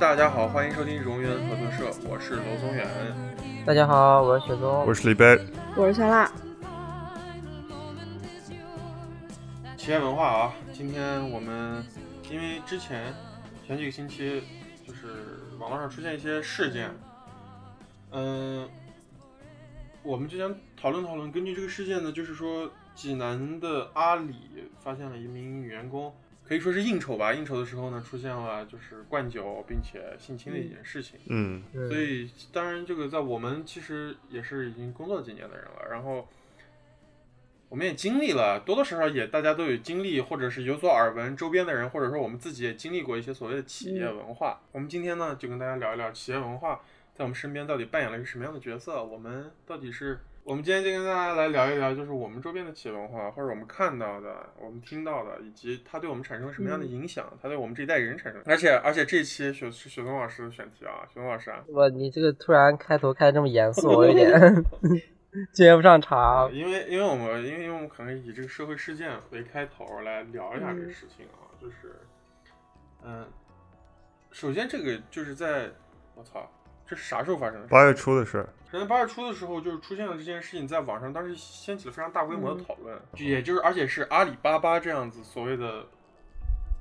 大家好，欢迎收听荣源合作社，我是娄宗远。大家好，我是雪宗，我是李贝。我是酸辣，企业文化啊，今天我们因为之前前几个星期就是网络上出现一些事件，嗯、我们就想讨论讨论，根据这个事件呢，就是说济南的阿里发现了一名女员工，可以说是应酬吧，应酬的时候呢出现了就是灌酒并且性侵的一件事情。嗯嗯所以当然这个在我们其实也是已经工作几年的人了，然后我们也经历了，多多少少也大家都有经历，或者是有所耳闻，周边的人或者说我们自己也经历过一些所谓的企业文化。我们今天呢就跟大家聊一聊企业文化在我们身边到底扮演了一个什么样的角色，我们到底是。我们今天就跟大家来聊一聊，就是我们周边的企业文化，或者我们看到的、我们听到的，以及它对我们产生什么样的影响，它对我们这一代人产生。而且，而且这一期雪是雪松老师的选题啊，雪松老师啊，我你这个突然开头开得这么严 肃，我有点 接不上茬啊，。因为因为我们因为因为我们可能以这个社会事件为开头来聊一下这个事情啊，就是，嗯，首先这个就是在我操，这是啥时候发生的事？八月初的事，可能八月初的时候，就是出现了这件事情，在网上当时掀起了非常大规模的嗯讨论，也就是而且是阿里巴巴这样子所谓的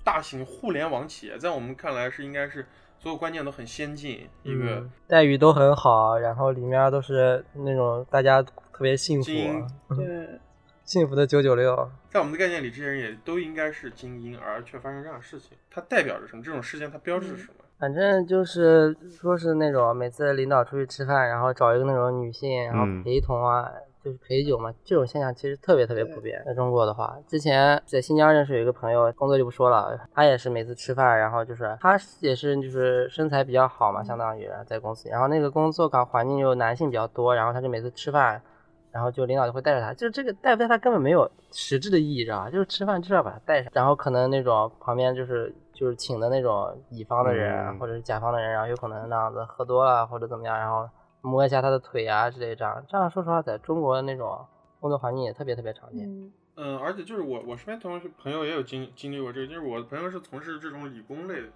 大型互联网企业，在我们看来是应该是所有观念都很先进，一个嗯，待遇都很好，然后里面都是那种大家特别幸福精英，对，幸福的九九六。在我们的概念里，这些人也都应该是精英，而却发生这样的事情，它代表着什么？这种事件它标志着什么？反正就是说是那种每次领导出去吃饭，然后找一个那种女性，然后嗯陪同啊，就是陪酒嘛，这种现象其实特别特别普遍。在中国的话，之前在新疆认识有一个朋友，工作就不说了，他也是每次吃饭，然后就是他也是就是身材比较好嘛，相当于在公司，然后那个工作岗环境又男性比较多，然后他就每次吃饭。然后就领导就会带着他，就是这个带不带他根本没有实质的意义，知道吧？就是吃饭就是要把他带上，然后可能那种旁边就是就是请的那种乙方的人、嗯或者是甲方的人，然后有可能那样子喝多了或者怎么样，然后摸一下他的腿啊之类这样，这样说实话，在中国那种工作环境也特别特别常见。嗯嗯，而且就是我我身边同学朋友也有经经历过这个，就是我的朋友是从事这种理工类的，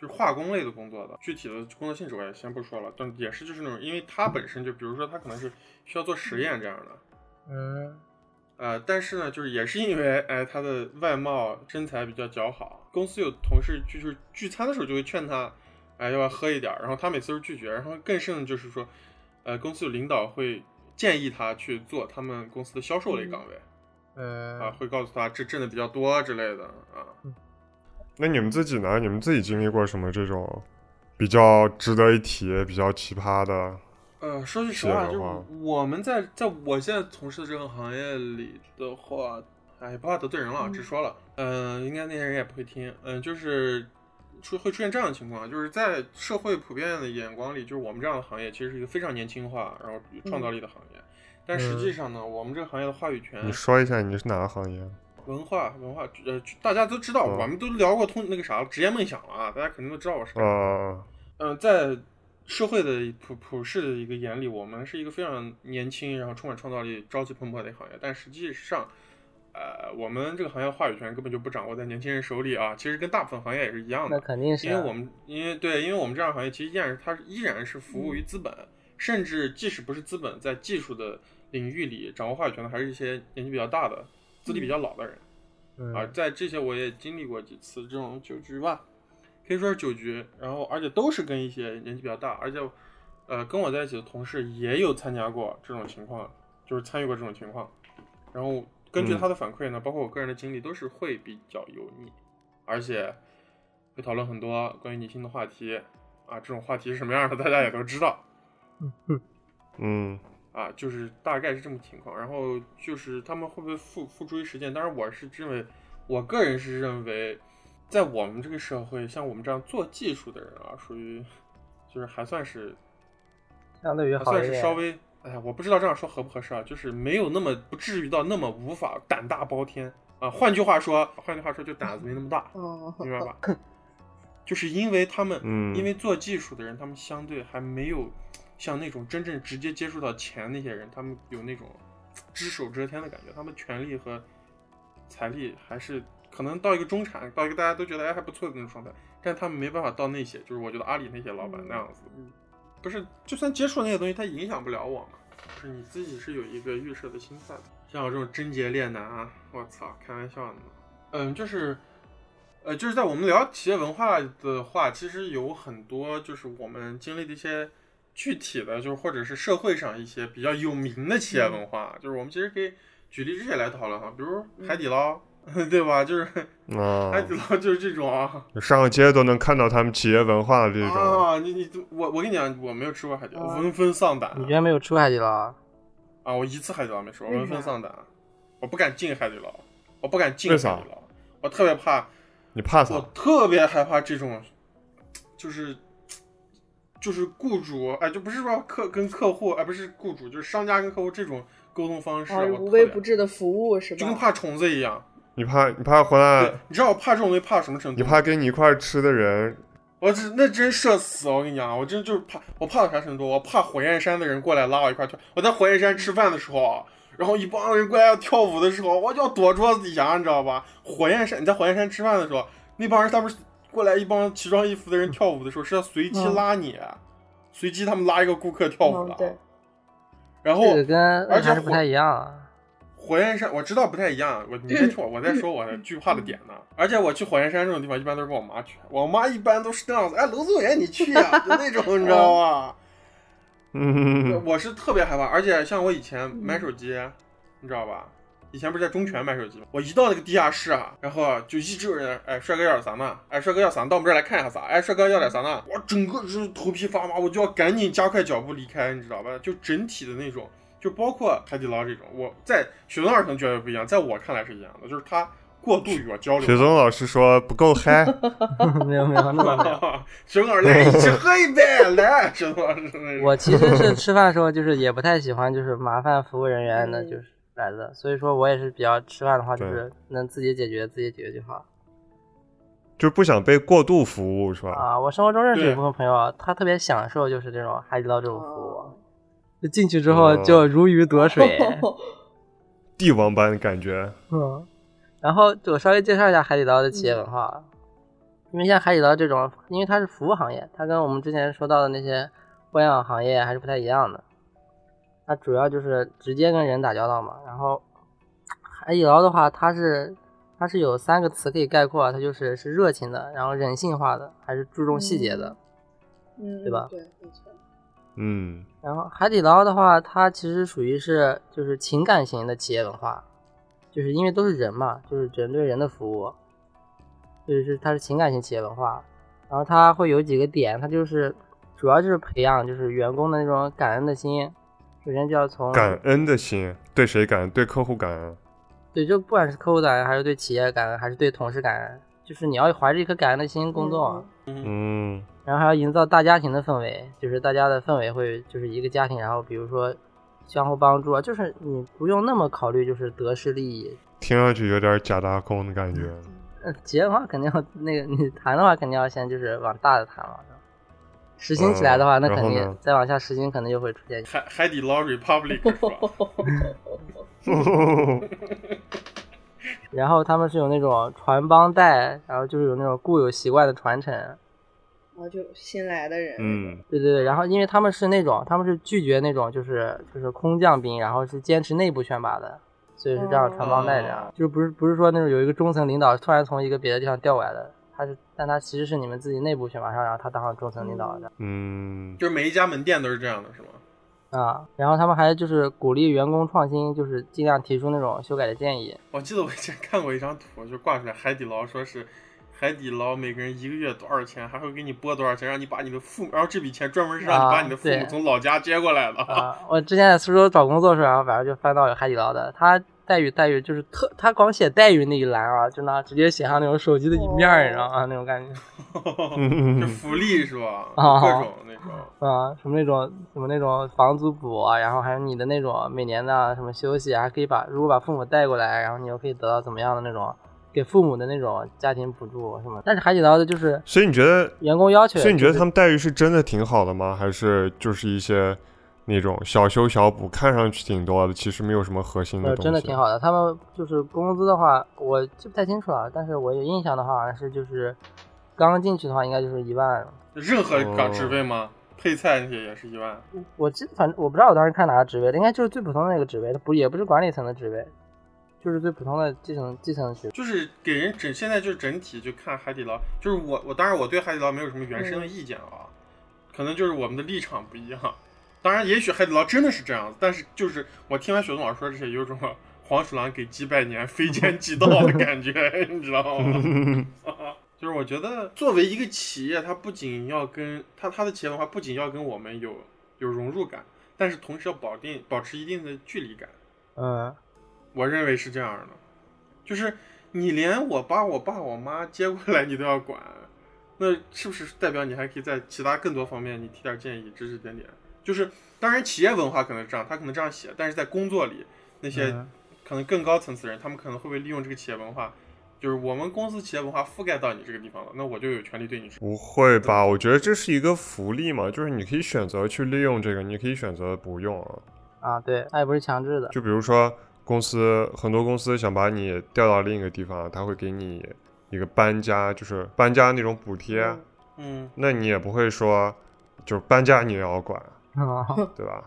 就是化工类的工作的，具体的工作性质我也先不说了，但也是就是那种，因为他本身就比如说他可能是需要做实验这样的，嗯，呃，但是呢，就是也是因为哎他的外貌身材比较姣好，公司有同事就是聚餐的时候就会劝他，哎要不要喝一点儿，然后他每次都拒绝，然后更甚的就是说，呃公司有领导会建议他去做他们公司的销售类岗位、嗯，啊，会告诉他这挣的比较多之类的啊。那你们自己呢？你们自己经历过什么这种比较值得一提、比较奇葩的？呃，说句实是话，的就是话我们在在我现在从事的这个行业里的话，哎，也不怕得罪人了，嗯直说了。嗯、应该那些人也不会听。嗯、就是出会出现这样的情况，就是在社会普遍的眼光里，就是我们这样的行业其实是一个非常年轻化，然后有创造力的行业。但实际上呢，我们这个行业的话语权嗯你说一下你是哪个行业？文化文化，呃，大家都知道，嗯我们都聊过通那个啥职业梦想了啊，大家肯定都知道我是干嘛的呃，嗯，在社会的普普世的一个眼里，我们是一个非常年轻，然后充满创造力、朝气蓬勃的一个行业。但实际上，呃，我们这个行业话语权根本就不掌握在年轻人手里啊。其实跟大部分行业也是一样那的，肯定是因啊，为我们因为对，因为我们这样的行业其实依然是它依然是服务于资本，甚至即使不是资本，在技术的领域里掌握话语权的还是一些年纪比较大的、资历比较老的人。啊，嗯在这些我也经历过几次这种酒局吧，可以说是酒局，然后而且都是跟一些年纪比较大，而且呃跟我在一起的同事也有参加过这种情况，就是参与过这种情况，然后根据嗯他的反馈呢，包括我个人的经历，都是会比较油腻，而且会讨论很多关于女性的话题啊，这种话题是什么样的，大家也都知道。嗯，啊，就是大概是这么情况。然后就是他们会不会付付诸于实践？当然，我是认为，我个人是认为，在我们这个社会，像我们这样做技术的人啊，属于就是还算是相对于还好啊算一是点，稍微，哎呀，我不知道这样说合不合适啊，就是没有那么不至于到那么无法胆大包天啊。换句话说，换句话说，就胆子没那么大，哦，明白吧？就是因为他们，嗯因为做技术的人，他们相对还没有像那种真正直接接触到钱那些人，他们有那种只手遮天的感觉，他们权力和财力还是可能到一个中产，到一个大家都觉得哎还不错的那种状态。但他们没办法到那些，就是我觉得阿里那些老板那样子，不是，就算接触那些东西，它影响不了我嘛。就是你自己是有一个预设的心态的。像我这种贞洁烈男啊，我操，开玩笑呢。嗯，就是，呃，就是在我们聊企业文化的话，其实有很多就是我们经历的一些具体的，就是或者是社会上一些比较有名的企业文化，就是我们其实可以举例这些来讨论哈，比如海底捞， 对吧？就是啊海，底捞就是这种啊。上个街都能看到他们企业文化的这种，啊，你你我我跟你讲，我没有吃过海底捞，啊闻风丧胆你居然没有吃过海底捞啊？啊！我一次海底捞没吃过，为啥闻风丧胆，我不敢进海底捞，我不敢进海为底啥捞，我特别怕，你怕我啥？特别害怕这种，就是就是雇主哎，就不是说客跟客户哎，不是雇主，就是商家跟客户这种沟通方式，啊，我无特微别不至的服务是就跟吧？嗯怕虫子一样。你怕你怕回来对，，你知道我怕这种东西怕什么程度哎你吗？怕跟你一块儿吃的人， 我这那真社死！我跟你讲，我真就是怕，我怕到啥程度？我怕火焰山的人过来拉我一块儿跳。我在火焰山吃饭的时候，啊然后一帮人过来要跳舞的时候，我就要躲桌子底下，你知道吧？火焰山，你在火焰山吃饭的时候，那帮人他们是过来一帮奇装异服的人跳舞的时候，是要随机嗯拉你，啊随机他们拉一个顾客跳舞嗯，的。啊对，然这后个跟而那且啥是火不太一样啊。 火焰山我知道不太一样，我你先 听我，我在说我的惧怕的点呢。而且我去火焰山这种地方，一般都是跟我妈去，我妈一般都是那样子，哎，楼总远你去呀、就那种，你知道吗？嗯，我是特别害怕，而且像我以前买手机，你知道吧？以前不是在中泉买手机吗？我一到那个地下室啊，然后啊就一直有人，哎，帅哥要点啥呢？哎，帅哥要啥呢？到我们这儿来看一下啥？哎，帅哥要点啥呢？嗯我整个就是头皮发麻，我就要赶紧加快脚步离开，你知道吧？就整体的那种，就包括海底捞这种，我在雪松二层觉得不一样，在我看来是一样的，就是他过度与我交流雪。松老师说不够嗨，没有没有那 么没有。雪松老师来一起喝一杯，来，雪松老师那种。 我其实是吃饭的时候，就是也不太喜欢，就是麻烦服务人员的，嗯就是来的。所以说我也是比较吃饭的话，就是能自己解决，自己解决就好。就不想被过度服务是吧？啊，我生活中认识对一部分朋友，他特别享受就是这种海底捞这种服务，哦就进去之后哦就如鱼得 水。帝王般的感觉，嗯，然后我稍微介绍一下海底捞的企业文化，因为像海底捞这种，因为它是服务行业，它跟我们之前说到的那些互联网行业还是不太一样的。它主要就是直接跟人打交道嘛。然后海底捞的话，它是它是有三个词可以概括，它就是是热情的，然后人性化的，还是注重细节的。嗯，对吧对，没错。嗯，然后海底捞的话，它其实属于是就是情感型的企业文化，就是因为都是人嘛，就是人对人的服务，就是它是情感型企业文化。然后它会有几个点，它就是主要就是培养就是员工的那种感恩的心。首先就要从感恩的心，对谁感恩？对客户感恩，对，就不管是客户感恩，还是对企业感恩，还是对同事感恩，就是你要怀着一颗感恩的心工作。啊嗯嗯嗯，然后还要营造大家庭的氛围，就是大家的氛围会就是一个家庭，然后比如说相互帮助啊，就是你不用那么考虑就是得失利益。听上去有点假大空的感觉，呃，结的话肯定要那个你谈的话肯定要先就是往大的谈嘛，实行起来的话，嗯那然肯后定呢再往下实行可能就会出现海海底捞 Republic 是吧？嗯 然后他们是有那种传帮带，然后就是有那种固有习惯的传承，然后哦就新来的人，嗯，对对对，然后因为他们是那种，他们是拒绝那种就是就是空降兵，然后是坚持内部选拔的，所以是这样传帮带这样，哦就是不是不是说那种有一个中层领导突然从一个别的地方调过来的，他是但他其实是你们自己内部选拔上，然后他当上中层领导的嗯，就是每一家门店都是这样的，是吗？啊，然后他们还就是鼓励员工创新，就是尽量提出那种修改的建议，我记得我以前看过一张图，就挂出来海底捞，说是海底捞每个人一个月多少钱，还会给你拨多少钱，让你把你的父母，然后这笔钱专门是让你啊把你的父母对从老家接过来的。 啊，我之前在苏州找工作的时候，然后反正就翻到有海底捞的，他待遇待遇就是特，他光写待遇那一栏啊，就那直接写上那种手机的一面儿，你知道吗？那种感觉这福利是吧？ 啊各种那种。啊，什么那种什么那种房租补啊，然后还有你的那种每年的什么休息啊，还可以把如果把父母带过来，然后你又可以得到怎么样的那种给父母的那种家庭补助什么的。但是海底捞的就是 所以你觉得，员工要求，所以你觉得他们们待遇是真的挺好的吗？还是就是一些那种小修小补，看上去挺多的，其实没有什么核心的呃东西？啊真的挺好的？他们就是工资的话，我记不太清楚了，但是我有印象的话，好像是就是刚进去的话应该就是一万。任何岗哦职位吗？配菜那些也是一万。我记得反正我不知道我当时看哪个职位了，应该就是最普通的那个职位，它不也不是管理层的职位，就是最普通的基层基层职位。就是给人整现在就是整体就看海底捞，就是我我当然我对海底捞没有什么原生的意见啊，可能就是我们的立场不一样。当然，也许海底捞真的是这样子，但是就是我听完雪总老师说这些，有种黄鼠狼给鸡拜年，非奸即盗的感觉， 你知道吗？ 就是我觉得作为一个企业，它不仅要跟它它的企业文化不仅要跟我们有有融入感，但是同时要保定保持一定的距离感。嗯，我认为是这样的，就是你连我把我爸我妈接过来你都要管，那是不是代表你还可以在其他更多方面你提点建议、指指点点？就是当然企业文化可能是这样，他可能这样写，但是在工作里那些嗯可能更高层次的人，他们可能会不会利用这个企业文化，就是我们公司企业文化覆盖到你这个地方了，那我就有权利对你说。不会吧？我觉得这是一个福利嘛，就是你可以选择去利用这个，你可以选择不用啊。啊，对，它也不是强制的。就比如说公司很多公司想把你调到另一个地方，他会给你一个搬家，就是搬家那种补贴，啊嗯嗯，那你也不会说就是搬家你也要管，哦对吧？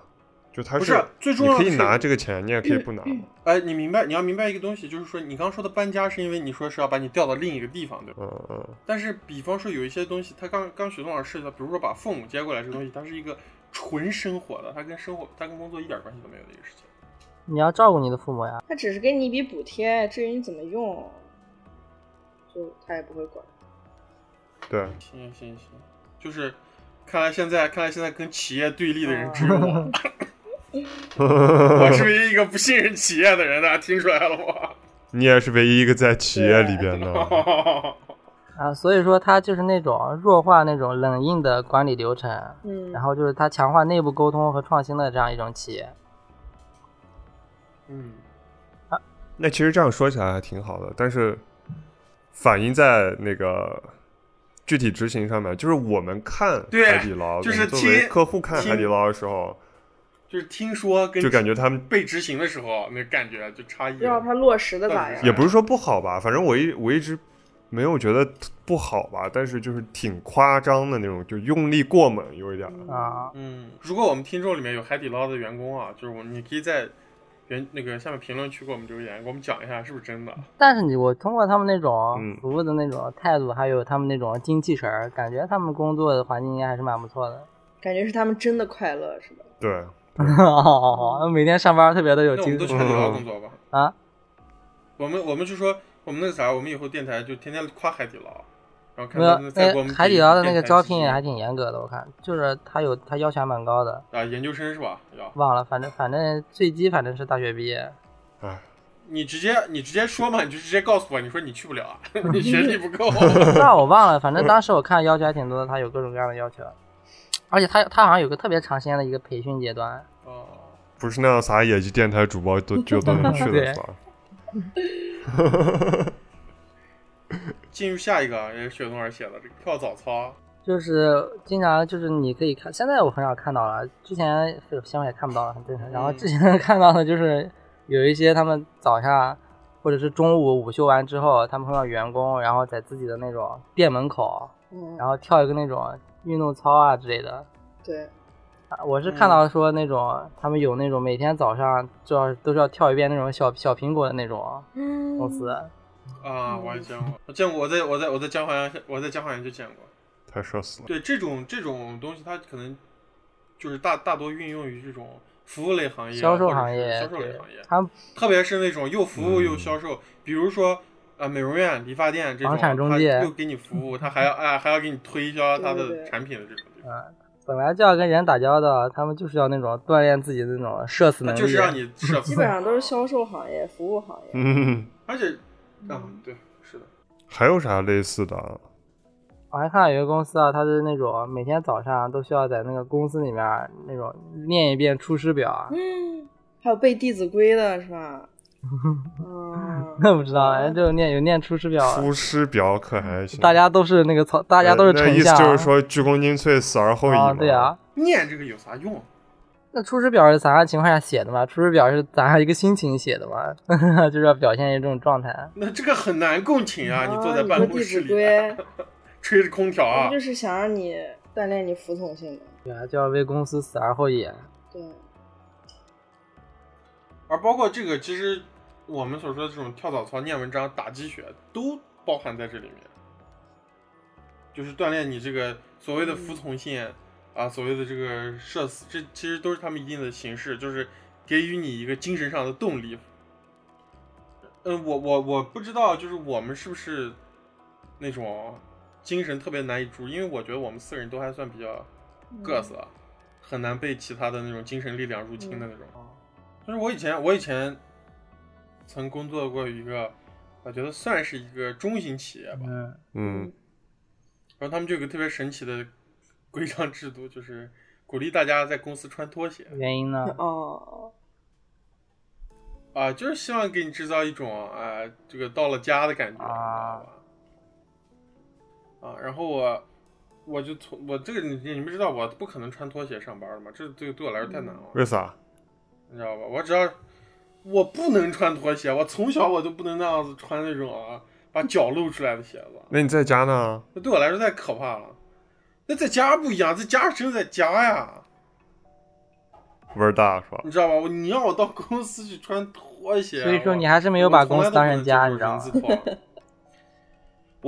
就他不是最重要的你可是以拿这个钱，你也可以不拿。哎，你明白你要明白一个东西，就是说你刚刚说的搬家是因为你说是要把你调到另一个地方，对吧？嗯嗯，但是，比方说有一些东西，他刚刚许东老师的，比如说把父母接过来这个东西，它是一个纯生活的，它跟生活，它跟工作一点关系都没有的一个事情。 你要照顾你的父母呀。他只是给你一笔补贴，至于你怎么用，就他也不会管。对，行行行，就是看来现在看来现在跟企业对立的人只有我， 我是唯一一个不信任企业的人，大家听出来了你也是唯一一个在企业里边的。吗？啊，所以说它就是那种弱化那种冷硬的管理流程，嗯，然后就是它强化内部沟通和创新的这样一种企业。 嗯，那其实这样说起来还挺好的，但是反映在那个具体执行上面，就是我们看对海底捞，就是我们作为听客户看听海底捞的时候，就是听说跟就感觉他们被执行的时候那感觉就差异不知道他落实的咋样。也不是说不好吧，反正我一我一直没有觉得不好吧，但是就是挺夸张的那种，就用力过猛有一点儿。啊，嗯，如果我们听众里面有海底捞的员工啊，就是我们，你可以在原那个下面评论区给我们留言，给我们讲一下是不是真的。但是你我通过他们那种嗯服务的那种态度，还有他们那种精气神儿，感觉他们工作的环境应该还是蛮不错的。 感觉是他们真的快乐，是吧？对，哦，每天上班特别的有那我们精都去海神底捞工作吧。啊！我们我们就说我们那个啥，我们以后电台就天天夸海底捞，然后看没他有们，再给我那们海底给捞的那电个台招指聘引还挺严格的，我看就是他有他要求还蛮高的，啊研究生是吧？要忘了，反正反正最低反正是大学毕业，哎，你直接你直接说嘛，你就直接告诉我，你说你去不了 啊， 你学历不够。 那我忘了，反正当时我看要求还挺多的，他有各种各样的要求，而且他他好像有个特别长时间的一个培训阶段，哦，不是那样啥野鸡电台主播都就都能去对的是吧？进入下一个啊也是雪冬儿写的这个跳啊早操，就是经常就是你可以看，现在我很少看到了，之前现在也看不到了，很正常。然后之前看到的就是有一些他们早上或者是中午午休完之后，他们会让员工然后在自己的那种店门口，嗯，然后跳一个那种运动操啊之类的。对，啊我是看到说那种他们有那种每天早上就要都是要跳一遍那种小小苹果的那种嗯公司，啊，嗯我也见过，我见过，我在我在我在江淮安，我在江淮安就见过。太社死了。对这种这种东西，它可能就是大大多运用于这种服务类行业、啊销售或者是行业，销售类对行业，他们特别是那种又服务嗯又销售，比如说呃美容院、理发店这种，房产中介它又给你服务，它还要哎还要给你推销它对对的对产品的这种地啊方，本来就要跟人打交道，他们就是要那种锻炼自己的那种社死它能力。就是让你 设。基本上都是销售行业、服务行业。嗯， 而且啊对是的，还有啥类似的啊？我还看到有一个公司啊，它是那种每天早上都需要在那个公司里面儿那种念一遍《出师表》啊， 嗯，还有背《弟子规》的是吧？嗯，那不知道，哎反正就念有念《出师表》啊，出师表可还行？大家都是那个曹，大家都是呃那丞意相思啊。就是说鞠躬尽瘁，死而后已嘛。啊，对啊，念这个有啥用？那《出师表》是咱啥情况下写的嘛？《出师表》是咱啥一个心情写的嘛？ 就是要表现一种状态。那这个很难共情啊！啊坐在你办说公弟室子里，规，吹着空调啊 我，就是想让你锻炼你服从性的。对啊，就要为公司死而后已。啊对，而包括这个，其实我们所说的这种跳早操、念文章、打鸡血，都包含在这里面，就是锻炼你这个所谓的服从性、啊，所谓的这个社死，这其实都是他们一定的形式，就是给予你一个精神上的动力。嗯，我我我不知道，就是我们是不是那种精神特别难以注入，因为我觉得我们四个人都还算比较各色，啊很难被其他的那种精神力量入侵的那种。就是我以前我以前曾工作过一个，我觉得算是一个中型企业吧，嗯，嗯然后他们就有个特别神奇的规章制度，就是鼓励大家在公司穿拖鞋原因呢？ 哦，啊、就是希望给你制造一种啊、这个到了家的感觉，啊你知道吧？啊，然后我我就从我这个你你们知道我不可能穿拖鞋上班的嘛，这对对我来说太难了。为啥？你知道吧？我只要我不能穿拖鞋，我从小我就不能那样子穿那种啊，把脚露出来的鞋子，那你在家呢？那对我来说太可怕了。那在家不一样，在家只有在家呀，味儿大是吧？你知道吧？我你让我到公司去穿拖鞋，所以说我你还是没有把公司当成家，你知道我吗从？来都不能接受人字拖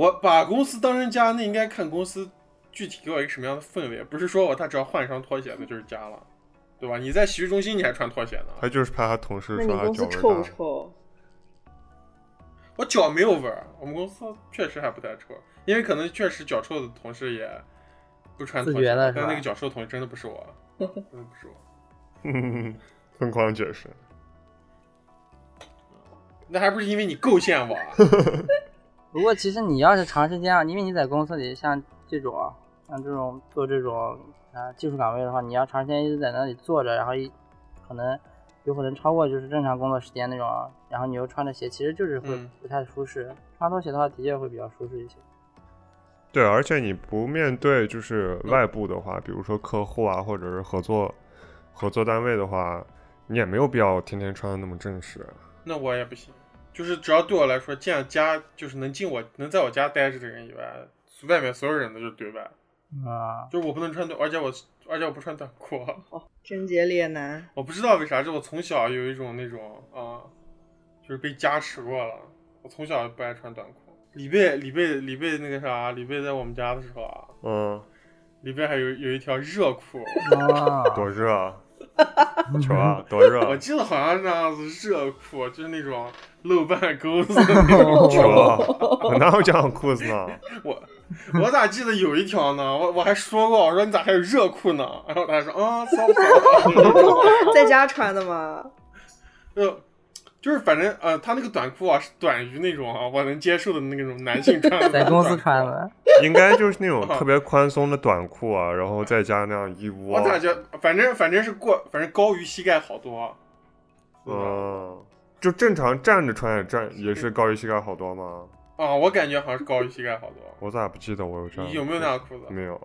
我把公司当成家，那应该看公司具体给我一个什么样的氛围，不是说我他只要换一双拖鞋，那就是家了，对吧？你在洗浴中心你还穿拖鞋呢，他就是怕他同事那说你他公司脚臭味不儿大。臭？我脚没有味儿，我们公司确实还不太臭，因为可能确实脚臭的同事也不穿拖自鞋觉了，是吧但那个脚臭的同事真的不是我，真的不是我。 疯狂解释，那还不是因为你构陷我啊？不过其实你要是长时间啊，因为你在公司里像这种啊，像这种做这种啊技术岗位的话，你要长时间一直在那里坐着，然后一可能有可能超过就是正常工作时间那种啊，然后你又穿着鞋，其实就是会嗯不太舒适。穿拖鞋的话，的确会比较舒适一些。对，而且你不面对就是外部的话，比如说客户啊，或者是合作合作单位的话，你也没有必要天天穿的那么正式。那我也不行，就是只要对我来说，见家就是能进我能在我家待着的人以外，外面所有人都是对外，啊、就是我不能穿短，而且我而且我不穿短裤，贞洁烈男， 我不知道为啥，这我从小有一种那种啊、就是被加持过了。我从小不爱穿短裤。李贝，李贝，李贝那个啥，李贝在我们家的时候啊，嗯，李贝还有有一条热裤，啊，多热啊！球 啊，多热我啊！记得好像是那样子热裤，就是那种露半钩子的那种。球啊！ 我哪有这样的裤子呢？ 我我咋记得有一条呢？我我还说过，我说你咋还有热裤呢？然后他说啊，骚操！在家穿的吗？ 就就是反正呃，他那个短裤啊是短于那种啊我能接受的那种男性穿的短裤，在公司穿的。应该就是那种特别宽松的短裤啊，然后再加那样一窝我。咋觉得反正反正是过，反正高于膝盖好多。啊嗯嗯，就正常站着穿也站也是高于膝盖好多吗？啊，我感觉好像是高于膝盖好多。我咋不记得我有这样的裤你子？有没有那样的裤子？啊啊没有。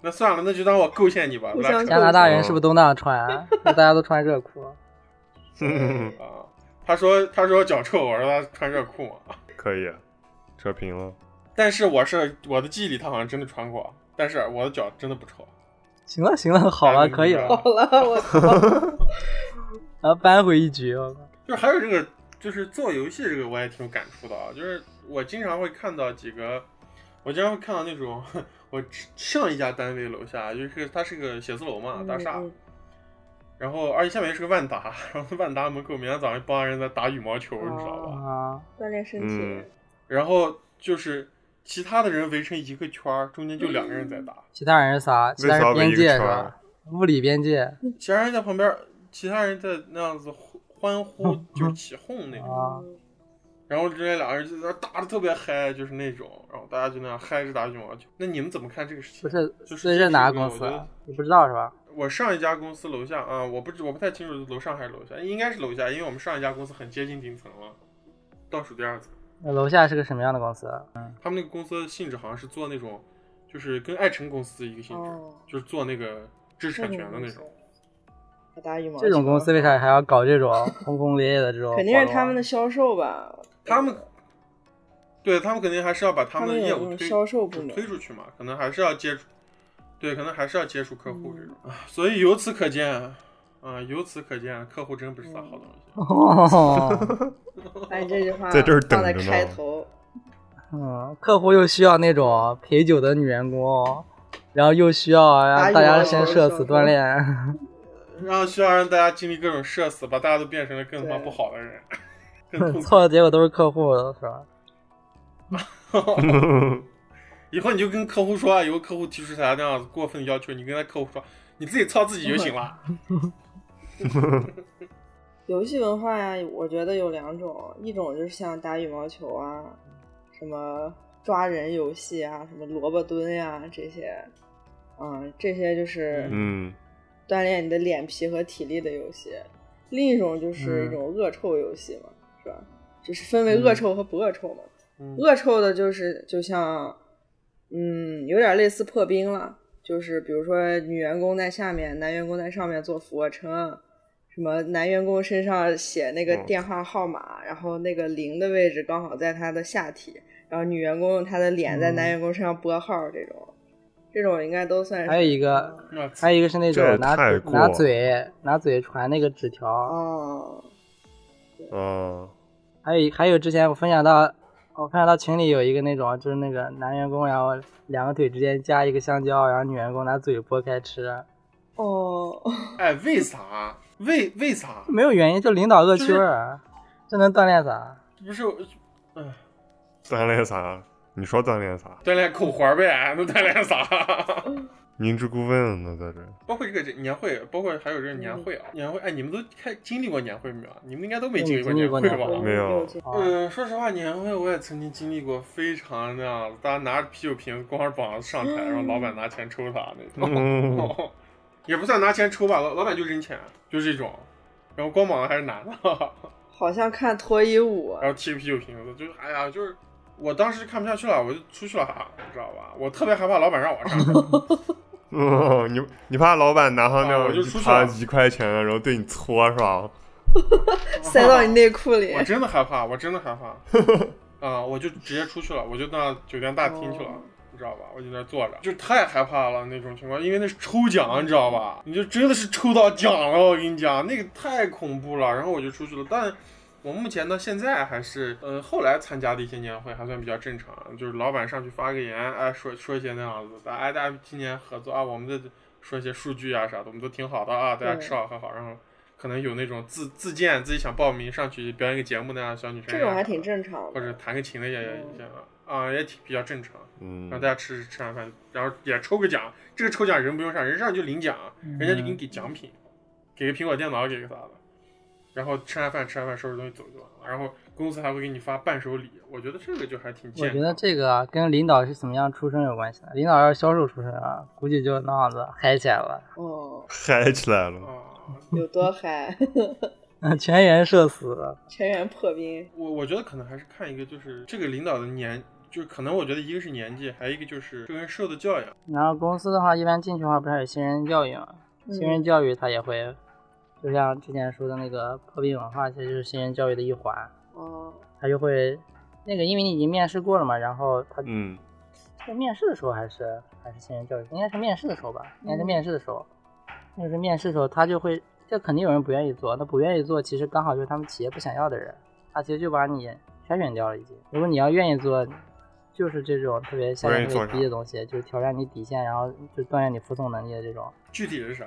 那算了，那就当我构陷你吧。互不拉相扯加拿大人是不是都那样穿、啊？大家都穿热裤。啊，他说他说我脚臭，我说他穿热裤嘛。 可以，扯平了。但是我是我的记忆里他好像真的穿过，但是我的脚真的不臭。行了行了，好了，嗯可以了，好了，我然后扳回一局。我靠就是还有这个，就是做游戏这个我也挺有感触的啊。就是我经常会看到几个，我经常会看到那种， 我上一家单位楼下就是它是个写字楼嘛，大厦，嗯然后而且下面是个万达， 然后万达门口每天早上一帮人在打羽毛球，哦你知道吧？啊，锻炼身体嗯，然后就是其他的人围成一个圈儿，中间就两个人在打，其他人是啥？其为他啥人围边一个界圈是吧儿？？物理边界啊其他人在旁边，其他人在那样子呼欢呼，就是起哄那种。啊，嗯然后之前俩人就在那打的特别嗨，就是那种，然后大家就那样嗨着打羽毛球。那你们怎么看这个事情？不是，就是所以这是哪个这个公司我觉得啊？你不知道是吧？我上一家公司楼下啊，我不知我不太清楚楼上还是楼下，应该是楼下，因为我们上一家公司很接近顶层了，倒数第二层。那楼下是个什么样的公司？他们那个公司性质好像是做那种，就是跟爱辰公司一个性质，哦就是做那个知识产权嗯的那种。还打羽毛球，这种公司为啥还 要搞这种轰轰烈烈的这种活动啊？肯定是他们的销售吧？他们对他们肯定还是要把他们的业务有这推种销售部门，推出去嘛，可能还是要接触，对，可能还是要接触客户这种嗯啊。所以由此可见，啊、由此可见，啊客户真不是啥好东西。哦，哎，这句 话在这儿等放在着呢开头， 嗯，客户又需要那种陪酒的女员工，然后又需要哎让大家先社死锻炼。然后需要让大家经历各种社死，把大家都变成了更他妈嗯对不好的人，更痛苦。错的结果都是客户，是吧？以后你就跟客户说啊，以后客户提出啥那样子过分要求，你跟他客户说，你自己操自己就行 了。游戏文化呀、我觉得有两种，一种就是像打羽毛球啊，什么抓人游戏啊，什么萝卜蹲呀、这些，嗯，这些就是嗯，锻炼你的脸皮和体力的游戏；另一种就是嗯一种恶臭游戏嘛，是吧？就是分为恶臭和不恶臭嘛。嗯恶臭的就是就像，嗯，有点类似破冰了，就是比如说女员工在下面，男员工在上面做俯卧撑，什么男员工身上写那个嗯电话号码，然后那个零的位置刚好在他的下体，然后女员工用她的脸在嗯男员工身上拨号，这种，这种应该都算是。还有一个，那还有一个是那这也种拿太过拿嘴拿嘴传那个纸条，哦，啊，还有一还有之前我分享到。我分享到群里有一个那种，就是那个男员工，然后两个腿之间夹一个香蕉，然后女员工拿嘴剥开吃，啊 哦，哎，为啥？为为啥？没有原因，就领导恶趣味儿，啊这能锻炼啥？不是，哎，锻炼啥？你说锻炼啥？锻炼口活儿呗，能锻炼啥？ 明知故问呢，在这儿包括这个年会，包括还有这个年会啊，年会，哎，你们都开经历过年会没有啊？你们应该都没经历过年会经历过吧年？没有劲啊嗯，说实话，年会我也曾经经历过，非常那样，大家拿着啤酒瓶光着膀子上台，然后老板拿钱抽他那种，嗯 也不算拿钱抽吧，老老板就扔钱，就这种，然后光膀子还是男的，好像看脱衣舞然后踢个啤酒瓶子，就是哎呀，就是我当时看不下去了，我就出去了，你知道吧？我特别害怕老板让我上去，嗯， 你你怕老板拿上那啊样我就一出去沓了一块钱，然后对你搓是吧？ 塞到你内裤里我，真的害怕，我真的害怕。 啊、我就直接出去了，我就到酒店大厅去了，哦你知道吧？我就在那儿坐着，就太害怕了那种情况，因为那是抽奖，你知道吧？嗯你就真的是抽到奖了，我跟你讲，那个太恐怖了。然后我就出去了，但我目前到现在还是，呃，后来参加的一些年会还算比较正常，就是老板上去发个言，哎，说说一些那样子的，哎，大家今年合作啊，我们的说一些数据啊啥的，我们都挺好的啊，大家对吃好喝好，然后。可能有那种自自荐自己想报名上去表演个节目那样的小女生这呀，种还挺正嗯常或的。者弹个琴的也也也啊，也挺比较正常。嗯然后大家吃吃完饭，然后也抽个奖，这个抽奖人不用上，人上去就领奖，嗯人家就给你给奖品，给个苹果电脑，给个啥的。然后吃完饭，吃完饭收拾东西走就完了。然后公司还会给你发伴手礼，我觉得这个就还挺我健觉康。得这个啊跟领导是怎么样出身有关系的。领导要是销售出身啊，估计就那样子嗨起来了， 哦，嗨起来了，啊，有多嗨， 全员社死。全员破冰。我我觉得可能还是看一个，就是这个领导的年，就是可能我觉得一个是年纪，还有一个就是这个人受的教养。然后公司的话，一般进去的话，不是还有新人教育嘛？新人嗯，教育他也会，就像之前说的那个破冰文化，其实就是新人教育的一环。哦，他就会那个，因为你已经面试过了嘛，然后他嗯，是面试的时候还是还是新人教育？应该是面试的时候吧，应该是嗯面试的时候。就是面试的时候，他就会，这肯定有人不愿意做。那不愿意做，其实刚好就是他们企业不想要的人，他其实就把你筛选掉了。已经，如果你要愿意做，就是这种特别下不愿限意特做别低的东西，就是挑战你底线，然后就锻炼你服从能力的这种。具体是啥？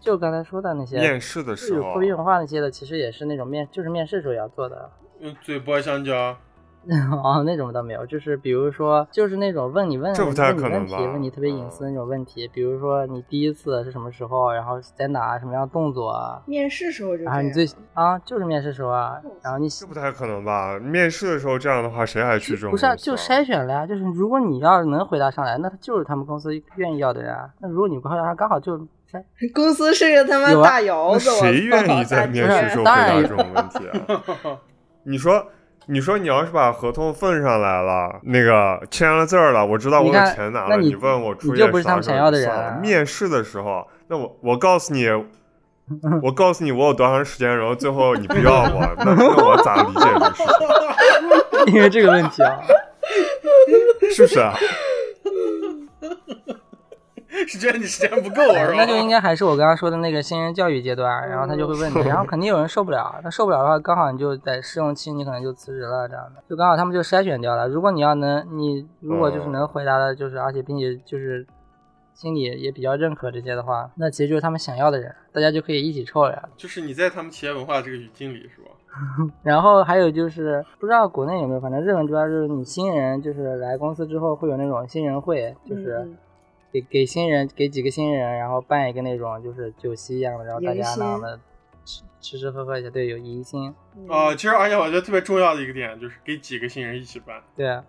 就刚才说的那些，面试的时有候啊破壁文化那些的，其实也是那种面，就是面试时候要做的。用嘴剥香蕉。 哦，那种倒没有，就是比如说，就是那种问你问这不太问你可能问题，吧嗯问你特别隐私的那种问题，比如说你第一次是什么时候，然后在哪，什么样的动作啊，面试时候就这然后样。你最啊就是面试时候啊，然后你这不太可能吧？面试的时候这样的话，谁还去这种不公是司啊啊？就筛选了呀、就是如果你要是能回答上来，那他就是他们公司愿意要的人啊。那如果你不回答，刚好就筛 公司是个他有啊妈大窑那子，我谁愿操意在大面天试时候回当然答有这种问题啊？ 你说，你说你要是把合同奉上来了，那个签了字儿了，我知道我你看有钱拿那了，你你问我你出就现不是他啥们事想儿要的就人算啊了。面试的时候，那我我告诉你。我告诉你，我有多长时间，然后最后你不要我，那那我咋理解这个事情？因为这个问题啊，是不是啊？是觉得你时间不够啊是吧？那就应该还是我刚刚说的那个新人教育阶段，然后他就会问你，然后肯定有人受不了，那受不了的话，刚好你就在试用期，你可能就辞职了，这样的，就刚好他们就筛选掉了。如果你要能，你如果就是能回答的，就是而且并且就是心里也比较认可这些的话，那其实就是他们想要的人，大家就可以一起臭了呀。就是你在他们企业文化这个语境里是吧？然后还有就是，不知道国内有没有，反正日本这边就是你新人就是来公司之后会有那种新人会，就是嗯给给新人给几个新人，然后办一个那种就是酒席一样的，然后大迎家新那样的吃吃吃喝喝一下，对，有迎新，嗯啊、其实而且我觉得特别重要的一个点就是给几个新人一起办，对啊，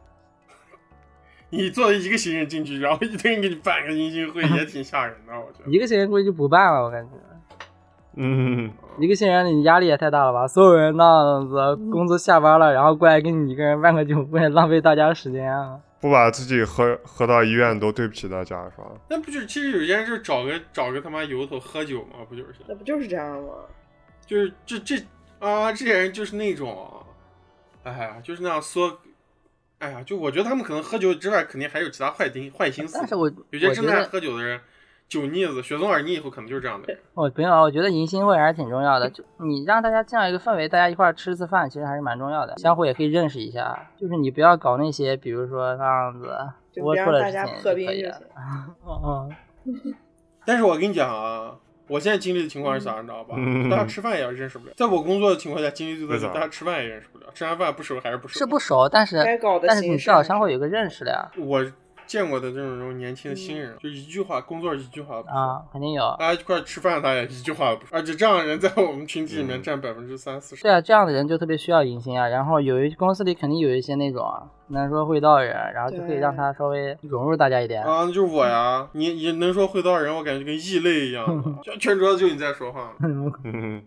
你作为一个新人进去，然后一堆人给你办个迎新会，也挺吓人的，我觉得。一个新人估计就不办了，我感觉嗯， 一个新人你压力也太大了吧，所有人那样子嗯工作下班了，然后过来给你一个人办个酒会，浪费大家时间啊。嗯不把自己喝喝到医院都对不起大家是吧？那不就是其实有些人就是找个找个他妈由头喝酒嘛，不就是？那不就是这样吗？就是这这啊，这些人就是那种，哎呀，就是那样说，哎呀，就我觉得他们可能喝酒之外，肯定还有其他坏心坏心思但。是我有些我觉真的爱得喝酒的人，酒腻子、雪中耳腻以后可能就是这样的人。我朋友啊，我觉得迎新会还是挺重要的。就你让大家这样一个氛围，大家一块儿吃次饭，其实还是蛮重要的，相互也可以认识一下。就是你不要搞那些，比如说那样子就龌别龊让的大事家情破就冰可以就了行。。嗯，但是我跟你讲啊，我现在经历的情况是啥，你知道吧？嗯大家吃饭也认识不了。在我工作的情况下，经历最多为的是啥大家吃饭也认识不了，吃完饭不熟还是不熟。是不熟，但是该搞的但是你形至少式相互有个认识的呀。我见过的这种年轻的新人，就一句话，工作一句话都不说。嗯啊，肯定有。大家一块儿吃饭，他也一句话都不说，而且这样的人在我们群体里面占百分之三四十。对啊，这样的人就特别需要迎新啊。然后有一公司里肯定有一些那种啊能说会道的人，然后就可以对让他稍微融入大家一点。啊，就是我呀，你你能说会道的人，我感觉就跟异类一 样，就全桌子就你在说话，嗯，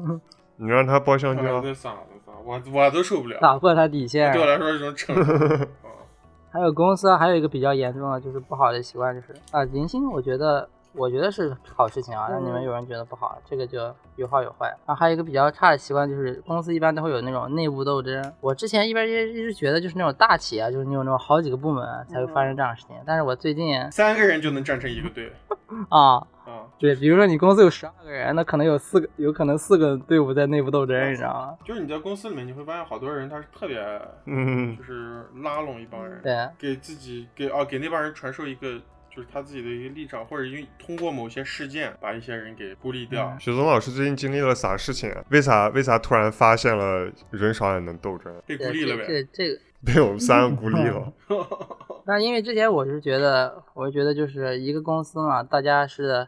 你让他剥香哎呀蕉，那算了算了，我我都受不了， 打破他底线。啊对我来说是一种惩罚。啊还有公司啊还有一个比较严重的就是不好的习惯，就是啊，迎新我觉得我觉得是好事情啊，嗯让你们有人觉得不好，这个就有好有坏。然、后还有一个比较差的习惯就是公司一般都会有那种内部斗争。我之前一边一直一直觉得就是那种大企业啊，就是你有那种好几个部门啊才会发生这样的事嗯情，但是我最近三个人就能站成一个队啊。啊。对，比如说你公司有十二个人，那可能有四个，有可能四个队伍在内部斗争，你知道吗？就是你在公司里面，你会发现好多人他是特别，嗯就是拉拢一帮人，对，给自己给哦给那帮人传授一个就是他自己的一个立场，或者因为通过某些事件把一些人给孤立掉。雪松老师最近经历了啥事情啊？为啥为啥突然发现了人少也能斗争， 被孤对立了这呗，这这个，被我们三个孤立嗯了？那因为之前我是觉得，我是觉得就是一个公司嘛，大家是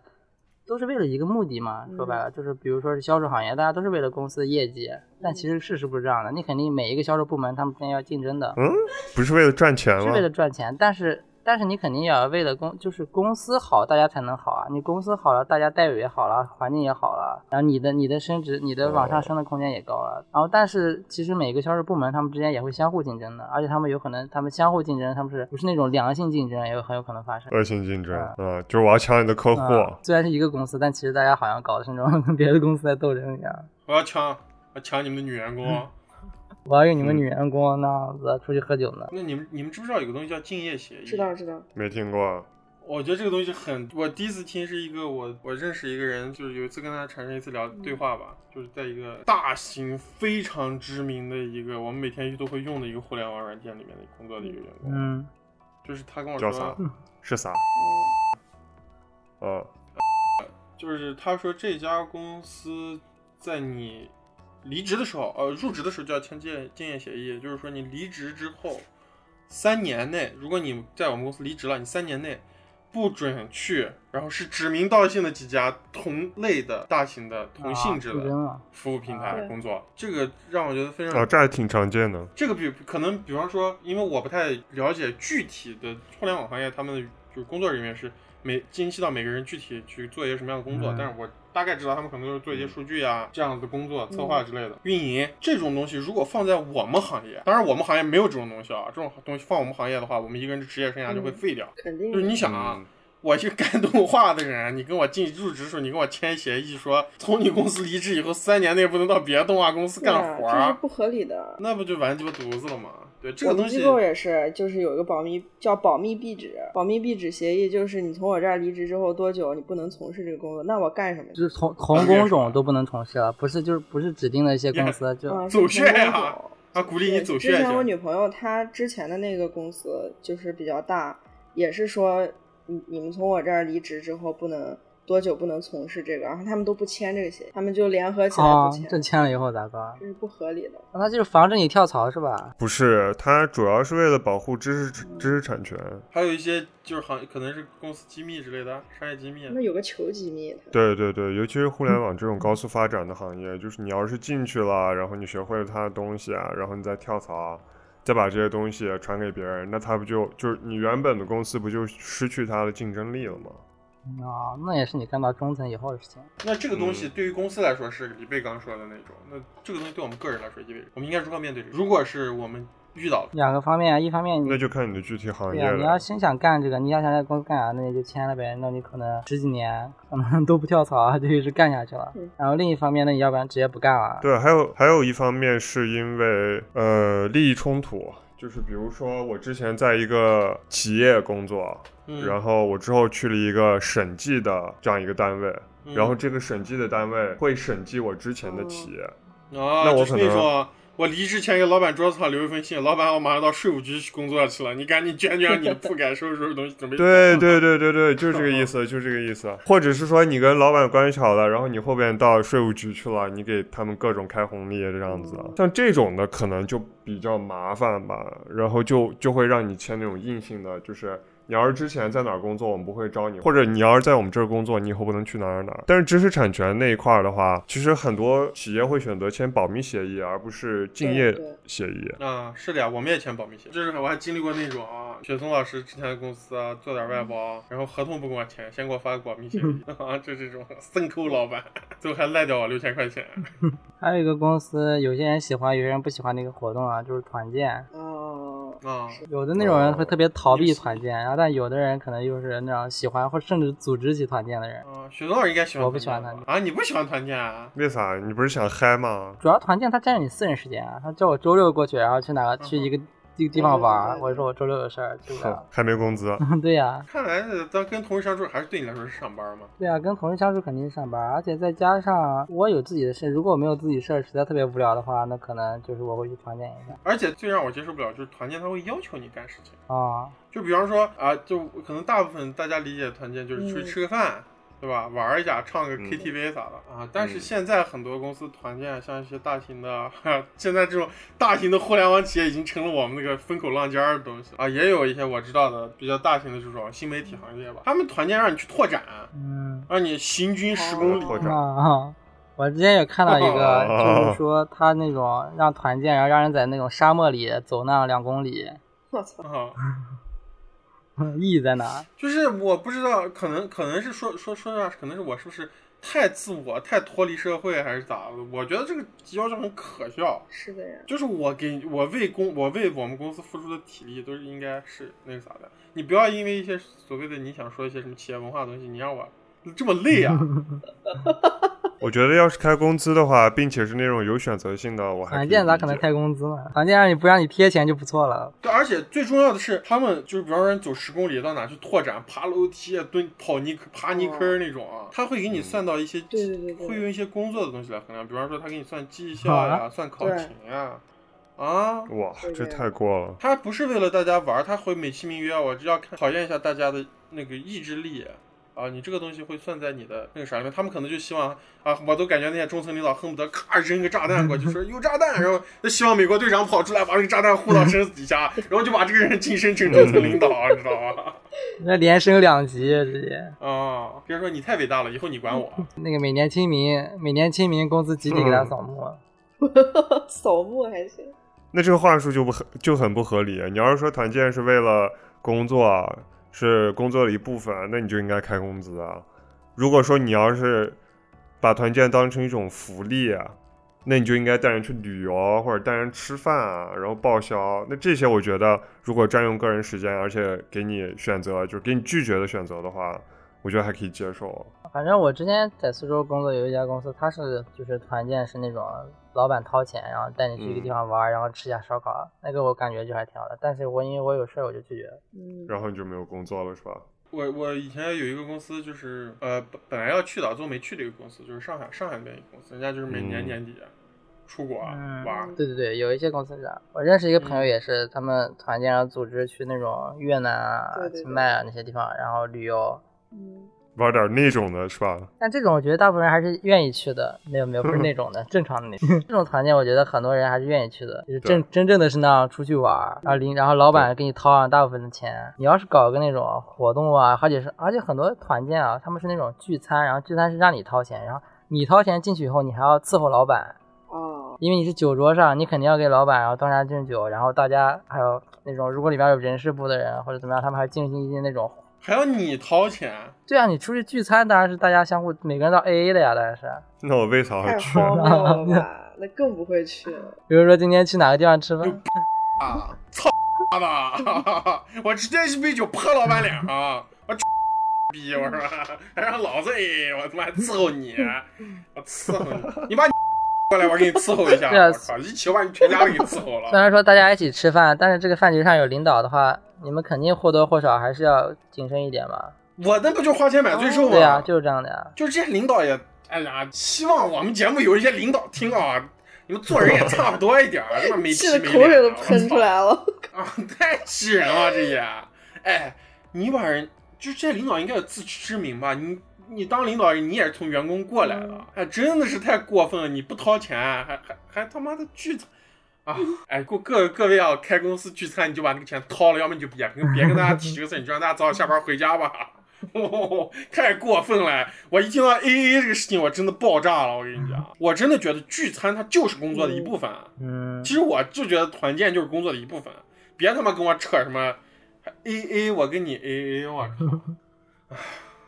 都是为了一个目的嘛。说白了，就是比如说是销售行业，大家都是为了公司的业绩，但其实事实不是这样的。你肯定每一个销售部门，他们之间要竞争的，嗯，不是为了赚钱是为了吗？赚钱，但是。但是你肯定也要为了公，就是公司好，大家才能好啊。你公司好了，大家待遇也好了，环境也好了，然后你的你的升职、你的往上升的空间也高了。然后，但是其实每个销售部门他们之间也会相互竞争的，而且他们有可能他们相互竞争，他们是不是那种良性竞争，也有很有可能发生。恶性竞争，嗯，就是我要抢你的客户，嗯虽然是一个公司，但其实大家好像搞的是那种跟别的公司在斗争一样。 我要抢，我要抢你们的女员工。我要用你们女员工那样子出去喝酒呢。那你们你们知不知道有个东西叫竞业协议？知道知哦道，没听过，我觉得这个东西很，我第一次听是一个我我认识一个人，就是有一次跟他产生一次聊嗯对话吧，就是在一个大型非常知名的一个我们每天都会用的一个互联网软件里面的工作的一个员工，嗯，就是他跟我叫啥说，？是啥？嗯，就是他说这家公司在你离职的时候，呃，入职的时候就要签建建业协议，就是说你离职之后三年内，如果你在我们公司离职了，你三年内不准去，然后是指名道姓的几家同类的大型的同性质啊竞的争啊，服务平啊台对工作，这个让我觉得非常啊，这还挺常见的，这个比可能，比方说，因为我不太了解具体的互联网行业，他们的就是工作人员是每精细到每个人具体去做一些什么样的工作，嗯但是我大概知道他们可能就是做一些数据啊、这样的工作、策划之类的、运营这种东西。如果放在我们行业，当然我们行业没有这种东西啊，这种东西放我们行业的话，我们一个人的职业生涯就会废掉。肯定就是你嗯的想啊， 我去干动画的人，你跟我进入职时候，你跟我签协议说，从你公司离职以后三年内不能到别的动画公司对干啊，活这是儿，不合理的。那不就完鸡巴犊子了吗？对，这我个们东机西，构也是，就是有一个保密叫保密壁纸，保密壁纸协议就是你从我这儿离职之后多久你不能从事这个工作，那我干什么？就是同同工种都不能从事了，不是就是不是指定的一些公司 就 啊，走穴呀啊！啊，鼓励你走之穴前我去。女朋友她之前的那个公司就是比较大，也是说你你们从我这儿离职之后不能多久不能从事这个，然后他们都不签这个协议，他们就联合起来啊不签，，这签了以后咋办？这是不合理的。那他就是防止你跳槽是吧？不是，它主要是为了保护知识知识产权。还有一些就是行，可能是公司机密之类的，啊商业机密。那有个求机密的，对对对，尤其是互联嗯网这种高速发展的行业，就是你要是进去了，然后你学会了它的东西啊，然后你再跳槽，再把这些东西传给别人，那它不就就是你原本的公司不就失去它的竞争力了吗？啊，那也是你干到中层以后的事情。那这个东西嗯对于公司来说是李贝刚说的那种，那这个东西对我们个人来说意味着，我们应该如何面对这个？如果是我们遇到的，两个方面，一方面你那就看你的具体行对业呀、你要了。真想干这个，你要想在公司干啥，那你就签了呗。那你可能十几年可能 都不跳槽，啊就一直干下去了嗯。然后另一方面，那你要不然直接不干了。对，还有还有一方面是因为呃利益冲突，就是比如说我之前在一个企业工作，嗯，然后我之后去了一个审计的这样一个单位，嗯然后这个审计的单位会审计我之前的哦企业，啊，那我就是可能那种我离职前给老板桌子上留一封信，老板我马上到税务局去工作去了，你赶紧卷卷你的铺盖，收拾收拾东西，准备。对 对对对对，就是这个意思，就是这个意思。或者是说你跟老板关系好了，然后你后边到税务局去了，你给他们各种开红利这样子嗯，像这种的可能就比较麻烦吧，然后就就会让你签那种硬性的，就是。你要是之前在哪儿工作，我们不会招你；或者你要是在我们这儿工作，你以后不能去哪儿哪儿。但是知识产权那一块儿的话，其实很多企业会选择签保密协议，而不是竞对业对协议。啊，是的呀，我们也签保密协议，就是我还经历过那种啊，雪松老师之前的公司啊，做点外包，然后合同不跟我签，先给我发个保密协 议啊，就这种森抠老板，最后还赖掉我六千块钱。还有一个公司，有些人喜欢，有些人不喜欢那个活动啊，就是团建。哦，啊，有的那种人哦会特别逃避团建，然后但有的人可能又是那种喜欢或甚至组织起团建的人。啊，雪松老师应该喜欢我不喜欢团建团吧啊，你不喜欢团建啊？为啥？你不是想嗨吗？主要团建它占用你私人时间啊，他叫我周六过去，然后去哪个去一个地地方玩嗯儿，嗯嗯我就说我周六有事儿， 去不哼啊了。 还没工资。对呀、看来是当跟同事相处还是对你来说是上班嘛。对呀、跟同事相处肯定是上班，而且再加上我有自己的事，如果我没有自己事儿，实在特别无聊的话，那可能就是我会去团建一下而且最让我接受不了就是团建，他会要求你干事情。啊、就比方说啊，就可能大部分大家理解团建就是出去吃个饭，对吧？玩一下，唱个嗯 KTV 啥的、啊。但是现在很多公司团建，像一些大型的，哈，现在这种大型的互联网企业已经成了我们那个风口浪尖儿的东西啊。也有一些我知道的比较大型的这种新媒体行业吧，他们团建让你去拓展，嗯让你行军十公里。拓展啊啊。我之前有看到一个，就是说他那种让团建，然后让人在那种沙漠里走那两公里，我操，啊， 意义在哪？就是我不知道，可能可能是说说说啥，可能是我是不是太自我、太脱离社会，还是咋的？我觉得这个要求很可笑。是的 呀，就是我给我为公我为我们公司付出的体力都是应该是那个啥的，你不要因为一些所谓的你想说一些什么企业文化的东西，你让我这么累 啊！我觉得要是开工资的话，并且是那种有选择性的，我还团以建咋理啊可能解？开工资呢？团建让你不让你贴钱就不错了。对，而且最重要的是，他们就是比方说你走十公里到哪去拓展，爬楼梯、啊蹲跑泥坑、爬泥坑那种啊，他会给你算到一些哦对对对对会用一些工作的东西来衡量，比方说他给你算绩效呀、啊算考勤呀，啊，哇对，这对太过了。他不是为了大家玩儿，他会美其名曰我只要看考验一下大家的那个意志力啊，你这个东西会算在你的那个啥里面。他们可能就希望啊，我都感觉那些中层领导恨不得咔扔个炸弹过去，说有炸弹，然后就希望美国队长跑出来把这个炸弹护到身子底下，然后就把这个人晋升成中层领导，你知道吗？那连升两级直接。啊，别人说你太伟大了，以后你管我。那个每年清明，每年清明公司集体给他扫墓。扫墓还行，那这个话术就不合就很不合理。你要是说团建是为了工作，是工作的一部分，那你就应该开工资啊。如果说你要是把团建当成一种福利啊，那你就应该带人去旅游啊或者带人吃饭啊，然后报销。那这些我觉得，如果占用个人时间，而且给你选择，就是给你拒绝的选择的话，我觉得还可以接受。啊反正我之前在苏州工作，有一家公司，它是就是团建，是那种老板掏钱，然后带你去一个地方玩，然后吃一下烧烤，那个我感觉就还挺好的。但是我因为我有事儿，我就拒绝了。嗯，然后你就没有工作了，是吧？我我以前有一个公司，就是呃本本来要去的，最后没去的一个公司，就是上海上海那边一个公司，人家就是每年嗯年底出国啊嗯玩儿，对对对，有一些公司是这样。我认识一个朋友嗯也是，他们团建然后组织去那种越南啊、对对对清迈啊那些地方，然后旅游。嗯，玩点那种的是吧？但这种我觉得大部分人还是愿意去的，没有没有，不是那种的，正常的那种。这种团建我觉得很多人还是愿意去的，就是真真正的是那样出去玩儿，然后领然后老板给你掏上大部分的钱。你要是搞个那种活动啊，而且是而且很多团建啊，他们是那种聚餐，然后聚餐是让你掏钱，然后你掏钱进去以后，你还要伺候老板，哦，因为你是酒桌上，你肯定要给老板然后端茶敬酒，然后大家还有那种如果里边有人事部的人或者怎么样，他们还进行一些那种。还要你掏钱，对啊，你出去聚餐当然是大家相互每个人都 A A 的呀，当然是。啊那我为啥要太去？荒谬了吧？那更不会去了。比如说今天去哪个地方吃饭，啊，操他吧！ 我直接一杯酒泼老板脸啊！我逼我说，还让老子 AA，我他妈还伺候你，我伺候你，你把你过来，我给你伺候一 下，对啊我操，一起我把你全家都给你伺候虽了。然说大家一起吃饭，但是这个饭局上有领导的话，你们肯定或多或少还是要谨慎一点嘛。我那不就花钱买罪受吗？对呀、啊就是这样的呀。就是这些领导也，哎呀，希望我们节目有一些领导听到啊，你们做人也差不多一 点儿，他妈没气皮没的口水脸都的喷出来了。啊，太气人了，这也， 哎，你把人就这领导应该有自知之明吧？你你当领导，你也是从员工过来的，哎，真的是太过分了！你不掏钱，还还还他妈的聚餐啊！哎，各各各位要开公司聚餐，你就把那个钱掏了，要么你就别跟别跟大家提这个事儿，你就让大家早点下班回家吧。 哦，太过分了！我一听到 A A 这个事情，我真的爆炸了。我跟你讲，我真的觉得聚餐它就是工作的一部分。啊嗯其，实我就觉得团建就是工作的一部分，啊别他妈跟我扯什么 A A，我跟你 A A，我靠！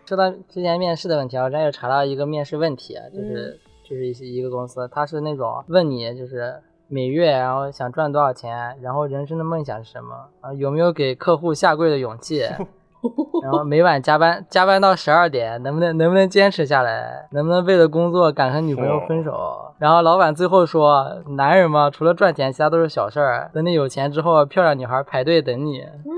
说到之前面试的问题啊，我之前又查到一个面试问题，啊就是、就是一些一个公司，它是那种问你就是每月然后想赚多少钱，然后人生的梦想是什么，啊有没有给客户下跪的勇气，然后每晚加班加班到十二点，能不能能不能坚持下来，能不能为了工作敢和女朋友分手？然后老板最后说，男人嘛，除了赚钱，其他都是小事儿。等你有钱之后，漂亮女孩排队等你。嗯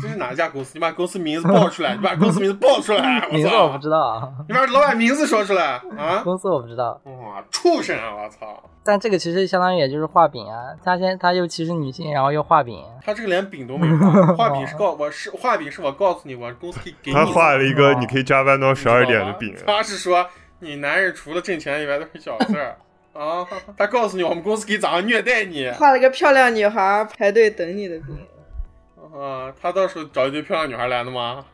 这是哪家公司？你把公司名字报出来，你把公司名字报出来！啊我名字我不操！知道，啊你把老板名字说出来啊！公司我不知道。哇，畜生啊！我操！但这个其实相当于也就是画饼啊，他先他又歧视女性，然后又画饼，他这个连饼都没画，画饼是告我是画饼是我告诉你，我公司可以给你他画了一个你可以加班到你知十道吧二点的饼，啊他是说你男人除了挣钱以外都是小事儿啊！他告诉你我们公司可以咋样虐待你。 画了个漂亮女孩排队等你的饼，啊，他到时候找一堆漂亮女孩来的吗？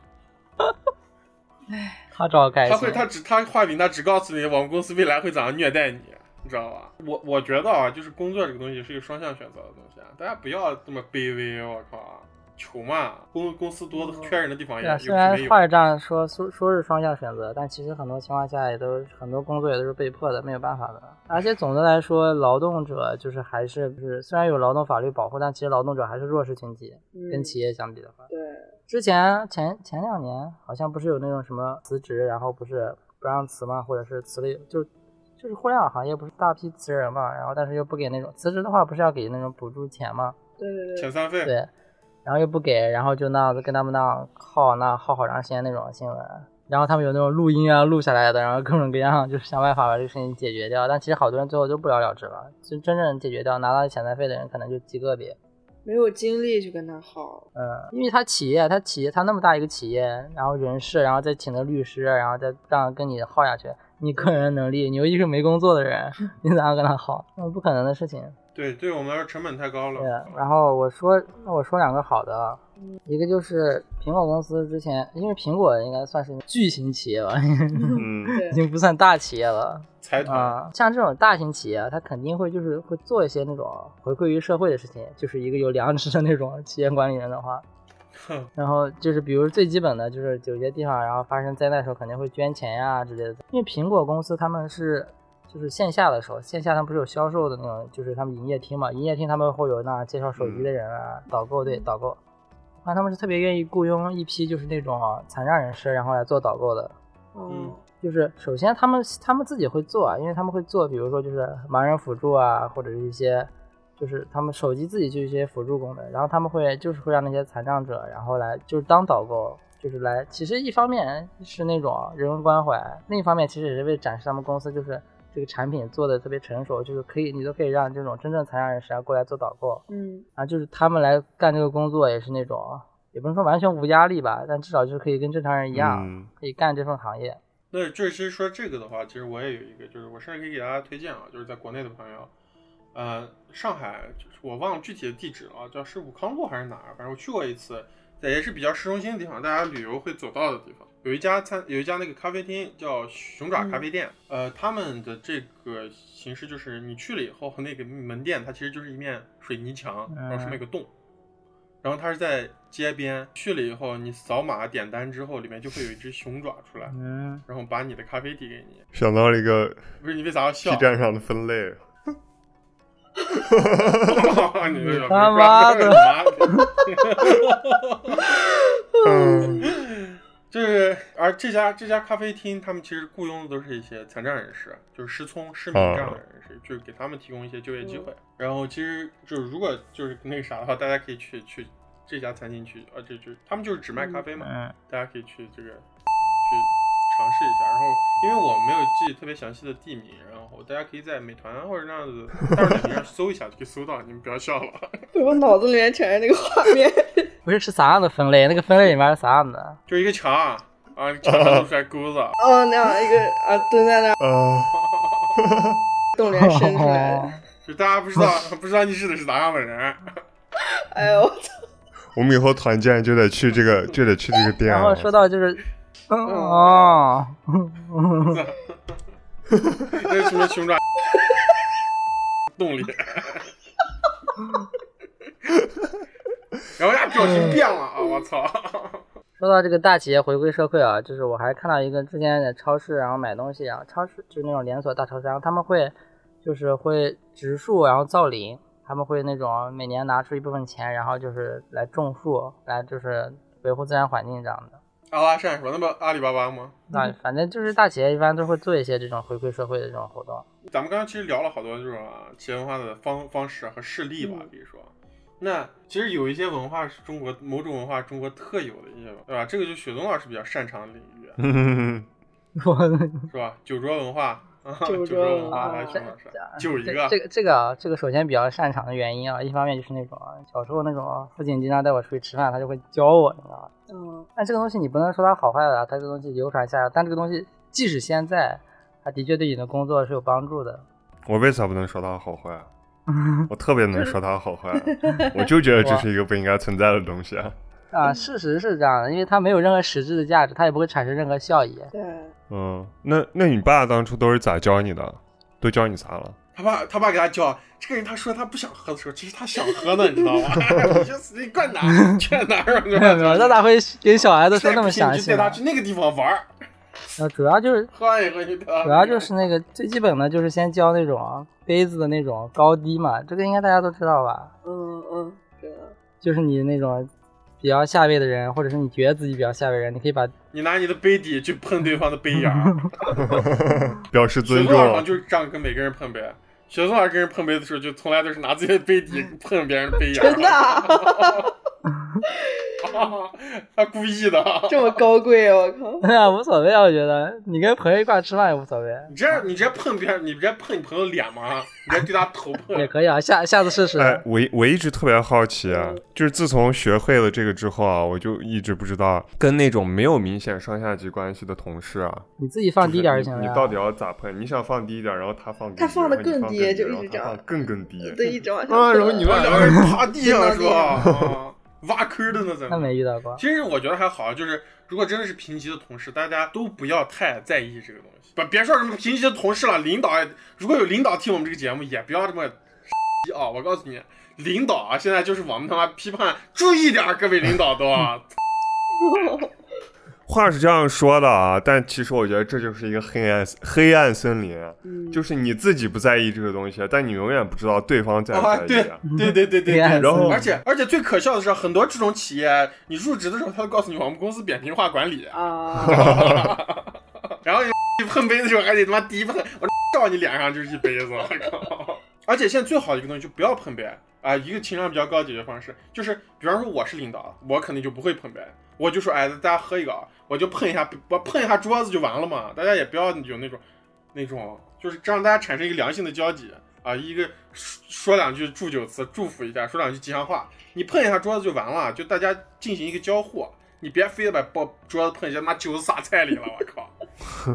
他找我开他心会，。他只他画饼，他只告诉你我们公司未来会怎样虐待你，你知道吧？我我觉得啊，就是工作这个东西是一个双向选择的东西，啊，大家不要这么卑微，我靠，求嘛！公公司多的缺人的地方也对啊，有虽是然没有话是这样说，说说是双向选择，但其实很多情况下也都很多工作也都是被迫的，没有办法的。而且总的来说，劳动者就是还是就是虽然有劳动法律保护，但其实劳动者还是弱势群体，嗯跟企业相比的话。对，之前前前两年好像不是有那种什么辞职，然后不是不让辞嘛，或者是辞了有就就是互联网行业不是大批辞人嘛，然后但是又不给那种辞职的话不是要给那种补助钱嘛，对对对遣，散费，对，然后又不给，然后就那样子跟他们那样耗那耗好长时间那种新闻，然后他们有那种录音啊录下来的，然后各种各样就是想办法把这个事情解决掉，但其实好多人最后都不了了之了，就真正解决掉拿到遣散费的人可能就极个别。没有精力去跟他耗。嗯，因为他企业，他企业，他那么大一个企业，然后人事，然后再请的律师，然后再这样跟你耗下去，你个人能力，你又一个没工作的人，你咋样跟他耗？那不可能的事情。对，对我们来说成本太高对啊了。，然后我说，那我说两个好的啊，一个就是苹果公司之前，因为苹果应该算是巨型企业吧， 嗯，对已，经不算大企业了。财团，啊、像这种大型企业啊，它肯定会就是会做一些那种回馈于社会的事情，就是一个有良知的那种企业管理人的话哼。然后就是，比如最基本的就是有些地方，然后发生灾难的时候肯定会捐钱呀、之类的。因为苹果公司他们是，就是线下的时候，线下他们不是有销售的那种，就是他们营业厅嘛，营业厅他们会有那介绍手机的人啊，导购对导购，那他们是特别愿意雇佣一批就是那种啊残障人士，然后来做导购的，嗯就是首先他们他们自己会做啊，因为他们会做，比如说就是盲人辅助啊，或者是一些就是他们手机自己就一些辅助功能，然后他们会就是会让那些残障者，然后来就是当导购，就是来其实一方面是那种人文关怀，另一方面其实也是为展示他们公司就是这个产品做的特别成熟，就是可以你都可以让这种真正残障人士啊过来做导购，嗯啊，就是他们来干这个工作也是那种也不能说完全无压力吧，但至少就是可以跟正常人一样、嗯可以干这份行业。那这期说这个的话，其实我也有一个，就是我甚至可以给大家推荐啊，就是在国内的朋友，呃，上海就是我忘了具体的地址了，叫是武康路还是哪儿，反正我去过一次，在也是比较市中心的地方，大家旅游会走到的地方，有一家餐有一家那个咖啡厅叫熊爪咖啡店，呃，他们的这个形式就是你去了以后，那个门店它其实就是一面水泥墙，然后是那个洞。然后它是在街边，去了以后，你扫码点单之后，里面就会有一只熊爪出来，嗯，然后把你的咖啡递给你。想到了一个不是你为啥要 B 笑？站上的分类，你这个他妈的你妈的！嗯就是，而这家这家咖啡厅，他们其实雇佣的都是一些残障人士，就是失聪、失明这样的人士，就是给他们提供一些就业机会。嗯然后其实就是，如果就是那个啥的话，大家可以去去这家餐厅去，啊，这就他们就是只卖咖啡嘛，嗯，大家可以去这个去尝试一下。然后，因为我没有记特别详细的地名，然后大家可以在美团啊或者那样子大众点评上搜一下，就可以搜到。你们不要笑了。对我脑子里面全是那个画面，不是是啥样的分类？那个分类里面是啥样的？就一个墙啊，啊，墙上露出来钩子，哦，那样一个啊蹲在那儿，啊，动脸伸出来的， 就大家不知道不知道你指的是哪样的人。哎呦，我们以后团建就得去这个，就得去这个店然啊后。说到就是，嗯哦，嗯那是什么熊掌洞里。然后呀，表情变了啊！我操，说到这个大企业回归社会啊，就是我还看到一个之前在超市然后买东西啊，超市就是那种连锁大超市，然后他们会就是会植树然后造林，他们会那种每年拿出一部分钱，然后就是来种树，来就是维护自然环境这样的。阿拉善说：“那不阿里巴巴吗？那反正就是大企业一般都会做一些这种回馈社会的这种活动。咱们刚刚其实聊了好多这种啊企业文化的方方式和事例吧嗯，比如说，那其实有一些文化是中国某种文化中国特有的一些文化，对吧？这个就雪松老师比较擅长的领域，嗯，我是吧？酒桌文化，啊酒酒桌桌文文化，化啊来，这熊老师这就一这个这个这个啊，这个首先比较擅长的原因啊，一方面就是那种啊小时候那种父亲经常带我出去吃饭，他就会教我，你知道吗？嗯，但这个东西你不能说它好坏了，它这个东西流传下来，但这个东西即使现在，它的确对你的工作是有帮助的。 啊我为啥不能说它好坏？啊我特别能说它 好坏，啊我就觉得这是一个不应该存在的东西。啊，事实是这样的，因为它没有任何实质的价值，它也不会产生任 何效益。对，嗯，那那你爸当初都是咋教你的？都教你啥了？他爸他爸给他教这个人，他说他不想喝的时候，其实他想喝呢，你知道吗？ 你就死你灌哪儿劝哪儿，啊没有没有，那咋会跟小孩子说那么详你就细带他呢？去那个地方玩儿，呃，主 要就是喝完以后就带他主要就是那个最基本的就是先教那种杯子的那种高低嘛，这个应该大家都知道吧？嗯嗯，对的，就是你那种比较下位的人，或者是你觉得自己比较下位的人，你可以把 你拿你的杯底去碰对方的杯沿儿，表示雪尊松老师好像重。就是这样跟每个人碰杯。雪松老师跟人碰杯的时候，就从来都是拿自己的杯底碰别人的杯沿儿，真的啊 他故意的。 这么高贵，我 靠，哎呀无所谓啊，我觉得你跟朋友一块儿吃饭也无所谓，你这样，你直接碰别人，你直接碰你朋友脸吗？你直接对他头碰也，可以啊，下下次试试。哎，我一我一直特别好奇啊，嗯就是自从学会了这个之后啊，我就一直不知道跟那种没有明显上下级关系的同事啊，你自己放低点儿就就行是了你呀。你到底要咋喷？你想放低一点，然后他放更低他放得然后你更低就一直然后他这样放更更低。 对，一直往下啊，然后走你然们后两两个个人人趴地上是吧？趴啊 挖坑的那怎那么？没遇到过，其实我觉得还好，就是如果真的是平级的同事，大家都不要太在意这个东西。不，别说什么平级的同事了，领导也如果有领导听我们这个节目，也不要这么 啊！我告诉你，领导啊，现在就是我们他妈批判，注意点儿，各位领导都啊，话是这样说的啊，但其实我觉得这就是一个黑暗黑暗森林，啊嗯，就是你自己不在意这个东西，但你永远不知道对方在不啊，在意对啊。对对对对对。然后而且而且最可笑的是，很多这种企业，你入职的时候，他会告诉你我们公司扁平化管理，啊，然后你碰杯子的时候还得他妈第一碰，我照你脸上就是一杯子，我靠！而且现在最好的一个东西就不要碰杯啊，一个情商比较高的解决方式就是，比方说我是领导，我肯定就不会碰杯，我就说哎，大家喝一个啊，我就碰一下，我碰一下桌子就完了嘛，大家也不要有那种 那种，就是让大家产生一个良性的交集啊，一个说说两句祝酒词，祝福一下，说两句吉祥话，你碰一下桌子就完了，就大家进行一个交互，你别非得把把桌子碰一下，妈酒洒菜里了，我靠！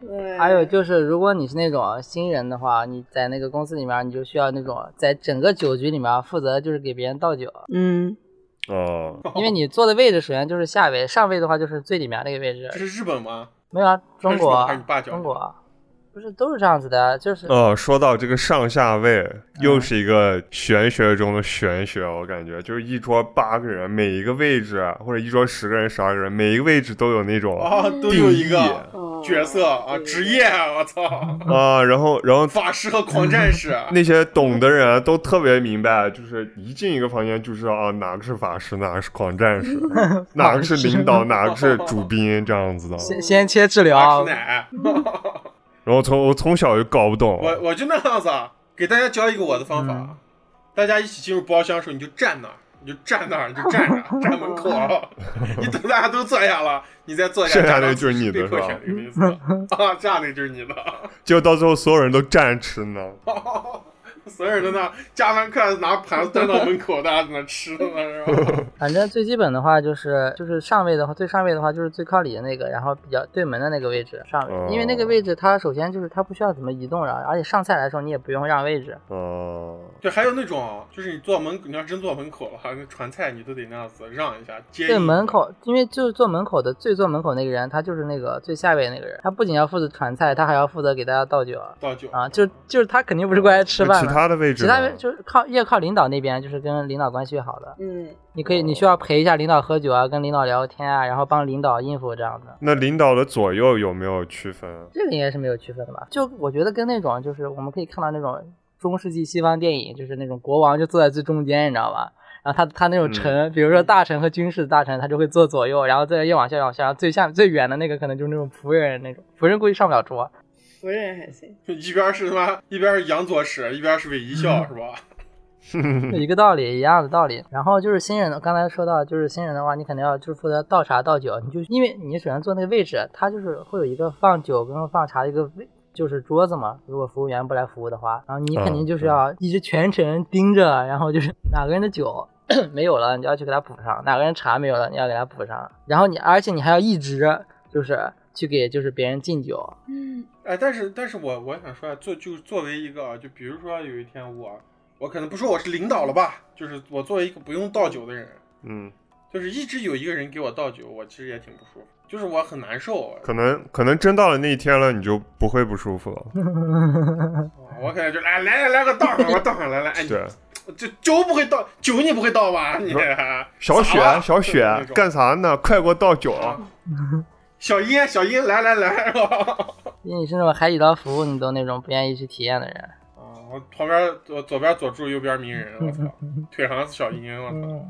对，还有就是，如果你是那种新人的话，你在那个公司里面，你就需要那种在整个酒局里面负责就是给别人倒酒，嗯，哦、因为你坐的位置首先就是下位，上位的话就是最里面那个位这置。是日本吗？没有啊，中国还是你爸啊，教的中国啊不是都是这样子的，啊就是哦，说到这个上下位，嗯又是一个玄学中的玄学，我感觉就是一桌八个人，每一个位置啊或者一桌十个人、十二个人，每一个位置都有那种哦啊，都定有一义个嗯哦角色啊，对职业，我操，啊，然后然后法师和狂战士，啊那些懂的人啊都特别明白，就是一进一个房间就知道啊，哪个是法师，哪个是狂 战士，哪个是领导，哪个是主宾这样子的。先先切治法疗师，奶，嗯然后从我从小就搞不懂，我我就那样子，啊，给大家教一个我的方嗯法，大家一起进入包厢的时候，你就站那儿。你就站那儿，你就站着，站门口，啊 你等大家都坐下了，你再坐下。剩下站那到个就是你被的迫是吧选的一个名字啊，这样那个就是你的。就到最后所有人都站吃呢。所有人都那加完课拿盘子端到门口，大家在那吃呢，是吧？反正最基本的话就是就是上位的话，最上位的话就是最靠里的那个，然后比较对门的那个位置上哦位，因为那个位置它首先就是它不需要怎么移动了，而且上菜来的时候你也不用让位置。哦、对，还有那种就是你坐门，你要真坐门口了，那传菜你都得那样子让一下，接对应门口，因为就是坐门口的最坐门口那个人，他就是那个最下位那个人，他不仅要负责传菜，他还要负责给大家倒酒倒酒。啊，就就是他肯定不是过来吃那饭其的。他的位置其呢，他人就是靠越靠领导那边，就是跟领导关系越好的，嗯，你可以你哦需要陪一下领导喝酒啊，跟领导聊天啊，然后帮领导应付这样的。那领导的左右有没有区分？啊这个应该是没有区分的吧？就我觉得跟那种就是我们可以看到那种中世纪西方电影，就是那种国王就坐在最中间，你知道吧？然后他他那种臣，比如说大臣和军事大臣，他就会坐左右，然后再越往下越往下，然后最下最远的那个可能就是那种仆人那种，仆人估计上不了桌。夫人还行，一边是他妈，一边是杨左使，一边是韦 一笑，是吧？就一个道理，一样的道理。然后就是新人的，刚才说到就是新人的话，你肯定要就是负责倒茶倒酒，你就因为你首先坐那个位置，它就是会有一个放酒跟放茶的一个位。就是桌子嘛，如果服务员不来服务的话，然后你肯定就是要一直全程盯着，然后就是 哪个人的酒 没有了，你要去给他补上；哪个人茶没有了，你要给他补上。然后你，而且你还要一直就是去给就是别人敬酒，嗯哎，但是但是我我想说啊，作就作为一个啊，就比如说有一天我，我可能不说我是领导了吧，就是我作为一个不用倒酒的人，嗯，就是一直有一个人给我倒酒，我其实也挺不舒服，就是我很难受，可能可能真到了那一天了，你就不会不舒服了。我可能就来来来来个倒上，我倒上来来， 哎，你对，这酒不会倒，酒你不会倒吧？你啊小雪咋了小就雪是那种干啥呢？快给我倒酒！啊小英小英来来来，是吧？因为你是那种海底捞服务你都那种不愿意去体验的人。啊，我旁边左左边左助，右边鸣人，我操，腿上是小英，我嗯，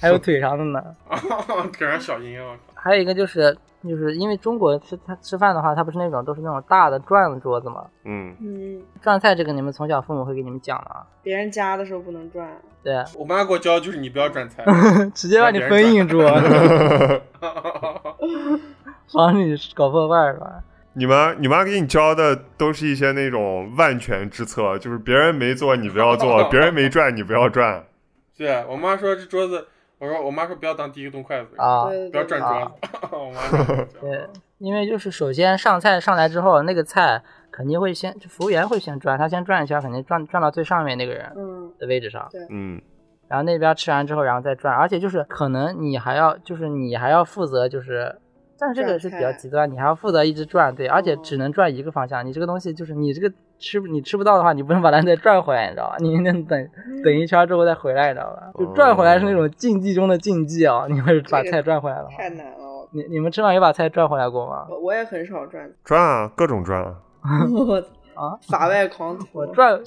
还有腿上的呢。操， 腿上小英，我靠，还有一个就是，就是因为中国吃他吃饭的话，他不是那种都是那种大的转的桌子嘛，嗯，嗯，转菜这个你们从小父母会给你们讲的啊，别人家的时候不能转，对，我妈给我教就是你不要转菜， 直接把你封印 住，防止你搞破坏是吧？你妈你妈给你教的都是一些那种万全之策，就是别人没做你不要 做，别人没转你不要转。 对我妈说这桌子，我说我妈说不要当第一个动筷子的人，啊，对不要转对桌子， 我妈这么教对，因为就是首先上菜上来之后，那个菜肯定会先，就服务员会先转，他先转一圈，肯定转转到最上面那个人嗯，的位置上，嗯，然后那边吃完之后，然后再转，而且就是可能你还要，就是你还要负责就是。但是这个是比较转菜极端，你还要负责一直转，对，而且哦只能转一个方向。你这个东西就是你这个吃你吃不到的话，你不能把它再转回来，你知道吧？你得等嗯等一圈之后再回来，你知道吧？就转回来是那种竞技中的竞技啊！你要是把菜转回来的话，太难了。你你们吃饭有把菜转回来过吗？我我也很少转，转啊，各种转啊。 我啊，法外狂徒， 我转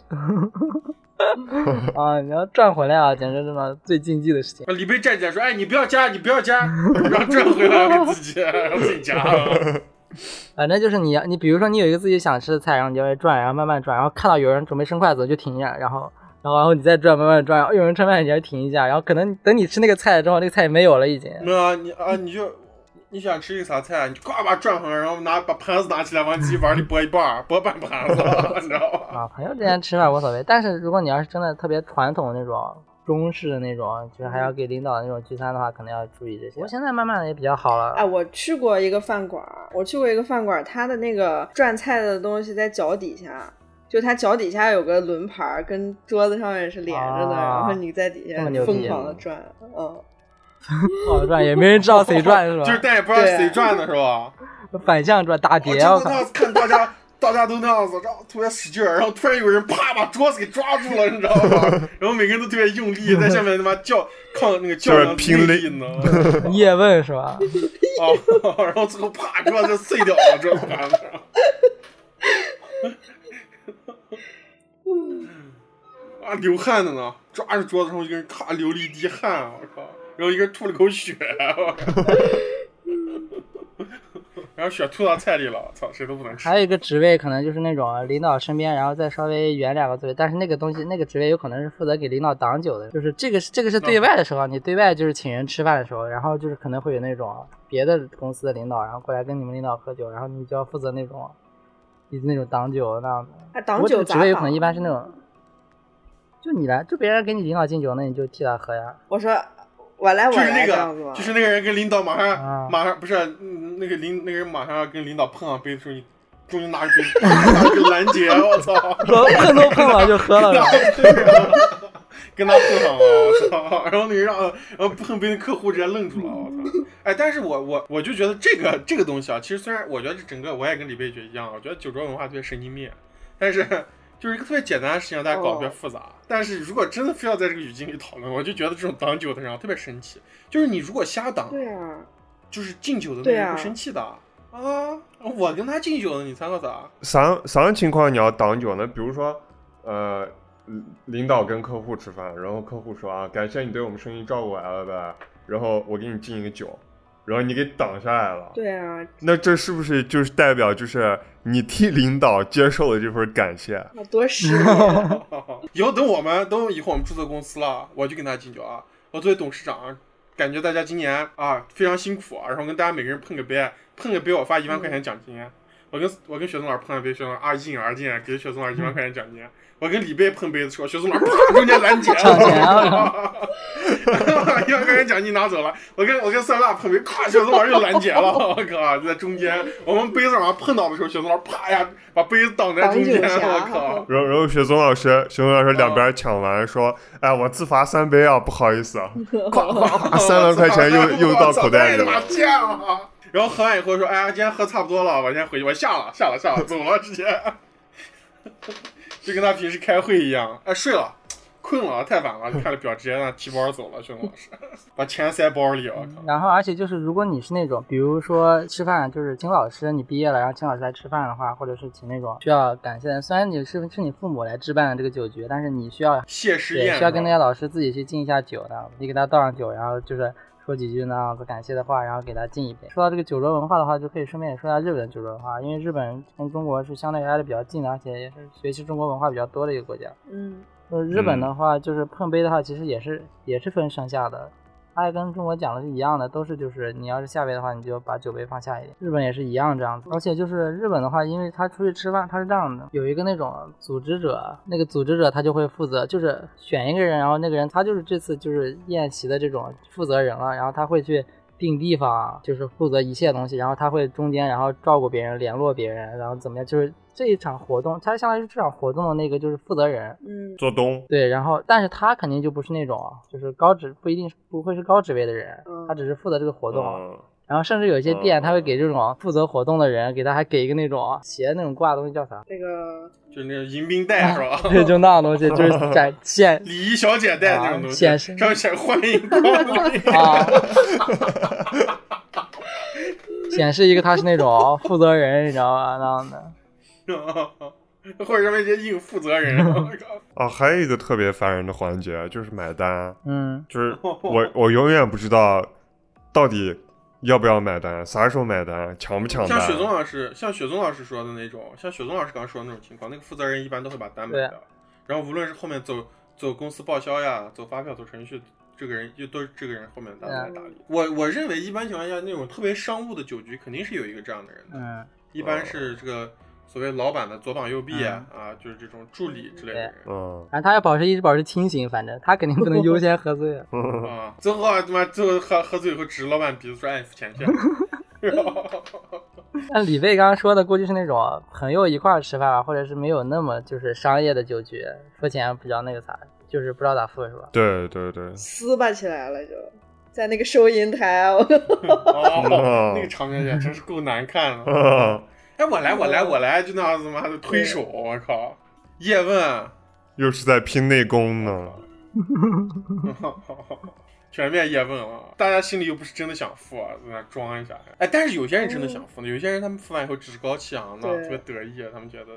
啊！你要转回来啊，简直他妈最禁忌的事情。啊李贝站起来说：“哎，你不要夹，你不要夹，然后转回来给自己， 让自己夹了。反正呃就是你要，你比如说你有一个自己想吃的菜，然后你就会转，然后慢慢转，然后看到有人准备伸筷子就停下，然后，然后，然后你再转，慢慢转，然后有人盛饭你就停一下，然后可能等你吃那个菜之后，那个菜没有了已经。没有啊，你啊，你就你想吃一个啥菜，啊你就呱把转回来，然后拿把盘子拿起来往自己碗里拨一半儿，拨半盘子， 你知道吧？啊，朋友之间吃饭无所谓，但是如果你要是真的特别传统那种中式的那种，就是还要给领导的那种聚餐的话，可能要注意这些。我啊现在慢慢的也比较好了哎，，我去过一个饭馆儿，我去过一个饭馆儿，它的那个转菜的东西在脚底下，就它脚底下有个轮盘儿，跟桌子上面是连着的，啊然后你在底这下么牛逼啊疯狂的转，嗯，好转也没人知道谁转是吧？就是但也不知道谁转的是吧？哦反向转打我碟，真的我那靠！样子看大家，大家都那样子，然后特别使劲儿，然后突然有人啪把桌子给抓住了，你知道吗？ 然后每个人都特别用力，在下面他妈叫抗那个较量就是拼力呢，啊，叶问是吧？哦然后最后啪桌子就碎掉了，桌子盘子。啊，流汗的呢，抓着桌子上，一个人咔流了一滴汗，啊我靠，然后一个人吐了口血，啊我靠，然后血吐到菜里了，操，谁都不能吃。还有一个职位可能就是那种领导身边，然后再稍微远两个座位，但是那个东西那个职位有可能是负责给领导挡酒的，就是这个是这个是对外的时候，你对外就是请人吃饭的时候，然后就是可能会有那种别的公司的领导，然后过来跟你们领导喝酒，然后你就要负责那种，以及那种挡酒那样的。啊，不挡过这酒个咋职位有可能挡一般是那种，就你来，就别人给你领导敬酒，那你就替他喝 呀。我说我来我就是那来这样子啊个吗？，就是那个人跟领导马上、啊马上不是嗯那个领那个人马上要跟领导碰上杯的时候，你终于拿着杯拿着拦截，我操！说碰都碰了就喝 了，是吧对啊跟他碰上了，我操！然后那个让呃然后碰杯的客户直接愣住了，我操！哎，但是我我我就觉得这个这个东西啊，其实虽然我觉得这整个我也跟李贝觉一样，我觉得酒桌文化特别神经病，但是 就是一个特别简单的事情，大家搞得特别复杂。但是如果真的非要在这个语境里讨论，我就觉得这种挡酒的人啊特别神奇，就是你如果瞎挡，对啊，就是敬酒的那对人啊会生气的啊我跟他敬酒的，你猜我咋？啥啥情况你要挡酒呢？比如说，呃，嗯领导跟客户吃饭，然后客户说啊，感谢你对我们生意照顾，拜拜拜，然后我给你敬一个酒，然后你给挡下来了。对啊，那这是不是就是代表就是你替领导接受了这份感谢？啊多失 礼 以后等我们等以后我们注册公司了，我就跟他敬酒啊。我作为董事长，感觉大家今年啊非常辛苦啊，然后跟大家每个人碰个杯，碰个杯我发一万块钱奖金。我跟我跟雪松老师碰了杯，雪松老师啊一饮而尽，给雪松老师一万块钱奖金。我跟李贝碰杯的时候，雪松老师啪中间拦截，抢钱啊！ 一万块钱奖金拿走了，我跟我跟酸辣碰杯，咔，雪松老师又拦截了，我靠，就在中间，我们杯子往上碰到的时候，雪松老师啪一下把杯子挡在中间，挡酒我侠靠，然后然后雪松老师，雪松老师两边抢完说，哎，我自罚三杯啊，不好意思啊， 咵咵咵，三万块钱又又到口袋里我操太他妈了。贱了。然后喝完以后说，哎呀，今天喝差不多了，我先回去，我下了，下了，下了，走了， 直接，就跟他平时开会一样，哎，睡了。困了，太晚了，看了表，直接让提包走了。熊老师把钱塞包里，我靠！嗯然后，而且就是，如果你是那种，比如说吃饭，就是请老师，你毕业了，然后请老师来吃饭的话，或者是请那种需要感谢的，虽然你是是你父母来置办的这个酒局，但是你需要谢师对宴需要跟是吧那些老师自己去敬一下酒的，你给他倒上酒，然后就是说几句那样子感谢的话，然后给他敬一杯。说到这个酒桌文化的话，就可以顺便也说一下日本的酒桌文化，因为日本跟中国是相对挨得比较近的，而且也是学习中国文化比较多的一个国家。嗯，就是呃日本嗯的话，就是碰杯的话，其实也是也是分上下的，它也跟中国讲的是一样的，都是就是你要是下杯的话，你就把酒杯放下一点。日本也是一样这样子，而且就是日本的话，因为他出去吃饭，他是这样的，有一个那种组织者，那个组织者他就会负责，就是选一个人，然后那个人他就是这次就是宴席的这种负责人了，然后他会去。定地方，啊就是负责一切东西，然后他会中间，然后照顾别人，联络别人，然后怎么样？就是这一场活动，他相当于是这场活动的那个就是负责人，嗯，做东，对，然后但是啊他肯定就不是那种，就是高职不一定是不会是高职位的人，嗯他只是负责这个活动，嗯然后甚至有一些店，嗯他会给这种负责活动的人，给他还给一个那种啊鞋那种挂的东西叫啥？ 这个就那种迎宾带是吧？对，就那种东西，就是展 现礼仪小姐带那种东啊西，显示上面写欢迎光临。啊，显示一个他是那种啊负责人，你知道吧？那样 的，或者上面直接印负责人，我靠啊，还有一个特别烦人的环节就是买单，啊嗯， 就是我我永远不知道到底要不要买单，啥时候买单，抢不抢单像。雪宗老师，像雪宗老师说的那种，像雪宗老师刚刚说的那种情况，那个负责人一般都会把单买对掉，然后无论是后面走走公司报销呀，走发票、走程序，这个人就都是这个人后面单啊位来打理。我我认为一般情况下，那种特别商务的酒局肯定是有一个这样的人的，嗯，一般是这个所谓老板的左膀右臂啊，嗯啊，就是这种助理之类的人。嗯，反正他要保持一直保持清醒，反正他肯定不能优先喝醉。啊，最后啊他妈最后喝喝醉以后指着老板鼻子说：“哎，付 钱去。”但李贝刚刚说的，估计是那种朋友一块儿吃饭吧，或者是没有那么就是商业的酒局，说钱比较那个啥，就是不知道咋付是吧？对对对， 撕巴起来了就，在那个收银台，啊 我哦，那个场面也真是够难看 的。啊，哎，我来，我来，我来，就那样子妈的推手，我靠！叶问，又是在拼内功呢。全面叶问了，大家心里又不是真的想付，啊，在那装一下。哎，但是有些人真的想付呢，有些人他们付完以后趾高气扬的，对特别得意，啊他们觉得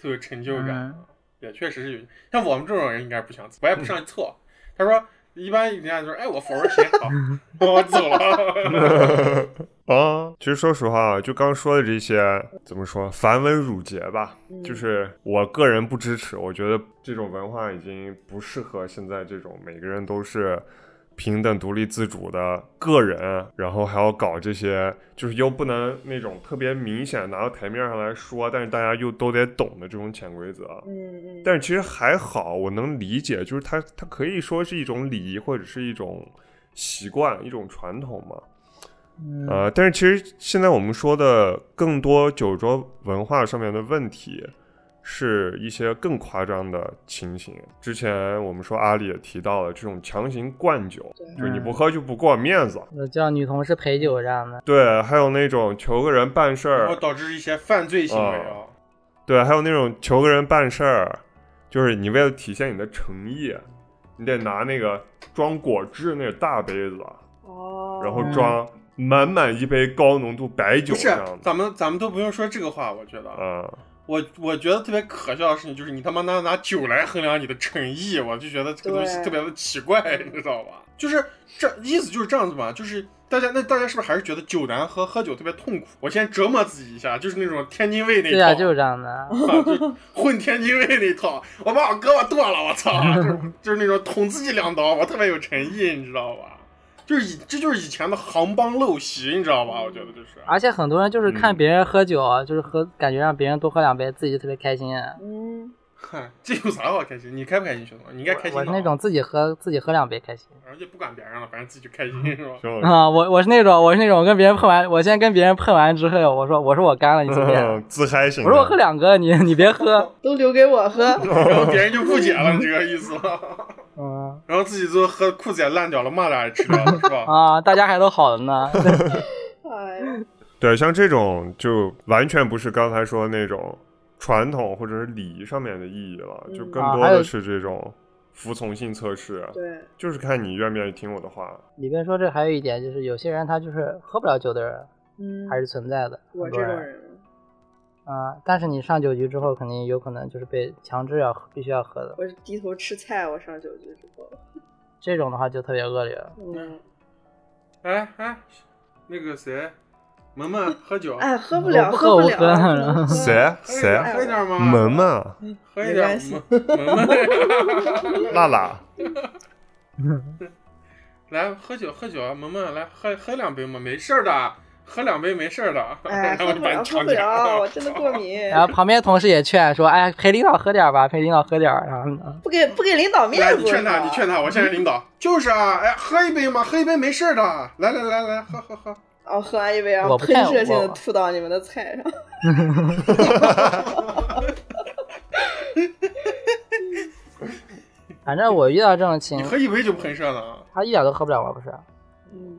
特有成就感。嗯也确实是有，像我们这种人应该不想付，我也不上去凑。他说，一般人家就说，哎，我付，我说行，好，我走了。 啊，其实说实话，就刚说的这些，怎么说，繁文缛节吧，就是我个人不支持，我觉得这种文化已经不适合现在这种每个人都是平等、独立、自主的个人，然后还要搞这些，就是又不能那种特别明显拿到台面上来说，但是大家又都得懂的这种潜规则。嗯嗯，但是其实还好，我能理解，就是它它可以说是一种礼仪或者是一种习惯、一种传统嘛。嗯呃，但是其实现在我们说的更多酒桌文化上面的问题，是一些更夸张的情形。之前我们说阿里也提到了这种强行灌酒，就是嗯你不喝就不给我面子。有呃叫女同事陪酒这样的，对，还有那种求个人办事 然后儿，导致一些犯罪行为啊。哦对，还有那种求个人办事儿，就是你为了体现你的诚意，你得拿那个装果汁那个大杯子，哦，然后装满满一杯高浓度白酒不是这样，的。咱们咱们都不用说这个话，我觉得，啊、我我觉得特别可笑的事情就是你他妈拿拿酒来衡量你的诚意，我就觉得这个东西对特别的奇怪，你知道吧？就是这意思就是这样子嘛，就是大家那大家是不是还是觉得酒难喝，喝酒特别痛苦？我先折磨自己一下，就是那种天津卫那套，对呀、就是这样 的。啊就混天津卫那套，我把我胳膊剁了，我操， 就是就是那种捅自己两刀，我特别有诚意，你知道吧？就是以这就是以前的行帮陋习，你知道吧？我觉得就是。 而且很多人就是看嗯别人喝酒，啊就是喝，感觉让别人多喝两杯，自己就特别开心。啊嗯，嗨，这有啥好开心？你开不开心，熊总？你应该开心我的是那种，自己喝自己喝两杯开心然后就不管别人了，反正自己就开心是吧？行了啊、我我是那种我是那种我跟别人碰完，我先跟别人碰完之后，我说我说我干了，你怎么样？嗯， 自嗨型我的。说我喝两个，你你别 喝。都留给 我喝，然后别人就不解了，你这个意思 了。嗯然后自己就喝裤子也烂掉了，骂俩也吃掉了，是吧？啊，大家还都好着呢。哎呀，对，像这种就完全不是刚才说的那种传统或者是礼仪上面的意义了，就嗯更啊多还的有是这种服从性测试，啊对，就是看你愿不愿意听我的话。里边说这还有一点就是，有些人他就是喝不了酒的人嗯，还是存在的，我很这多种人人，啊、但是你上酒局之后，肯定有可能就是被强制要喝必须要喝的，我是低头吃菜，我上酒局之后，这种的话就特别恶劣了。嗯，哎哎，那个谁，萌萌喝酒，哎，喝哦不我了，不喝喝不我喝了，不能嗯喝谁喝一哎点谁啊喝一点嘛，门啊嘛，嗯喝一没点关系萌萌。辣辣，来喝酒喝酒，啊，萌萌来喝喝两杯嘛，没事儿的，喝两杯没事儿的。哎，然后喝就不把了，你喝抢不起了， 来我真的过敏， 然后旁边同事也劝说，哎，陪领导喝点儿吧，陪领导喝点儿。然后呢，不给不给领导面来，子，你劝他，你劝他，他，我现在领导。就是啊，哎，喝一杯嘛，喝一杯没事儿的。来来来来，喝喝喝。哦，喝完一杯，然后我不喷太射性的我吐到你们的菜上，反正我遇到这种情你，喝一杯就喷射了啊？他一点都喝不了吗？不是，嗯，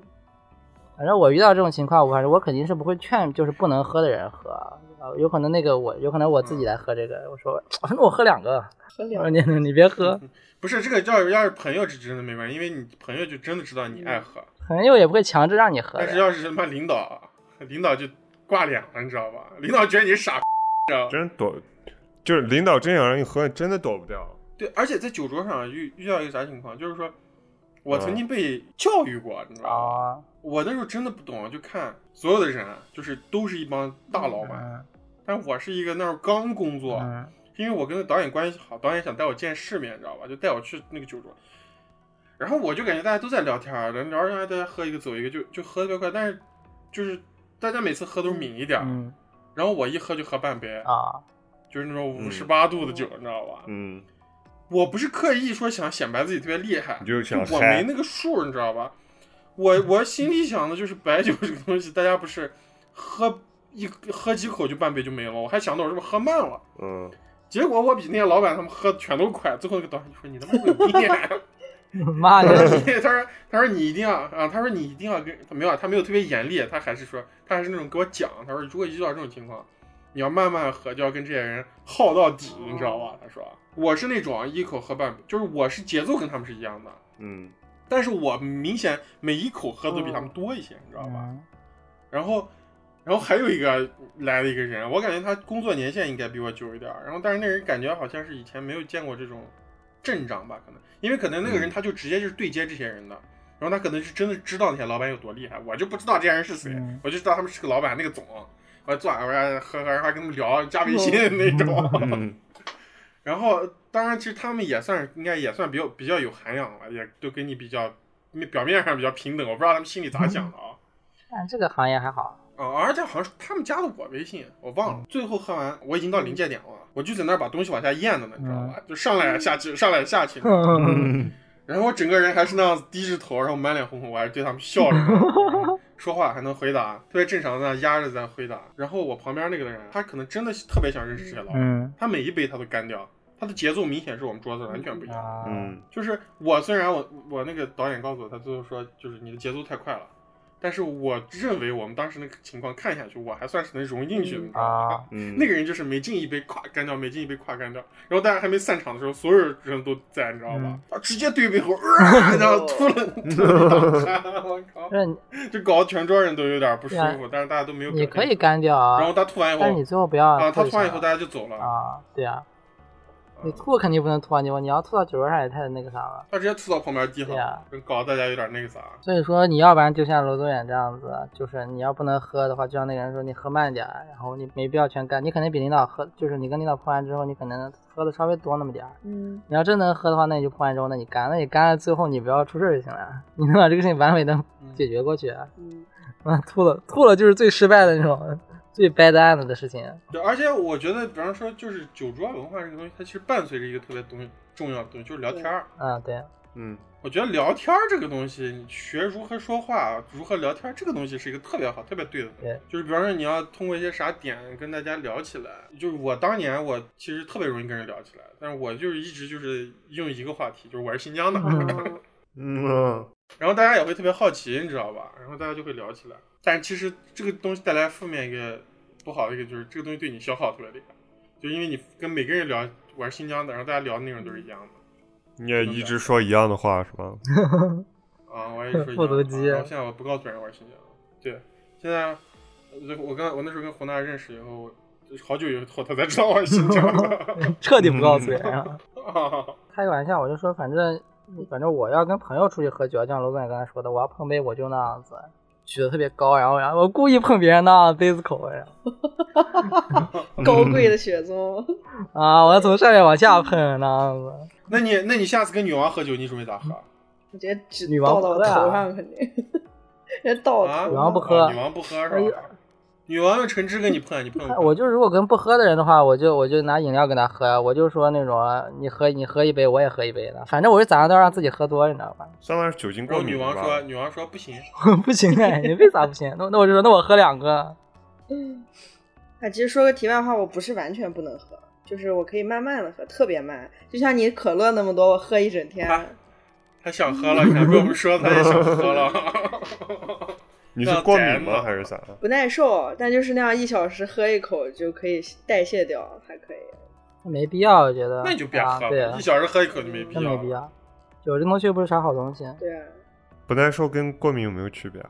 反正我遇到这种情况，我反正我肯定是不会劝，就是不能喝的人喝。呃有可能那个我，有可能我自己来喝这个。我说，反正我喝两个，我喝两说呃你你别 喝，不是这个要要是朋友是真的没关系，因为你朋友就真的知道嗯你爱喝，朋友也不会强制让你喝但是的。要是他妈领导，领导就挂脸了，你知道吧？领导觉得你是傻逼，知道吧？真躲，就是领导真想让你喝，真的躲不掉。对，而且在酒桌上遇遇到一个啥情况，就是说我曾经被教育过，你知道吧？嗯啊，我那时候真的不懂，就看所有的人啊，就是都是一帮大老板，嗯但我是一个那时候刚工作，嗯因为我跟导演关系好，导演想带我见世面，你知道吧？就带我去那个酒桌，然后我就感觉大家都在聊天儿，聊聊着大家喝一个走一个，就就喝得快快，但是就是大家每次喝都是抿一点儿，嗯然后我一喝就喝半杯，啊，就是那种五十八度的酒，你知道吧？嗯，我不是刻意说想显摆自己特别厉害，你就想我嗨没那个数，你知道吧？我我心里想的就是白酒这个东西，大家不是喝一喝几口就半杯就没了，我还想到我是不是喝慢了。嗯，结果我比那些老板他们喝的全都快，最后那个导演就说：“你他妈有病！”妈他说的，你：“他说他说你一定要啊，他说你一定要跟他没有，他没有特别严厉，他还是说他还是那种给我讲，他说如果遇到这种情况，你要慢慢喝，就要跟这些人耗到底，你知道吧？”他说：“我是那种一口喝半，就是我是节奏跟他们是一样的，嗯，但是我明显每一口喝都比他们多一些，你知道吧？”嗯然后，然后还有一个来了一个人，我感觉他工作年限应该比我久一点儿。然后，但是那人感觉好像是以前没有见过这种阵仗吧，可能因为可能那个人嗯他就直接就是对接这些人的，然后他可能是真的知道那些老板有多厉害，我就不知道这些人是谁，嗯我就知道他们是个老板那个总，我坐俺边喝喝，然后还跟他们聊加微信那种。 嗯，然后，当然，其实他们也算是应该也算比较比较有涵养了，也都跟你比较表面上比较平等，我不知道他们心里咋想的啊。但哎这个行业还好，啊、而且好像是他们加的我微信，我忘嗯了。最后喝完，我已经到临界点了，我就在那儿把东西往下咽的呢，你知道吧？嗯就上来下去，上来下去。嗯嗯然后我整个人还是那样子低着头，然后满脸红红，我还是对他们笑着 呢说话，还能回答，特别正常的压着在回答。然后我旁边那个人，他可能真的特别想认识这些老板，嗯他每一杯他都干掉，他的节奏明显是我们桌子完全不一样。啊，嗯，就是我虽然我我那个导演告诉我，他最后说就是你的节奏太快了，但是我认为我们当时那个情况看下去，我还算是能融进去的，你知道吗？啊嗯，那个人就是每敬一杯咵干掉，每敬一杯咵干掉，然后大家还没散场的时候，所有人都在，你知道吧？啊，直接对杯后，啊然后吐了，吐了一大滩，我靠不！是你就搞得全桌人都有点不舒对啊服，但是大家都没有表你现。可以干掉啊然，后他吐完以但是你后，最后不要啊，他吐吐完以下后大家就走了，啊，对啊，你嗯吐肯定不能吐啊，你你要吐到酒桌上也太那个啥了。他直接吐到旁边地上对啊，搞得大家有点那个啥。所以说，你要不然就像罗宗远这样子，就是你要不能喝的话，就像那个人说，你喝慢点儿，然后你没必要全干。你可能比领导喝，就是你跟领导碰完之后，你可能喝的稍微多那么点儿。嗯，你要真能喝的话，那你就碰完之后，那你干，那你干了最后你不要出事儿就行了。 你能把这个事情完美的解决过去。 嗯啊，吐了吐了就是最失败的那种， 最 bad end 的事情。对，而且我觉得，比方说，就是酒桌文化这个东西，它其实伴随着一个特别东西重要的东西，就是聊天儿。嗯，对，嗯，我觉得聊天儿这个东西，你学如何说话、如何聊天儿，这个东西是一个特别好、特别对的东西对。就是比方说，你要通过一些啥点跟大家聊起来。就是我当年我其实特别容易跟人聊起来，但是我就是一直就是用一个话题，就是我是新疆的，嗯嗯，然后大家也会特别好奇，你知道吧？然后大家就会聊起来。但其实这个东西带来负面一个不好的一个就是这个东西对你消耗特别厉害，就因为你跟每个人聊我是新疆的，然后大家聊的内容都是一样的你也一直说一样的话是吧？嗯啊，我也 说一样的复读机然后现在我不告诉别人我是新疆的，对，现在呃我跟我那时候跟胡娜认识以后，好久以后他才知道我是新疆的 彻底不告诉人啊。啊，开个玩笑，我就说反正反正我要跟朋友出去喝酒，就像罗总也刚才说的，我要碰杯我就那样子，举得特别高，然后然后我故意碰别人那样杯子口，啊然后高贵的雪宗，啊，我要从上面往下碰那样子。 那你那你下次跟女王喝酒，你准备咋喝？ 啊我直接只女王倒不喝到我的啊头上肯定， 人家倒我啊头哦女王上不喝哎啊女王不喝是吧？女王用橙汁跟你碰，你碰不碰我就如果跟不喝的人的话，我就我就拿饮料跟他喝，我就说那种啊你喝你喝一杯，我也喝一杯的，反正我是咋样都要让自己喝多，你知道吧？ 相当于是酒精然过后敏女王吧？说：“女王说不行，不行哎，你为啥不行？那那我就说那我喝两个，啊，其实说个题外话，我不是完全不能喝，就是我可以慢慢的喝，特别慢，就像你可乐那么多，我喝一整天。 他想喝了，你还被我们说他也想喝了。你是过敏吗？还是咋？不耐受，但就是那样一小时喝一口就可以代谢掉，还可以。没必要，我觉得。那你就别啊喝对了，啊一，小时喝一口就没必真要没了。必要。酒精头却不是啥好东西。对啊，不耐受跟过敏有没有区别啊？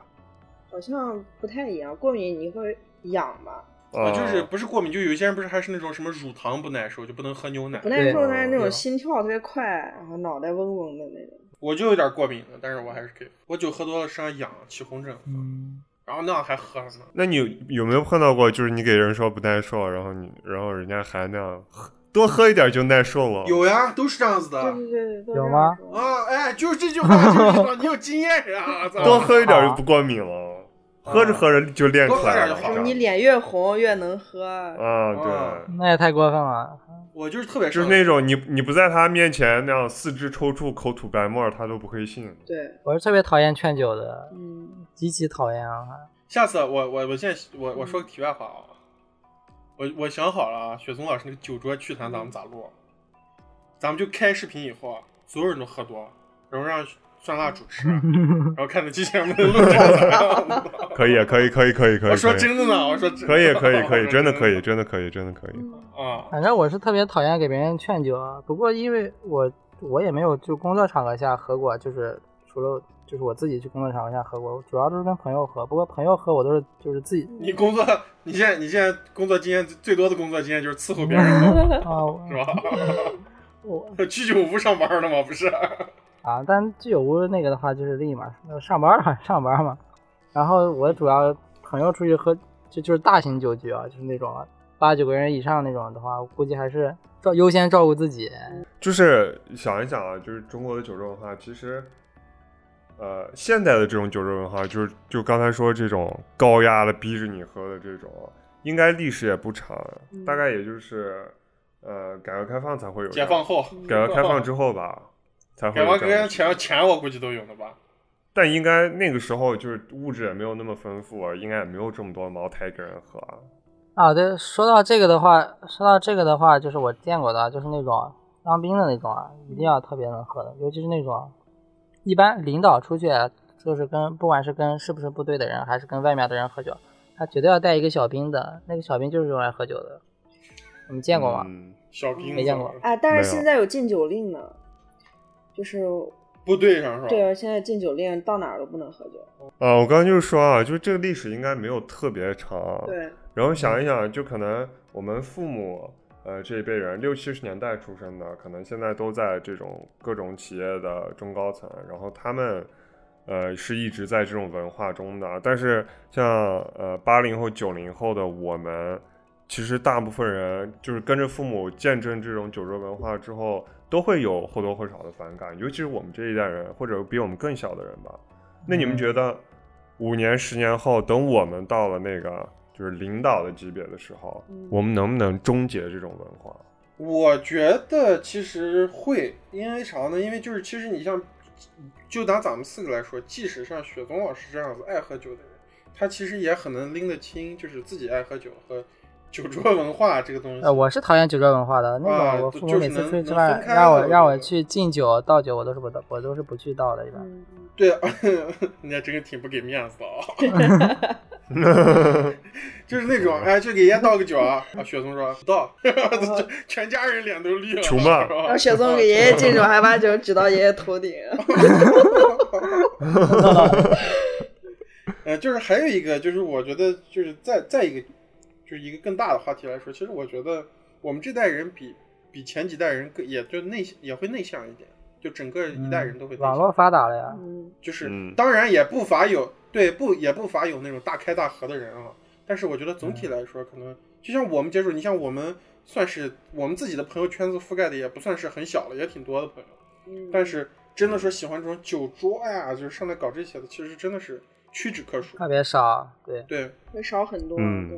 好像不太一样，过敏你会痒吧？啊，啊就是不是过敏，就有一些人不是还是那种什么乳糖不耐受，就不能喝牛奶不。耐受，对但是那对种心跳特别快，然后脑袋嗡嗡的那种。我就有点过敏了，但是我还是可以。我酒喝多了身上痒，起红疹，嗯，然后那样还喝了呢。那你有有没有碰到过，就是你给人说不耐受，然后你然后人家还那样喝多喝一点就耐受了？有呀，都是这样子的。对对对对，都有这样吗说？啊，哎，就是这句话，就是说你有经验呀、操多喝一点就不过敏了，喝着喝着就练出来了。啊多喝点就什好么了你脸越红越能喝，啊，啊对，那也太过分了。我就是特别就是上那种你你不在他面前那样四肢抽搐、口吐白沫，他都不会信。 对，我是特别讨厌劝酒的，嗯，极其讨厌啊！下次我我我现在我我说个题外话啊，我我想好了啊，雪松老师那个酒桌趣谈咱们咋录？咱们就开视频以后啊，所有人都喝多，然后让酸辣主持，啊然后看着机器人们录制咋样。可以，啊可以，可以，可以，可以。我说可以真的呢，我说真的可以，可以，可以， 我说真的可以，真的可以，真的可以。啊。反正我是特别讨厌给别人劝酒啊。不过因为我我也没有就工作场合下喝过，就是除了就是我自己去工作场合下喝过，主要都是跟朋友喝。不过朋友喝我都是就是自己你工作，你现在你现在工作经验最多的工作经验就是伺候别人，啊是吧？我居酒屋上班的吗？不是？啊，但居酒屋那个的话就是另一码事，那上班嘛，上班嘛。然后我主要朋友出去喝，就就是大型酒局啊，就是那种八九个人以上那种的话，我估计还是照优先照顾自己。就是想一想啊，就是中国的酒桌文化，其实，呃，现代的这种酒桌文化，就是就刚才说这种高压的逼着你喝的这种，应该历史也不长，嗯大概也就是，呃，改革开放才会有这解样。放后，改革开放之后吧，才会 改有革这开样的放前前我估计都有了吧？但应该那个时候就是物质也没有那么丰富，应该也没有这么多茅台给人喝。啊，对，说到这个的话，说到这个的话，就是我见过的，啊就是那种当兵的那种啊，一定要特别能喝的，尤其是那种一般领导出去，啊就是跟不管是跟是不是部队的人，还是跟外面的人喝酒，他绝对要带一个小兵的，那个小兵就是用来喝酒的。你们见过吗？嗯小兵没见过啊，但没有哦是现在有禁酒令呢，就是部队上是吧？对，啊现在禁酒令到哪儿都不能喝酒。啊，我刚刚就是说啊，就这个历史应该没有特别长。对，然后想一想，就可能我们父母呃这一辈人六七十年代出生的，可能现在都在这种各种企业的中高层，然后他们呃是一直在这种文化中的。啊但是像呃八零后、九零后的我们，其实大部分人就是跟着父母见证这种酒桌文化之后，都会有或多或少的反感，尤其是我们这一代人，或者比我们更小的人吧。那你们嗯觉得，五年、十年后，等我们到了那个就是领导的级别的时候，嗯我们能不能终结这种文化？我觉得其实会，因为啥呢？因为就是其实你像，就拿咱们四个来说，即使像雪宗老师这样子爱喝酒的人，他其实也很能拎得清，就是自己爱喝酒和酒桌文化这个东西。呃，我是讨厌酒桌文化的那啊种，我就父就母是每次能出去吃能饭分开让的我我让觉我得去敬酒倒酒，我都是不我都是不去倒的，一般。嗯，对，啊 人家真挺不给面子的啊、 就是那种哎，去给人家倒个酒啊，啊雪松说不倒， 就全家人脸都绿了，穷吧是吧然后雪松给爷爷敬酒，还把酒举到爷爷头顶。 呃，就是还有一个，就是我觉得，就是再再一个，就是一个更大的话题来说，其实我觉得我们这代人比比前几代人更，也就内也会内向一点，就整个一代人都会内网向，络发达嗯了呀， 嗯，就是、嗯当然也不乏有对不也不乏有那种大开大合的人啊，但是我觉得总体来说，可能就像我们接触，你像我们算是我们自己的朋友圈子覆盖的也不算是很小了，也挺多的朋友，嗯但是真的说喜欢这种酒桌呀、就是上来搞这些的，其实真的是屈指可数，特别少，对。对会少很多。嗯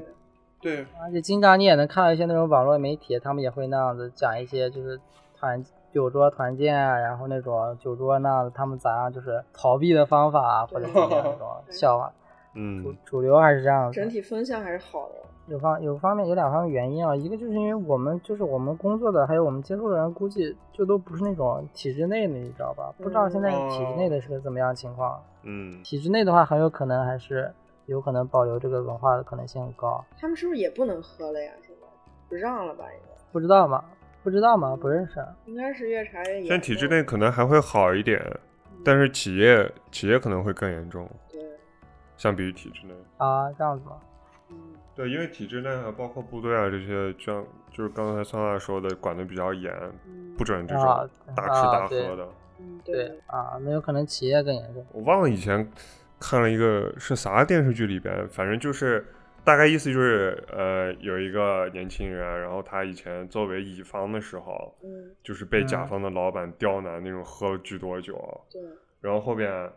对，对。而且经常你也能看到一些那种网络媒体，他们也会那样子讲一些就是团酒桌团建啊，然后那种酒桌那样子他们咋样就是逃避的方法啊，或者是那种笑话。嗯主主流还是这样子。整体风向还是好的。有方有方面有两方面原因啊，一个就是因为我们就是我们工作的，还有我们接触的人，估计就都不是那种体制内的，你知道吧？不知道现在体制内的是个怎么样的情况。嗯，体制内的话，很有可能还是有可能保留这个文化的可能性很高，他们是不是也不能喝了呀？现在不让了吧？应该不知道嘛，不知道嘛，不认识。啊应该是越查越严。现在体制内，可能还会好一点，但是企业企业可能会更严重，对，相比于体制内。啊，这样子吗？嗯对，因为体制内还包括部队啊这些，就像就是刚才桑娜说的，管的比较严，嗯不准这啊种大吃大啊对喝的。嗯，对，啊，那有可能企业更严 重。我忘了以前看了一个是啥电视剧里边，反正就是大概意思就是，呃，有一个年轻人，然后他以前作为乙方的时候，嗯就是被甲嗯方的老板刁难那种，喝了巨多酒， 对，然后后边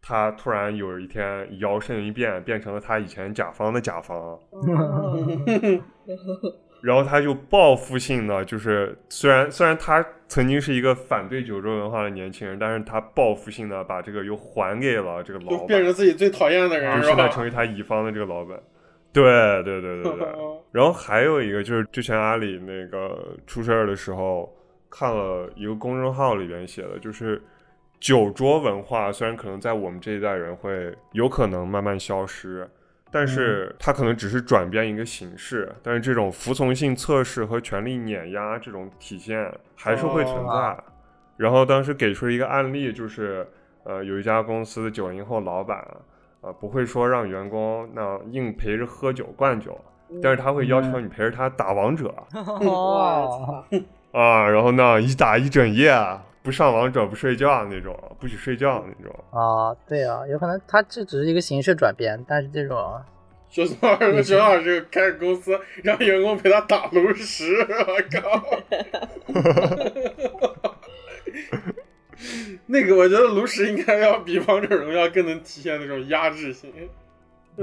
他突然有一天摇身一变，变成了他以前甲方的甲方，哦然后他就报复性的，就是虽然虽然他曾经是一个反对酒桌文化的年轻人，但是他报复性的把这个又还给了这个老就板，变成自己最讨厌的就人，是嗯现在吧？成为他乙方的这个老板。对对对 对对。然后还有一个就是之前阿里那个出事儿的时候，看了一个公众号里边写的，就是酒桌文化虽然可能在我们这一代人会有可能慢慢消失，但是它可能只是转变一个形式，但是这种服从性测试和权力碾压这种体现还是会存在。哦然后当时给出一个案例，就是呃有一家公司的九零后老板啊、呃不会说让员工那硬陪着喝酒灌酒，但是他会要嗯求你陪着他打王者。哦我操，啊，然后呢，一打一整夜，啊不上王者不睡觉那种，不许睡觉那种。啊，对啊，有可能它这只是一个形式转变，但是这种学校二 个学校这个开个公司，让员工陪他打炉石，我靠！那个我觉得炉石应该要比王者荣耀更能体现那种压制性。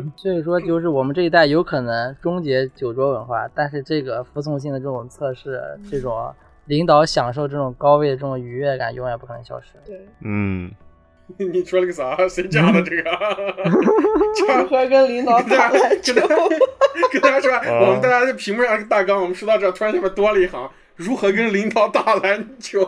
所以说，就是我们这一代有可能终结酒桌文化，但是这个服从性的这种测试，这种领导享受这种高位的这种愉悦感，永远不可能消失。对，嗯，你说了个啥？谁讲的这个？如何跟领导 跟大打家篮球跟？大家 跟大家说，啊我们大家在屏幕上一个大纲，我们说到这儿，突然下面多了一行。如何跟领导打篮球？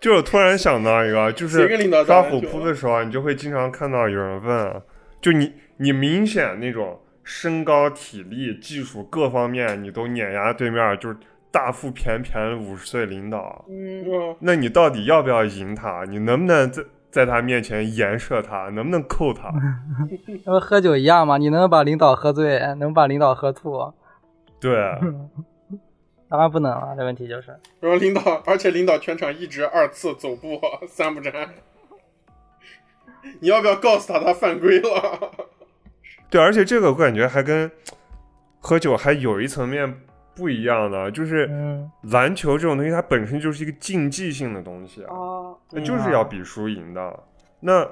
就是突然想到一个，就谁跟领导是打刷篮球啊虎扑的时候，啊你就会经常看到有人问，啊就你你明显那种身高、体力、技术各方面你都碾压对面，就是大腹便便五十岁领导， 嗯，嗯那你到底要不要赢他？你能不能在在他面前颜射他？能不能扣他？ 那么喝酒一样嘛，你能把领导喝醉，能把领导喝吐，对，当然不能了。这问题就是， 然后领导，而且领导全场一直二次走步三不 沾。你要不要告诉他他犯规了？对，而且这个我感觉还跟喝酒还有一层面不一样的，就是嗯，篮球这种东西，它本身就是一个竞技性的东西啊，哦，那嗯就是要比输赢的。那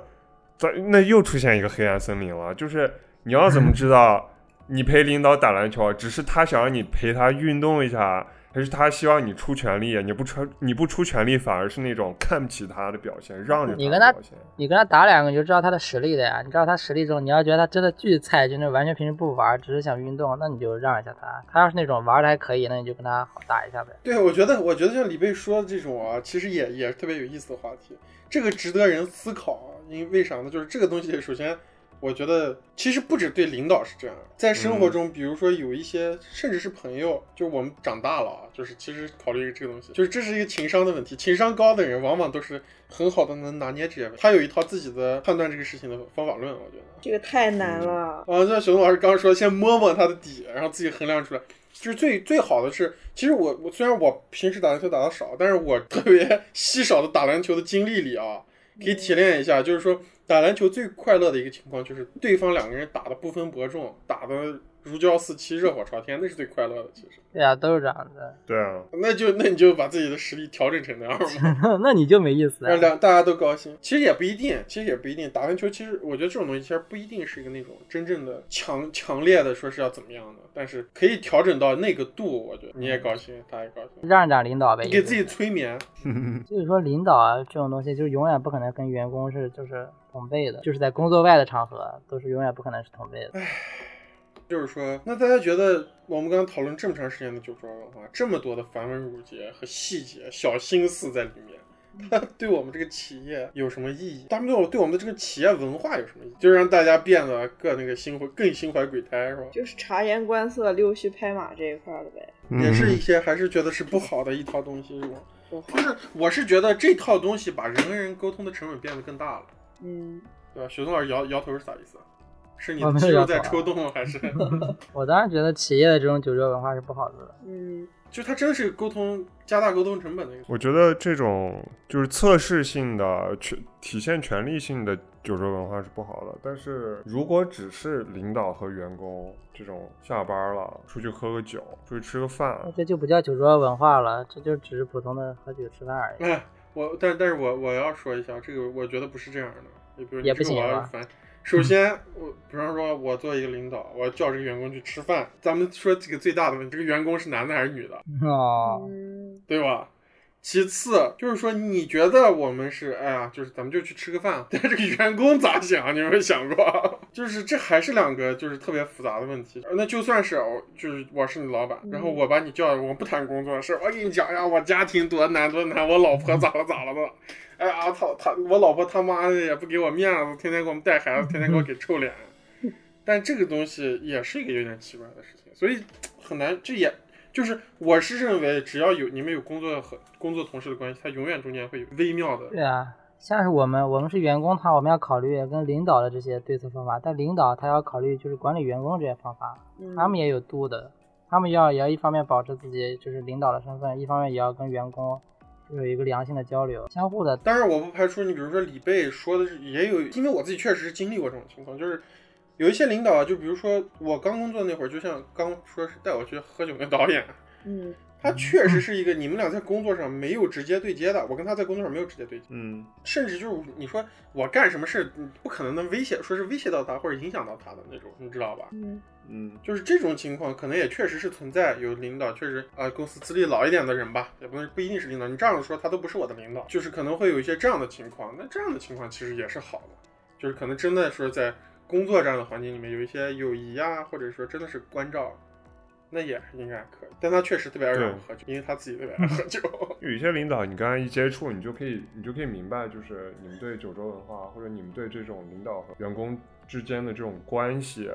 咱那又出现一个黑暗森林了，就是你要怎么知 道你陪领导打篮球，只是他想让你陪他运动一下，还是他希望你出全力？你不出你不出全力，反而是那种看不起他的表现，让着你他跟的他表现。你跟他打两个，你就知道他的实力的呀。你知道他实力之后，你要觉得他真的巨菜，就那完全平时不玩，只是想运动，那你就让一下他。他要是那种玩的还可以，那你就跟他好打一下呗。对，我觉得，我觉得像李贝说的这种啊，其实也也特别有意思的话题，这个值得人思考啊。因为为啥呢？就是这个东西，首先，我觉得其实不只对领导是这样，在生活中，比如说有一些，甚至是朋友，就是我们长大了啊，就是其实考虑这个东西，就是这是一个情商的问题。情商高的人，往往都是很好的能拿捏这些问题，他有一套自己的判断这个事情的方法论，我觉得。这个太难了。啊，就像熊老师刚刚说，先摸摸它的底，然后自己衡量出来。就是最最好的是，其实我我虽然我平时打篮球打的少，但是我特别 稀少的打篮球的经历里啊，可以提炼一下，就是说打篮球最快乐的一个情况，就是对方两个人打的不分伯仲，打的如胶似漆、热火朝天，那是最快乐的。其实，对呀、啊都是这样子。 对啊， 那就那你就把自己的实力调整成那样嘛。那你就没意思让啊。两大家都高兴。其实也不一定，其实也不一定。打篮球，其实我觉得这种东西其实不一定是一个那种真正的强强烈的说是要怎么样的，但是可以调整到那个度。我觉得你也高兴，他也高兴，让着领导呗，给自己催眠。所以说领导啊这种东西，就是永远不可能跟员工是就是同辈的，就是在工作外的场合都是永远不可能是同辈的。就是说，那大家觉得我们刚刚讨论这么长时间的酒桌文化，这么多的繁文缛节和细节、小心思在里面，它 对我们这个企业有什么意义？他们对我对我们的这个企业文化有什么意义？就是让大家变得更那个心怀更心怀鬼胎，是吧？就是察言观色、溜须拍马这一块儿的呗。也嗯是一些还是觉得是不好的一套东西，是吧？说话不是，我是觉得这套东西把人跟人沟通的成本变得更大了，嗯，对吧？雪松老师摇摇头是啥意思？啊是你我的没有肌肉摇头在啊抽动，还 是？我当然觉得企业的这种酒桌文化是不好的。嗯，就它真是沟通加大沟通成本的一个。我觉得这种就是测试性的、权体现权力性的酒桌文化是不好的。但是如果只是领导和员工这种下班了出去喝个酒、出去吃个饭，那这就不叫酒桌文化了，这就只是普通的喝酒吃饭而已。哎，我但但是我我要说一下，这个我觉得不是这样的，也比如也不行啊我要吧烦。首先，我比方说，我作为一个领导，我要叫这个员工去吃饭。咱们说这个最大的问题，这个员工是男的还是女的，哦，嗯对吧？其次就是说，你觉得我们是哎呀，就是咱们就去吃个饭，但这个员工咋想？你有没有想过？ 就是这还是两个就是特别复杂的问题。那就算是我就是我是你老板，然后我把你叫来，我不谈工作的事，我给你讲呀，我家庭多难多难，我老婆咋了咋了的。 哎呀，他他我老婆他妈的也不给我面子，天天给我们带孩子，天天给我给臭脸。但这个东西也是一个有点奇怪的事情，所以很难，这也就是我是认为，只要有你们有工作和工作同事的关系，它永远中间会有微妙的。对啊，像是我们，我们是员工的话，我们要考虑跟领导的这些对策方法，但领导他要考虑就是管理员工这些方法，嗯，他们也有度的，他们要也要一方面保持自己就是领导的身份，一方面也要跟员工有一个良性的交流，相互的。当然，我不排除你，比如说李贝说的是也有，因为我自己确实是经历过这种情况，就是有一些领导啊，就比如说我刚工作那会儿，就像刚说是带我去喝酒那导演，啊嗯他确实是一个你们俩在工作上没有直接对接的，我跟他在工作上没有直接对接，嗯，甚至就是你说我干什么事，你不可能能威胁，说是威胁到他或者影响到他的那种，你知道吧？嗯嗯，就是这种情况，可能也确实是存在，有领导确实啊、公司资历老一点的人吧，也不能不一定是领导，你这样说他都不是我的领导，就是可能会有一些这样的情况。那这样的情况其实也是好的，就是可能真的说在工作这样的环境里面有一些友谊啊，或者说真的是关照，那也应该可以。但他确实特别爱让我喝酒，因为他自己特别爱喝酒。有一些领导，你刚才一接触，你就可以，你就可以明白，就是你们对酒桌文化，或者你们对这种领导和员工之间的这种关系，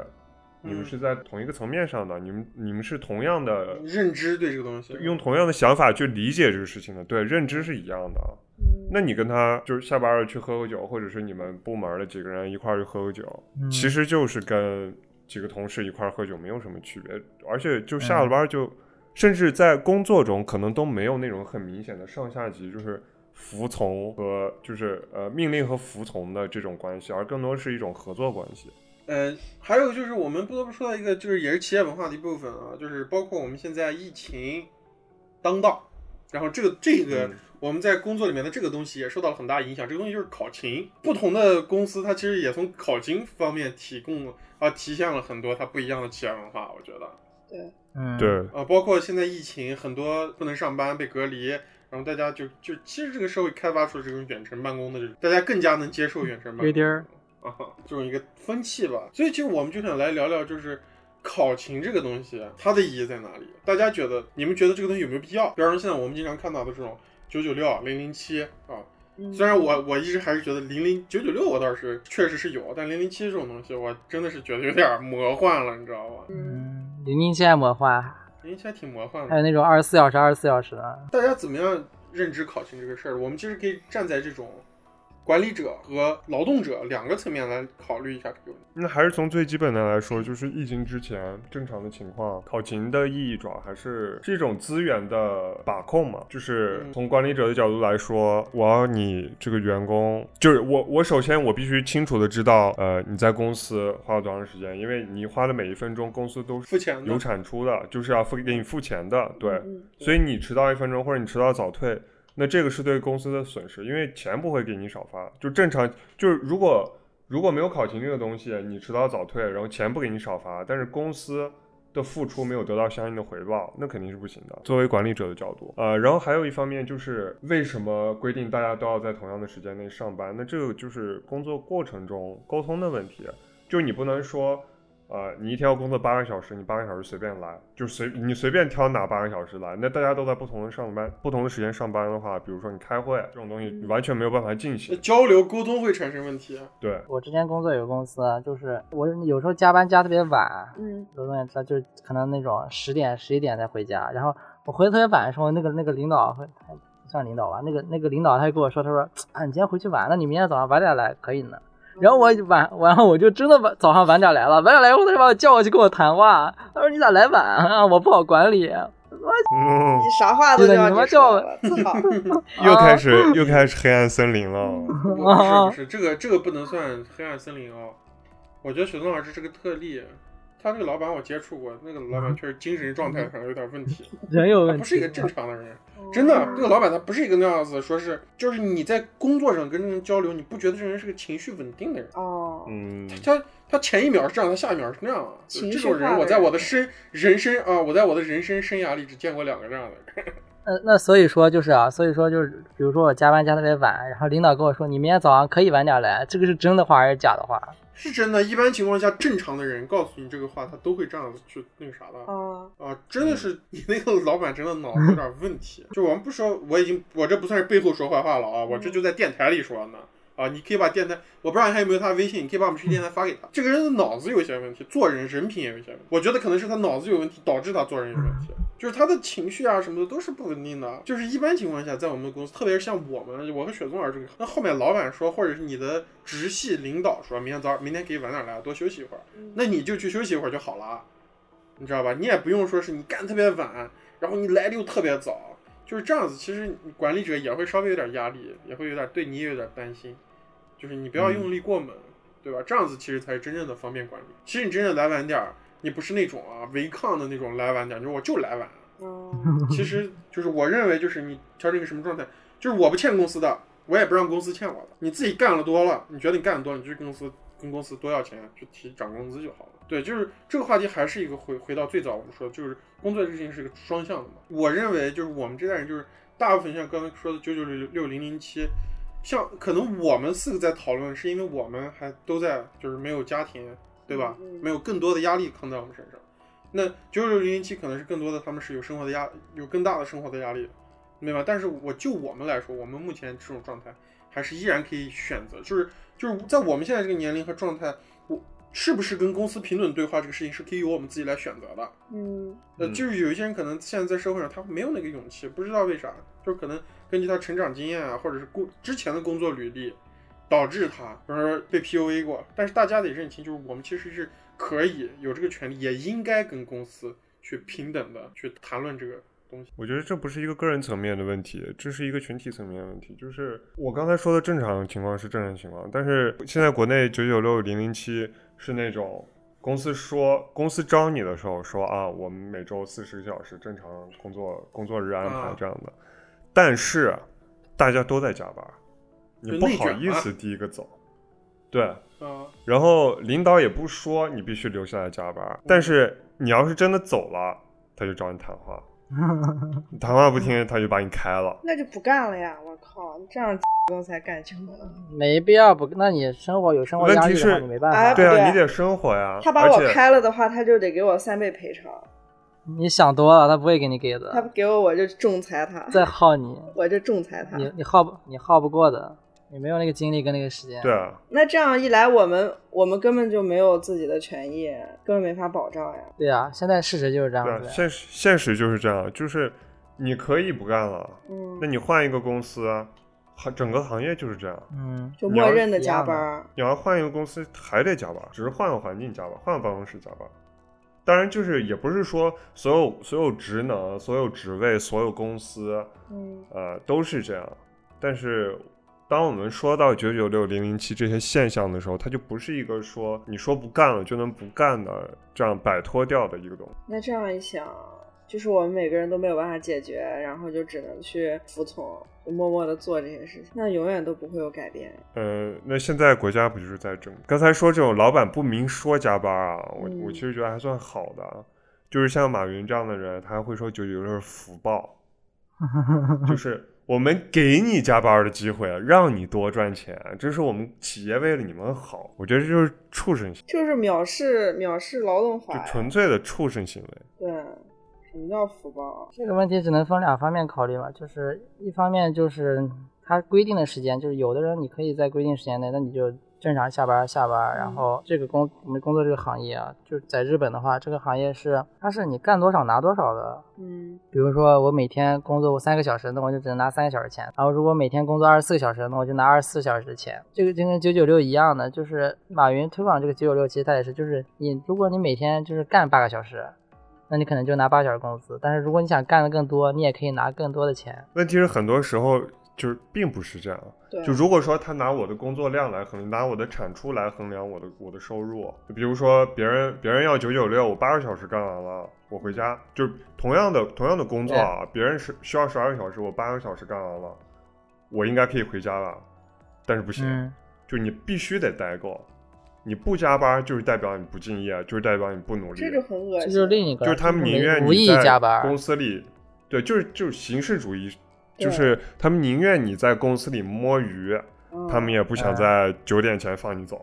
你们嗯是在同一个层面上的，你们你们是同样的，认知对这个东西，用同样的想法去理解这个事情的，对，认知是一样的。嗯，那你跟他就是下班了去喝个酒，或者是你们部门的几个人一块儿去喝个酒，嗯、其实就是跟几个同事一块儿喝酒没有什么区别，而且就下嗯了班就，甚至在工作中可能都没有那种很明显的上下级，就是服从和就是呃命令和服从的这种关系，而更多是一种合作关系。呃，还有就是我们不得不说到一个，就是也是企业文化的一部分啊，就是包括我们现在疫情当道，然后这个这个、嗯我们在工作里面的这个东西也受到了很大影响。这个东西就是考勤，不同的公司它其实也从考勤方面提供了啊，体现了很多它不一样的企业文化。我觉得嗯，对，啊，包括现在疫情，很多不能上班被隔离，然后大家就就其实这个社会开发出了这种远程办公的这种，大家更加能接受远程办公。有点儿啊，这种一个风气吧。所以其实我们就想来聊聊，就是考勤这个东西，啊它的意义在哪里？大家觉得，你们觉得这个东西有没有必要？比方说现在我们经常看到的这种九九六、零零七啊，嗯虽然我我一直还是觉得零零九九六我倒是确实是有，但零零七这种东西我真的是觉得有点魔幻了，你知道吧？嗯嗯，零零七还魔幻，零零七还挺魔幻还的。有那种二十四小时、二十四小时的，大家怎么样认知考勤这个事儿？我们其实可以站在这种。管理者和劳动者两个层面来考虑一下这个问题。那还是从最基本的来说，就是疫情之前正常的情况，考勤的意义主要还是是一种资源的把控嘛。就是嗯从管理者的角度来说，我要你这个员工，就是我我首先我必须清楚的知道，呃，你在公司花了多长时间，因为你花的每一分钟，公司都是付钱有的，产出的，就是要付给你付钱的，对。嗯所以你迟到一分钟或者你迟到早退，那这个是对公司的损失，因为钱不会给你少发。就正常，就是如果如果没有考勤这个东西，你迟到早退，然后钱不给你少发，但是公司的付出没有得到相应的回报，那肯定是不行的。作为管理者的角度，呃，然后还有一方面就是为什么规定大家都要在同样的时间内上班？那这个就是工作过程中沟通的问题，就你不能说。呃，你一天要工作八个小时，你八个小时随便来，就随你随便挑哪八个小时来。那大家都在不同的上班、不同的时间上班的话，比如说你开会这种东西，你完全没有办法进行。交流沟通会产生问题。啊对，嗯我之前工作有个公司，就是我有时候加班加特别晚，嗯，有东西他就可能那种十点十一点才回家，然后我回得特别晚的时候，那个那个领导会不算领导吧，那个那个领导他就跟我说，他说啊你今天回去晚了，你明天早上晚点来可以呢。嗯然后我晚，然后我就真的晚早上晚点来了，晚点来以后他就把我叫过去跟我谈话，他说你咋来晚啊， 我不好管理。嗯，你啥话都对叫你他妈你说了，自好。又开始、又开始黑暗森林了。不不是不 是，这个这个不能算黑暗森林哦。我觉得雪松老师是个特例，他那个老板我接触过，那个老板确实精神状态上有点问题，啊 人有他问题，不是一个正常的人。真的，嗯这个老板他不是一个那样子，说是就是你在工作上跟这人交流，你不觉得这人是个情绪稳定的人？哦，嗯，他他前一秒是这样，他下一秒是那样啊。情这绪种化的啊人，我在我的生人生啊，我在我的人生生涯里只见过两个这样的人。呃，那所以说就是啊，所以说就是，比如说我加班加特别晚，然后领导跟我说你明天早上可以晚点来，这个是真的话还是假的话？ 是真的，一般情况下，正常的人告诉你这个话，他都会这样子去那个啥的。哦，啊，真的是你那个老板真的脑子有点问题。就我们不说，我已经我这不算是背后说坏话了啊，我这就在电台里说呢。啊，你可以把电台，我不知道你还有没有他微信，你可以把我们去电台发给他。这个人的脑子有些问题，做人人品也有些问题。我觉得可能是他脑子有问题，导致他做人有问题，就是他的情绪啊什么的都是不稳定的。啊就是一般情况下，在我们公司，特别是像我们，我和雪松老师这个，那后面老板说，或者是你的直系领导说，明天早明天可以晚点来，多休息一会儿，嗯那你就去休息一会儿就好了啊。你知道吧？你也不用说是你干特别晚，然后你来的又特别早，就是这样子。其实你管理者也会稍微有点压力，也会有点对你也有点担心，就是你不要用力过猛，对吧？这样子其实才是真正的方便管理。其实你真正来晚点儿，你不是那种啊违抗的那种来晚点儿，就是我就来晚。嗯，其实就是我认为就是你调整一个什么状态，就是我不欠公司的，我也不让公司欠我的。你自己干了多了，你觉得你干的多了，你去公司跟公司多要钱，去提涨工资就好了。对，就是这个话题还是一个回回到最早我们说，就是工作这个事情是个双向的嘛。我认为就是我们这代人就是大部分像刚才说的九九六六零零七。像可能我们四个在讨论，是因为我们还都在就是没有家庭，对吧？嗯嗯没有更多的压力扛在我们身上。那九九零零七可能是更多的，他们是有生活的压，有更大的生活的压力，明白吧？但是我就我们来说，我们目前这种状态还是依然可以选择，就是就是在我们现在这个年龄和状态，我是不是跟公司平等对话这个事情是可以由我们自己来选择的。嗯，呃，嗯就是有一些人可能现在在社会上他没有那个勇气，不知道为啥，就是可能根据他成长经验啊，或者是工之前的工作履历，导致他比如说被 PUA 过。但是大家得认清，就是我们其实是可以有这个权利，也应该跟公司去平等的去谈论这个东西。我觉得这不是一个个人层面的问题，这是一个群体层面的问题。就是我刚才说的正常情况是正常情况，但是现在国内九九六零零七是那种公司说公司招你的时候说啊，我们每周四十个小时正常工作工作日安排啊这样的，但是大家都在加班，你就不内好卷意嘛思第一个走，对。啊、然后领导也不说你必须留下来加班，但嗯是你要是真的走了，他就找你谈话，你谈话不听，他就把你开了。那就不干了呀！我靠，你这样刚才干什么？没必要不，那你生活有生活压力的问题话，是你没办哎法，对啊，对你得生活呀。他把我而且开了的话，他就得给我三倍赔偿。你想多了，他不会给你给他的不，给我，我就仲裁他，再耗你，我就仲裁他。你你耗不你耗不过的，你没有那个精力跟那个时间。对，啊，那这样一来，我们我们根本就没有自己的权益，根本没法保障呀。对啊，现在事实就是这样对啊，子呀。现实现实就是这样，就是你可以不干了，嗯那，你换一个公司啊，行整个行业就是这样。嗯， 就你要默是认的一加样的班儿。你要换一个公司还得加班，只是换个环境加班，换个办公室加班。当然，就是也不是说所有所有职能、所有职位、所有公司嗯呃，都是这样。但是，当我们说到九九六、零零七这些现象的时候，它就不是一个说你说不干了就能不干的这样摆脱掉的一个东西。那这样一想，就是我们每个人都没有办法解决，然后就只能去服从，就默默的做这些事情，那永远都不会有改变。呃，那现在国家不就是在整？刚才说这种老板不明说加班啊，我、我嗯其实觉得还算好的啊，就是像马云这样的人，他还会说九九六是福报，就是我们给你加班的机会，啊让你多赚钱，啊这是我们企业为了你们好。我觉得这就是畜生行，就是藐视藐视劳动法就呀，纯粹的畜生行为。对，什么叫福报？这个问题只能分两方面考虑嘛，就是一方面就是它规定的时间，就是有的人你可以在规定时间内，那你就正常下班下班，然后嗯这个工我们工作这个行业啊，就是在日本的话，这个行业是它是你干多少拿多少的。嗯比如说我每天工作三个小时，那我就只能拿三个小时钱；然后如果每天工作二十四个小时，那我就拿二十四小时的钱。这个就跟九九六一样的，就是马云推广这个九九六，其实它也是，就是你如果你每天就是干八个小时，那你可能就拿八小时工资；但是如果你想干的更多，你也可以拿更多的钱。问题是很多时候就是并不是这样。，对，就如果说他拿我的工作量来衡量，拿我的产出来衡量我的我的收入，就比如说别人别人要九九六，我八个小时干完了，我回家，就是同样的同样的工作啊，别人是需要十二个小时，我八个小时干完了，我应该可以回家吧？但是不行，嗯，就你必须得待够，你不加班就是代表你不敬业，就是代表你不努力，这就很恶这心，就是另一个，就是他们宁愿无意你在加班，公司里，对，就是就是形式主义，对就是他们宁愿你在公司里摸鱼。嗯他们也不想在九点前放你走。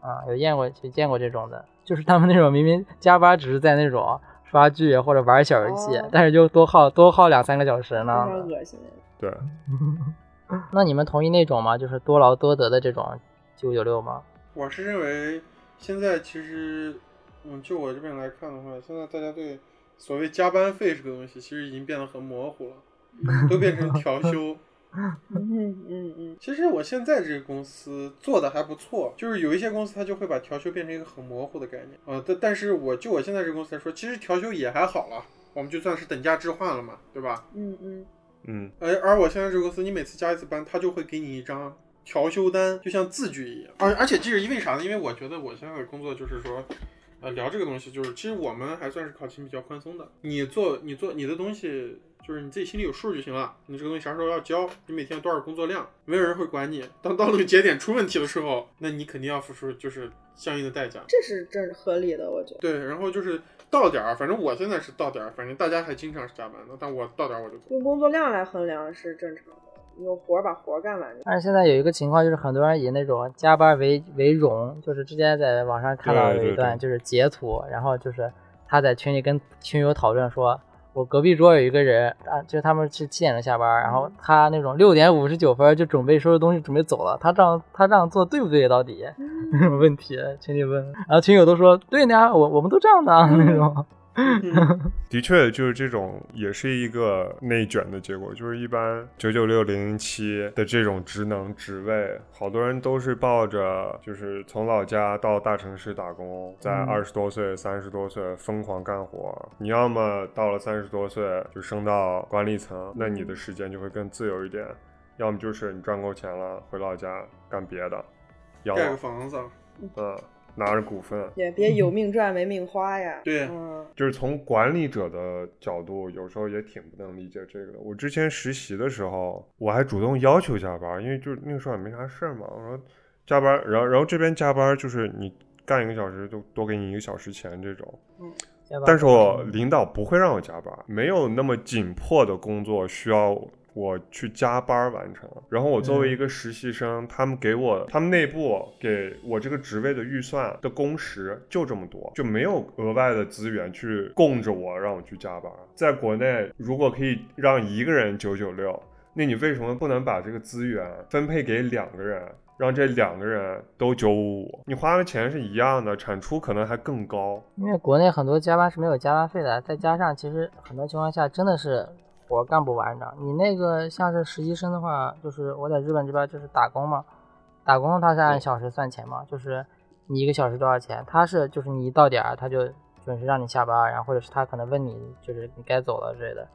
啊，有见过有见过这种的，就是他们那种明明加班只是在那种刷剧或者玩小游戏，哦但是就多耗多耗两三个小时非呢。常恶心。对， 那你们同意那种吗？就是多劳多得的这种九九六吗？我是认为现在其实，嗯，就我这边来看的话，现在大家对所谓加班费这个东西，其实已经变得很模糊了，都变成调休。嗯嗯嗯，其实我现在这个公司做的还不错，就是有一些公司它就会把调休变成一个很模糊的概念。呃，但但是我就我现在这个公司来说，其实调休也还好了，我们就算是等价置换了嘛，对吧？嗯嗯，嗯，而哎而我现在这个公司，你每次加一次班，他就会给你一张调休单，就像字据一样。而而且这是因为啥呢？因为我觉得我现在的工作就是说，呃，聊这个东西就是，其实我们还算是考勤比较宽松的。你做你做你的东西，就是你自己心里有数就行了。你这个东西啥时候要交，你每天有多少工作量，没有人会管你。当到那个节点出问题的时候，那你肯定要付出就是相应的代价。这是这是合理的，我觉得。对，然后就是到点儿，反正我现在是到点儿，反正大家还经常是加班的，但我到点儿我就走。用工作量来衡量是正常的，你有活儿把活儿干完就。但是现在有一个情况，就是很多人以那种加班为为荣，就是之前在网上看到对有对一段对就是截图，然后就是他在群里跟群友讨论说，我隔壁桌有一个人啊，就是他们是七点钟下班，嗯然后他那种六点五十九分就准备收拾东西准备走了，他这样他这样做对不对？到底有嗯什么 问题？群里问，然后群友都说对呢，我我们都这样的啊那嗯 种，的确就是这种，也是一个内卷的结果。就是一般九九六零零七的这种职能职位，好多人都是抱着就是从老家到大城市打工，在嗯二十多岁、三十多岁疯狂干活。你要么到了三十多岁就升到管理层，那你的时间就会更自由一点；要么就是你赚够钱了回老家干别的，养盖老个，房子，啊嗯，拿着股份。也别有命赚没命花呀。对嗯，就是从管理者的角度，有时候也挺不能理解这个的。我之前实习的时候，我还主动要求加班，因为就是那个时候也没啥事儿嘛。我说加班，然后然后这边加班就是你干一个小时就多给你一个小时钱这种。加班但是我嗯领导不会让我加班，没有那么紧迫的工作需要我去加班完成。然后我作嗯为一个实习生，他们给我他们内部给我这个职位的预算的工时就这么多，就没有额外的资源去供着我让我去加班。在国内，如果可以让一个人九九六，那你为什么不能把这个资源分配给两个人？让这两个人都九五五，你花的钱是一样的，产出可能还更高，因为国内很多加班是没有加班费的，再加上其实很多情况下真的是活干不完的。你那个像是实习生的话，就是我在日本这边就是打工嘛，打工他是按小时算钱嘛，就是你一个小时多少钱，他是就是你一到点儿他就准时让你下班，然后或者是他可能问你就是你该走了之类的。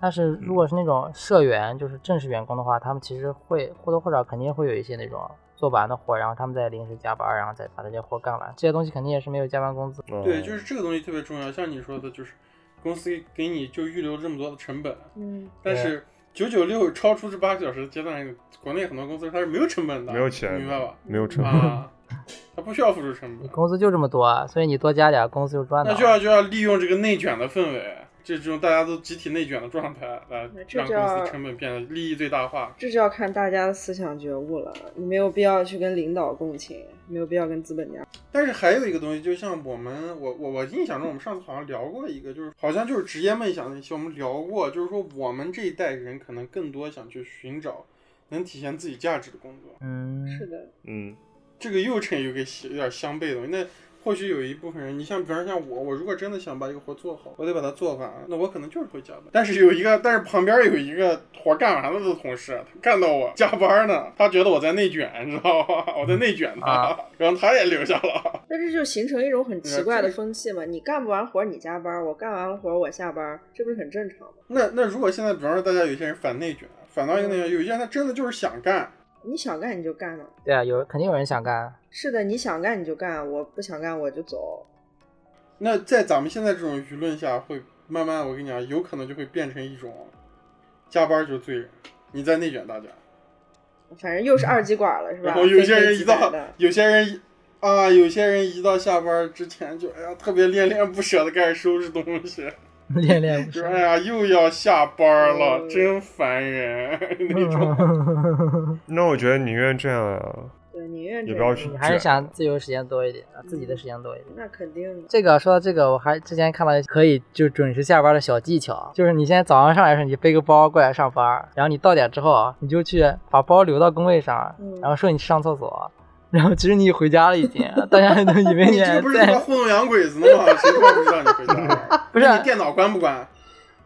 但是如果是那种社员，就是正式员工的话，他们其实会或多或少肯定会有一些那种做不完的活，然后他们再临时加班，然后再把这些活干完。这些东西肯定也是没有加班工资的。嗯对，就是这个东西特别重要。像你说的，就是公司给你就预留这么多的成本，嗯，但是九九六超出这八个小时的阶段，国内很多公司它是没有成本的，没有钱的明白吧？没有成本。啊，它不需要付出成你本，啊工资就这么多，所以你多加点，公司就赚到那。就要就要利用这个内卷的氛围。这种大家都集体内卷的状态来这让叫公司成本变得利益最大化。这就要看大家的思想觉悟了。你没有必要去跟领导共情，没有必要跟资本家。但是还有一个东西，就像我们，我我我印象中，我们上次好像聊过一个，就是好像就是职业梦想那些，我们聊过，就是说我们这一代人可能更多想去寻找能体现自己价值的工作。嗯，是的，嗯，这个又成有个有点相悖的东西。那或许有一部分人，你像比方像我，我如果真的想把一个活做好，我得把它做完，那我可能就是会加班。但是有一个，但是旁边有一个活干完了的同事，他看到我加班呢，他觉得我在内卷，你知道吗？我在内卷他，啊然后他也留下了。但这就形成一种很奇嗯怪这的个风气嘛。你干不完活儿你加班儿，我干完活儿我下班儿，这不是很正常吗？那那如果现在比方说大家有些人反内卷，反到一个嗯内卷，有些人他真的就是想干，你想干你就干嘛。对啊，有人肯定有人想干，是的，你想干你就干，我不想干我就走。那在咱们现在这种舆论下，会慢慢我跟你讲，有可能就会变成一种加班就是罪人，你在内卷大家。反正又是二极管了，是吧？然后有些非黑人即一白到的，有些人一啊，有些人一到下班之前就哎呀特别恋恋不舍的开始收拾东西， 恋恋不就舍是。哎呀又要下班了，嗯真烦人 那种。 那我觉得宁愿这样啊。对，宁愿也这不要样去你还是啊想自由时间多一点，啊自己的时间多一点。那肯定的。这个说到这个，我还之前看到可以就准时下班的小技巧，啊就是你现在早上上来的时候，你背个包过来上班，然后你到点之后啊，你就去把包留到工位上嗯，然后说你去上厕所，啊 然后其实你回家了已经，啊大家都以为你这还不是他妈在，糊弄洋鬼子呢吗？谁他妈不知道你回家了？ 不是啊那你电脑关不关？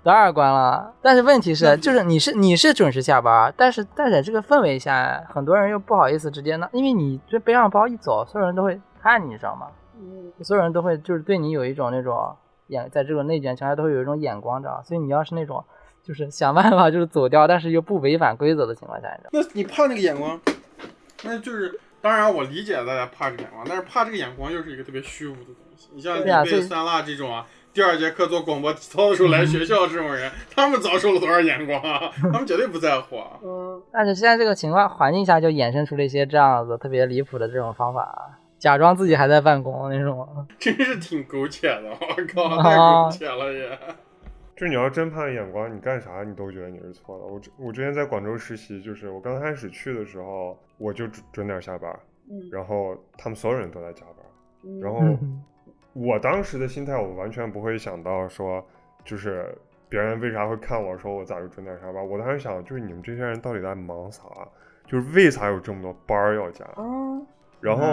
当然关了。但是问题那是，你就是你是你是准时下班，但是但是在这个氛围下，很多人又不好意思直接呢，因为你这背上包一走，所有人都会看你，你知道吗？嗯，所有人都会就是对你有一种那种眼，在这种内卷情况下都会有一种眼光，知道吧？所以你要是那种就是想办法就是走掉，但是又不违反规则的情况下，你知道吗？那你怕那个眼光，那就是当然我理解大家怕这个眼光，但是怕这个眼光又是一个特别虚无的东西。你像李对啊贝对酸辣这种啊，第二节课做广播体操的时候嗯来学校这种人，他们遭受了多少眼光啊？他们绝对不在乎啊。嗯，但是现在这个情况环境下就衍生出了一些这样子特别离谱的这种方法，假装自己还在办公那种。真是挺苟且的，我靠，啊太苟且了也。就你要真盼眼光，你干啥你都觉得你是错的。我之我之前在广州实习，就是我刚开始去的时候，我就准准点下班，嗯然后他们所有人都在加班，嗯然后嗯我当时的心态，我完全不会想到说，就是别人为啥会看我说我咋就准点上班。我当时想，就是你们这些人到底在忙啥？就是为啥有这么多班儿要加？嗯 啊，然后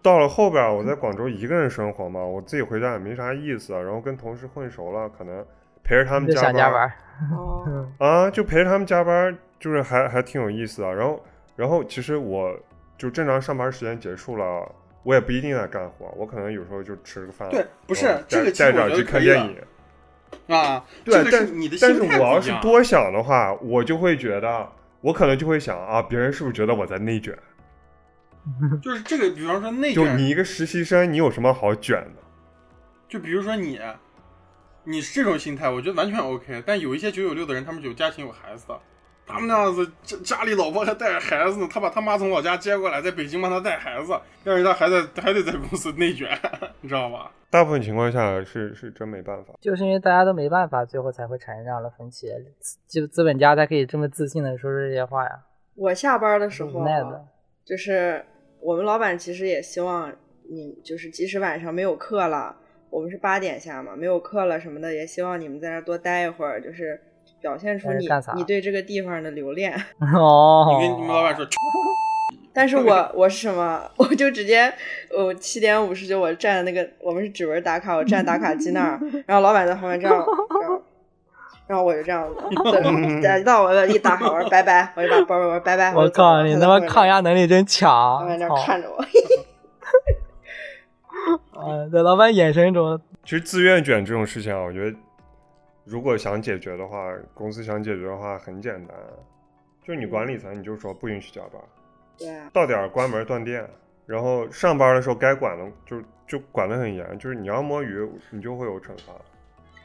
到了后边儿，我在广州一个人生活嘛，我自己回家也没啥意思啊。然后跟同事混熟了，可能陪着他 们就加想加班，哦，啊，就陪着他们加班儿，就是还还挺有意思啊。然后，然后其实我就正常上班时间结束了，我也不一定在干活，我可能有时候就吃个饭，对不是然后这个其实带带我着觉去得看可以的电影。啊，对这，个但是你的但心是态我要不一是样啊多想的话，我就会觉得，我可能就会想啊，别人是不是觉得我在内卷？就是这个，比方说内就卷，你一个实习生，你有什么好卷的？就比如说你，你是这种心态，我觉得完全 OK。但有一些九九六的人，他们有家庭有孩子的，他们那样子，家家里老婆还带着孩子呢，他把他妈从老家接过来，在北京帮他带孩子，但是他还在还得在公司内卷， 你知道吧？大部分情况下是是真没办法。就是因为大家都没办法，最后才会产生这样的分歧。资就资本家才可以这么自信的说出这些话呀，我下班的时候无啊奈 的。就是我们老板其实也希望你，就是即使晚上没有课了，我们是八点下嘛，没有课了什么的，也希望你们在那儿多待一会儿，就是表现出在这你干啥你对这个地方的留恋。哦，你跟你们老板说， 但是我我是什么？ 我就直接，我七点五十九，我站那个我们是指纹打卡，我站打卡机 那儿，然后老板在旁边这样，这样然后我就这 样子，等等到我一打卡，我说拜拜，我就把包儿我说拜拜，我就走靠了你他他在妈后面抗压能力真强！老板在那操儿看着我， 啊，在老板眼神中，其实自愿卷这种事情啊，我觉得如果想解决的话，公司想解决的话很简单，就你管理层你就说不允许加班，对啊，到点儿关门断电，然后上班的时候该管的就就管得很严，就是你要摸鱼你就会有惩罚。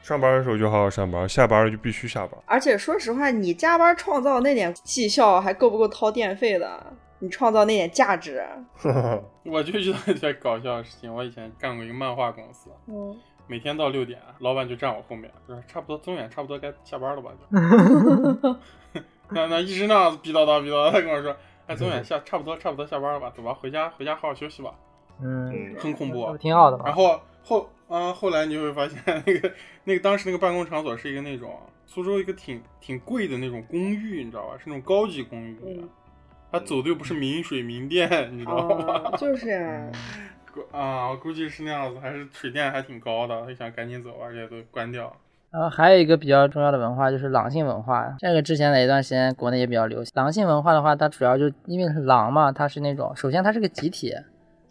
上班的时候就好好上班，下班了就必须下班。而且说实话，你加班创造那点绩效还够不够掏电费的？你创造那点价值。 我就遇到一件搞笑的事情，我以前干过一个漫画公司，嗯，每天到六点，老板就站我后面，就是差不多总远差不多该下班了吧，就那那一直那样子逼叨叨逼叨叨，他跟我说，哎，总远下差不多差不多下班了吧，走吧，回家回家好好休息吧，嗯，嗯，很恐怖那啊不。挺好的然吗？后后啊、后来你就会发现，那个那个当时那个办公场所是一个那种苏州一个挺挺贵的那种公寓，你知道吧？是那种高级公寓，嗯它走的又不是民水民电，你知道吗？啊，就是嗯呀、 估啊，我估计是那样子，还是水电还挺高的，他想赶紧走，而且都关掉。然后呃还有一个比较重要的文化就是狼性文化，这个之前哪一段时间国内也比较流行。狼性文化的话，它主要就因为是狼嘛，它是那种首先它是个集体，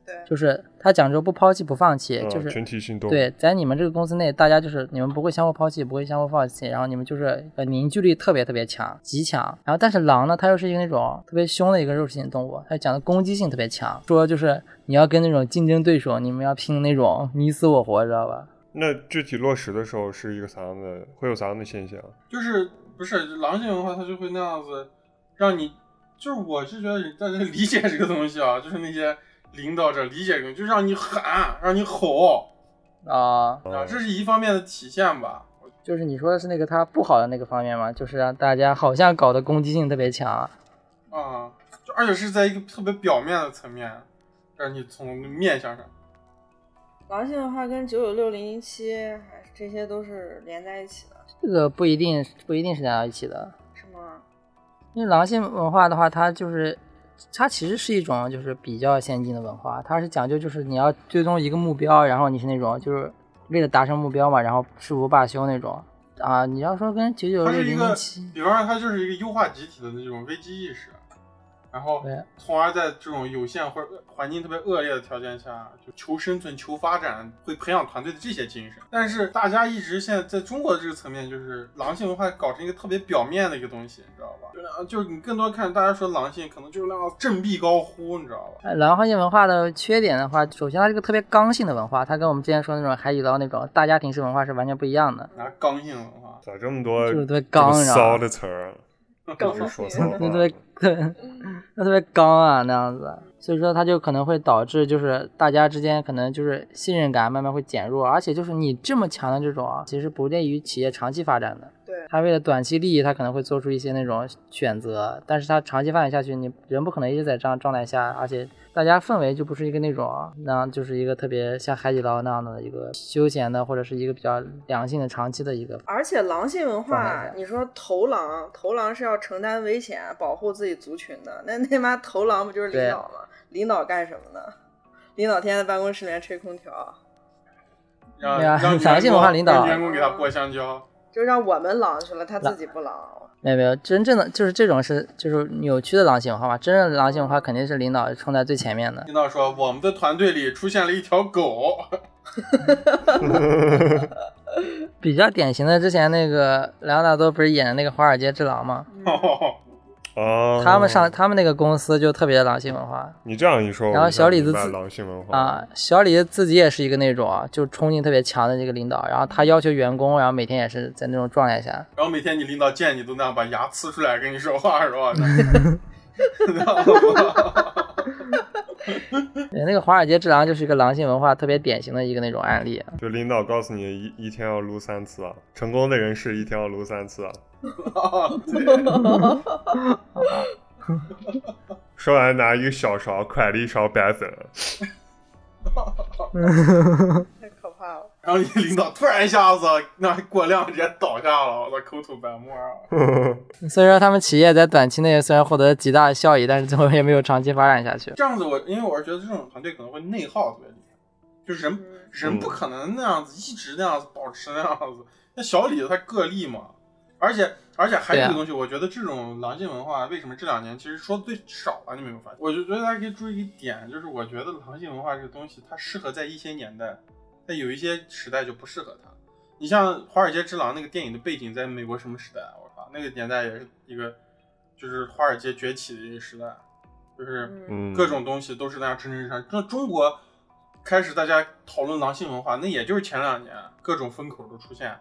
对就是它讲究不抛弃不放弃，嗯就是群体行动，对，在你们这个公司内，大家就是你们不会相互抛弃，不会相互放弃，然后你们就是呃凝聚力特别特别强，极强。然后但是狼呢，它又是一个那种特别凶的一个肉食性动物，它讲的攻击性特别强，说就是你要跟那种竞争对手，你们要拼那种你死我活，知道吧？那具体落实的时候是一个啥样的，会有啥样的现象？就是不是狼性文化，它就会那样子，让你就是我是觉得大家理解这个东西啊，就是那些领导者理解这个，就让你喊，让你吼啊、啊，这是一方面的体现吧。就是你说的是那个它不好的那个方面嘛，就是让大家好像搞得攻击性特别强，啊，就而且是在一个特别表面的层面，让你从面向上。狼性的话跟九九六零零七还是这些都是连在一起的，这个不一定不一定是连到一起的。是吗？因为狼性文化的话，它就是它其实是一种就是比较先进的文化，它是讲究就是你要最终一个目标，然后你是那种就是为了达成目标嘛，然后誓不罢休那种啊。你要说跟九九它六是一零个零七，比方说它就是一个优化集体的那种危机意识，然后对从而在这种有限或者环境特别恶劣的条件下，就求生存、求发展，会培养团队的这些精神。但是大家一直现在在中国这个层面，就是狼性文化搞成一个特别表面的一个东西，你知道吧？就是啊就是你更多看大家说狼性，可能就是那样振臂高呼，你知道吧？呃狼性文化的缺点的话，首先它是个特别刚性的文化，它跟我们之前说的那种海底捞那种大家庭式文化是完全不一样的，拿刚性文化，咋这么呃多就是特别这么刚，然骚后的词儿啊？刚不是说啊性骚话那特别，啊那特别刚啊那样子，所以说它就可能会导致就是大家之间可能就是信任感慢慢会减弱，而且就是你这么强的这种啊，其实不利于企业长期发展的。对它为了短期利益，它可能会做出一些那种选择，但是它长期发展下去，你人不可能一直在这样状态下，而且大家氛围就不是一个那种啊那样就是一个特别像海底捞那样的一个休闲的或者是一个比较良性的长期的一个而且狼性文当化然，你说头狼，头狼是要承担危险、保护自己族群的，那那妈头狼不就是领导吗？领导干什么呢？领导天天在办公室里面吹空调， 让对啊让狼性文化领导让员工给他剥香蕉。就让我们狼去了，他自己不狼。没有没有，真正的就是这种是就是扭曲的狼性文化嘛，真正的狼性文化肯定是领导冲在最前面的。领导说，我们的团队里出现了一条狗， 比较典型的，之前那个莱昂纳多不是演的那个《华尔街之狼》嘛，嗯哦啊，他们上他们那个公司就特别狼性文化你这样一说，然后我一下小李子明白自狼性文化，啊。小李自己也是一个那种啊，就冲劲特别强的那个领导，然后他要求员工，然后每天也是在那种状态下，然后每天你领导见你都那样把牙呲出来跟你说话是吧？知道吗对，那个《华尔街之狼》就是一个狼性文化特别典型的一个那种案例。啊就领导告诉你一一天要撸三次啊，成功的人是一天要撸三次啊。啊对，说完拿一个小勺蒯了一勺白粉，太可怕了！然后你领导突然一下子那过量直接倒下了，我操，口吐白沫啊！所以说，他们企业在短期内虽然获得极大的效益，但是最后也没有长期发展下去。这样子我，因为我是觉得这种团队可能会内耗特别厉害，就人嗯人不可能那样子一直那样子保持那样子。那小李子他个例嘛，而且而且还有一个对啊东西，我觉得这种狼性文化为什么这两年其实说的最少了？你有没有发现？我就觉得大家可以注意一点，就是我觉得狼性文化这个东西，它适合在一些年代，但有一些时代就不适合它。你像《华尔街之狼》那个电影的背景在美国什么时代啊？我靠，那个年代也是一个就是华尔街崛起的一个时代，啊就是。嗯，嗯，各种东西都是那样真真实实。那中国开始大家讨论狼性文化，那也就是前两年各种风口都出现，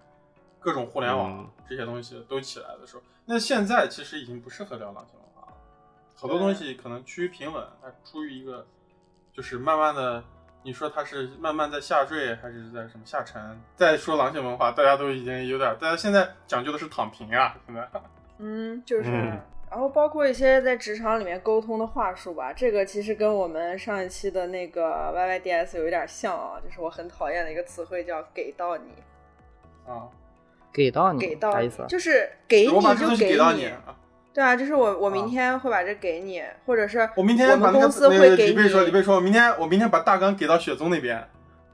各种互联网嗯这些东西都起来的时候。那现在其实已经不适合聊狼性文化了，好多东西可能趋于平稳，它处于一个就是慢慢的，你说它是慢慢在下坠还是在什么下沉？再说狼性文化，大家都已经有点，大家现在讲究的是躺平啊，现在嗯，就是。嗯然后包括一些在职场里面沟通的话术吧，这个其实跟我们上一期的那个 YYDS 有一点像啊，就是我很讨厌的一个词汇叫“给到你啊，给嗯到”，你给到啥你意思啊？就是给你我把这就东西给到你你，啊，对啊，就是我我啊明天会把这给你，或者是我明天把们那个公司那会个给李你贝说，李贝说，我明天我明天把大纲给到雪宗那边，